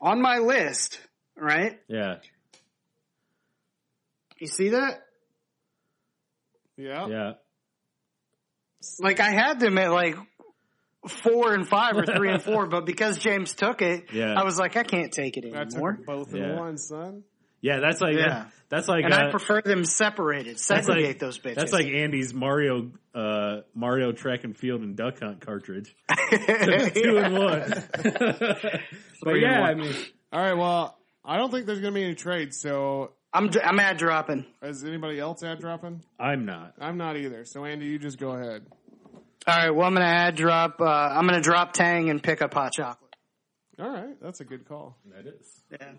S2: On my list, right?
S4: yeah,
S2: You see that?
S3: Yeah.
S4: yeah.
S2: Like I had them at like four and five or three and four, but because James took it,
S4: Yeah.
S2: I was like, I can't take it
S3: I took 'em
S2: anymore.
S3: both in
S4: Yeah.
S3: one, son.
S4: Yeah, that's like
S2: Yeah.
S4: that's like
S2: And I
S4: uh,
S2: prefer them separated.
S4: that's
S2: Segregate
S4: like,
S2: those bitches.
S4: That's like Andy's Mario uh, Mario track and field and duck hunt cartridge. two and one. but
S2: Three and
S4: yeah,
S2: one.
S4: I mean,
S3: All right. Well, I don't think there's going to be any trades. So
S2: I'm dr- I'm ad dropping.
S3: is anybody else ad dropping?
S4: I'm not.
S3: I'm not either. So Andy, you just go ahead.
S2: All right, well I'm gonna ad drop. Uh, I'm gonna drop Tang and pick up hot chocolate.
S3: All right. That's a good call.
S4: That is.
S2: Yeah.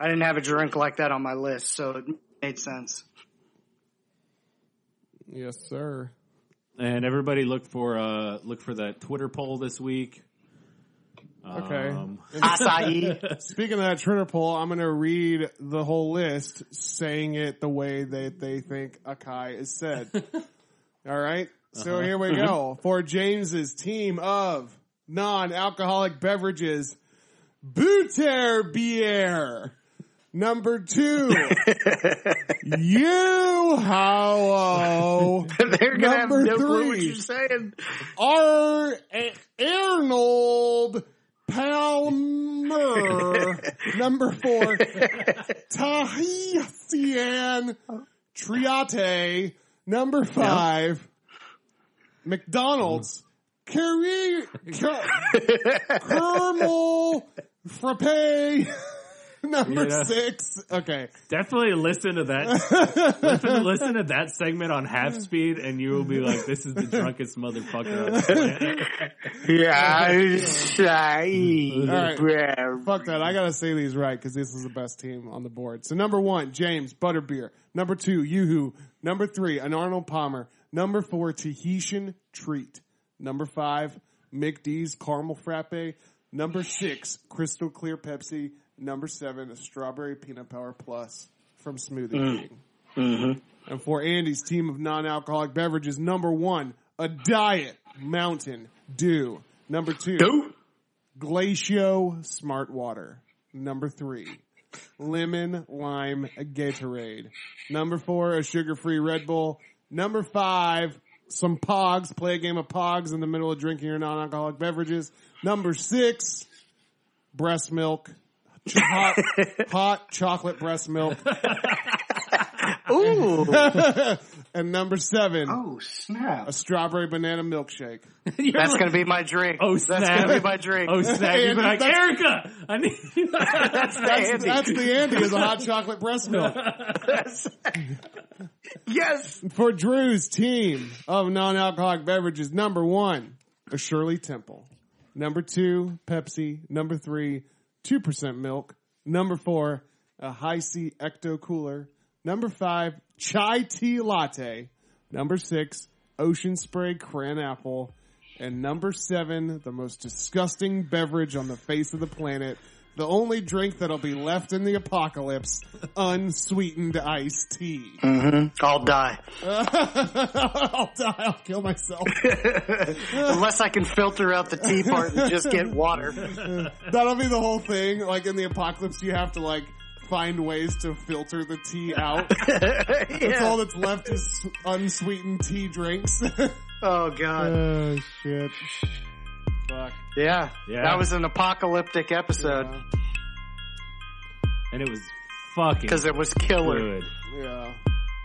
S2: I didn't have a drink like that on my list, so it made sense.
S3: Yes, sir.
S4: And everybody look for uh look for that Twitter poll this week.
S3: Okay.
S4: Um,
S2: Acai.
S3: Speaking of that Twitter poll, I'm going to read the whole list, saying it the way that they think Akai is said. All right? So here we go. For James's team of non-alcoholic beverages, Buter Beer. Number two, you how
S2: They're gonna
S3: Number
S2: have no clue what
S3: three.
S2: you're saying.
S3: R. Arnold Palmer, number four, Tahitian Triate, number five, McDonald's, Kerry, Ker- Kermel Frappe, Number
S4: You know?
S3: six. Okay.
S4: Definitely listen to that. listen, listen to that segment on half speed, and you will be like, "This is the drunkest motherfucker on the planet."
S2: Yeah,
S3: right. Fuck that. I gotta say these right because this is the best team on the board. So number one, James Butterbeer. Number two, Yoo-Hoo. Number three, an Arnold Palmer. Number four, Tahitian Treat. Number five, Mick D's Caramel Frappe. Number six, Crystal Clear Pepsi. Number seven, a Strawberry Peanut Power Plus from Smoothie King. And for Andy's team of non-alcoholic beverages, number one, a Diet Mountain Dew. Number two, Glacio Smart Water. Number three, Lemon Lime Gatorade. Number four, a sugar free Red Bull. Number five, some Pogs. Play a game of Pogs in the middle of drinking your non alcoholic beverages. Number six, breast milk. Ch- Hot, hot chocolate breast milk.
S2: Ooh.
S3: And number seven,
S2: Oh, snap.
S3: a strawberry banana milkshake.
S2: That's going to be my drink.
S4: Oh
S2: That's
S4: snap!
S2: going to be my drink.
S4: Oh snap! You've been like,
S3: That's-
S4: Erica, I need.
S2: that's the
S3: That's,
S2: Andy.
S3: that's the Andy is a hot chocolate breast milk.
S2: yes.
S3: for Drew's team of non-alcoholic beverages, number one, a Shirley Temple. Number two, Pepsi. Number three, 2% milk. Number four, a high C ecto cooler. Number five, chai tea latte. Number six, ocean spray cran apple. And number seven, the most disgusting beverage on the face of the planet. The only drink that'll be left in the apocalypse, unsweetened iced tea.
S2: I'll die.
S3: I'll die. I'll kill myself.
S2: Unless I can filter out the tea part and just get water.
S3: That'll be the whole thing. Like in the apocalypse, you have to like find ways to filter the tea out. That's all
S2: Yeah.
S3: that's left is unsweetened tea drinks.
S2: Oh, God.
S3: oh shit! Fuck.
S2: Yeah.
S4: Yeah.
S2: That was an apocalyptic episode
S4: and it was fucking
S2: because it was killer.
S4: good.
S3: Yeah.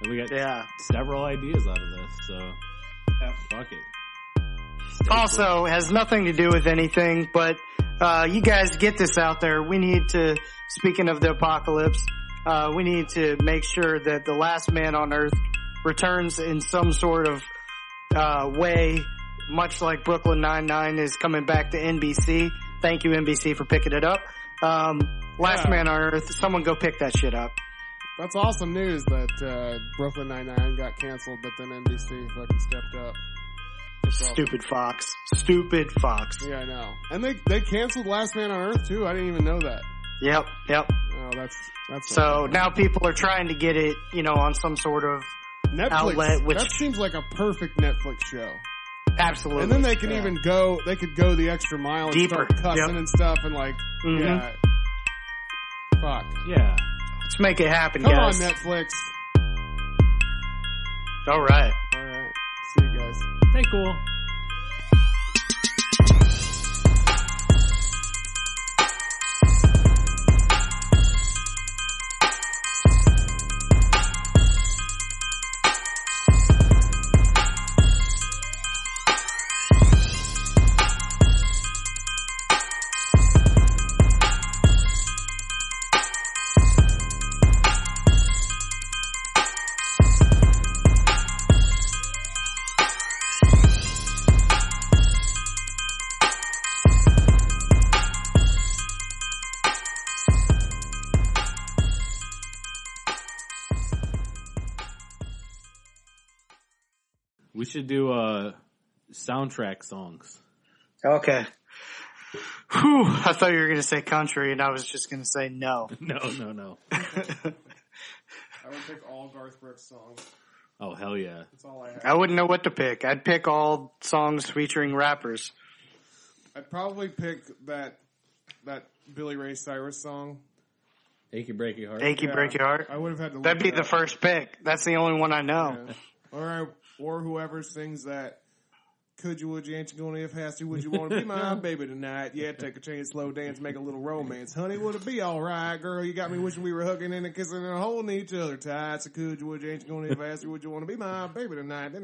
S4: And we got
S2: Yeah.
S4: several ideas out of this, so fuck it.
S2: also has nothing to do with anything, but uh, you guys get this out there. We need to, speaking of the apocalypse, uh, we need to make sure that the last man on earth returns in some sort of uh, way, much like Brooklyn Nine-Nine is coming back to NBC. Thank you, NBC, for picking it up. Um, last
S3: Yeah.
S2: man on earth, someone go pick that shit up.
S3: That's awesome news that uh, Brooklyn Nine Nine got canceled, but then NBC fucking stepped up. That's awesome.
S2: Stupid Fox. Stupid Fox.
S3: Yeah, I know. And they they canceled Last Man on Earth too. I didn't even know that.
S2: Yep, yep.
S3: Oh, that's that's
S2: So now people are trying to get it, you know, on some sort of
S3: Netflix.
S2: outlet, which-
S3: that seems like a perfect Netflix show.
S2: Absolutely.
S3: And then they can even go, they could go the extra mile and
S2: Deeper.
S3: start cussing
S2: Yep.
S3: and stuff and like,
S2: Mhm.
S3: yeah. Fuck.
S4: Yeah.
S2: Let's make it happen,
S3: Come
S2: guys.
S3: on, Netflix.
S2: All right.
S3: Alright. See you guys.
S4: Stay cool. We should do uh soundtrack songs.
S2: Okay. Whew, I thought you were going to say country, and I was just going to say no.
S4: No, no, no.
S3: I would pick all Garth Brooks songs.
S4: Oh hell yeah.
S3: That's all I
S2: I wouldn't know what to pick. I'd pick all songs featuring rappers.
S3: I'd probably pick that, that Billy Ray Cyrus song.
S4: Achy breaky heart.
S2: Achy
S3: Yeah.
S2: Breaky Heart.
S3: I would have had to
S2: That'd
S3: look
S2: be
S3: it
S2: the
S3: up.
S2: first pick. That's the only one I know.
S3: Yeah. Or, I, or whoever sings that. Could you, would you, ain't you gonna if has to, would you wanna be my baby tonight? Yeah, take a chance, slow dance, make a little romance. Honey, would it be alright, girl? You got me wishing we were hugging and kissing and holding each other tight. So could you, would you, ain't you gonna if has to, would you wanna be my baby tonight?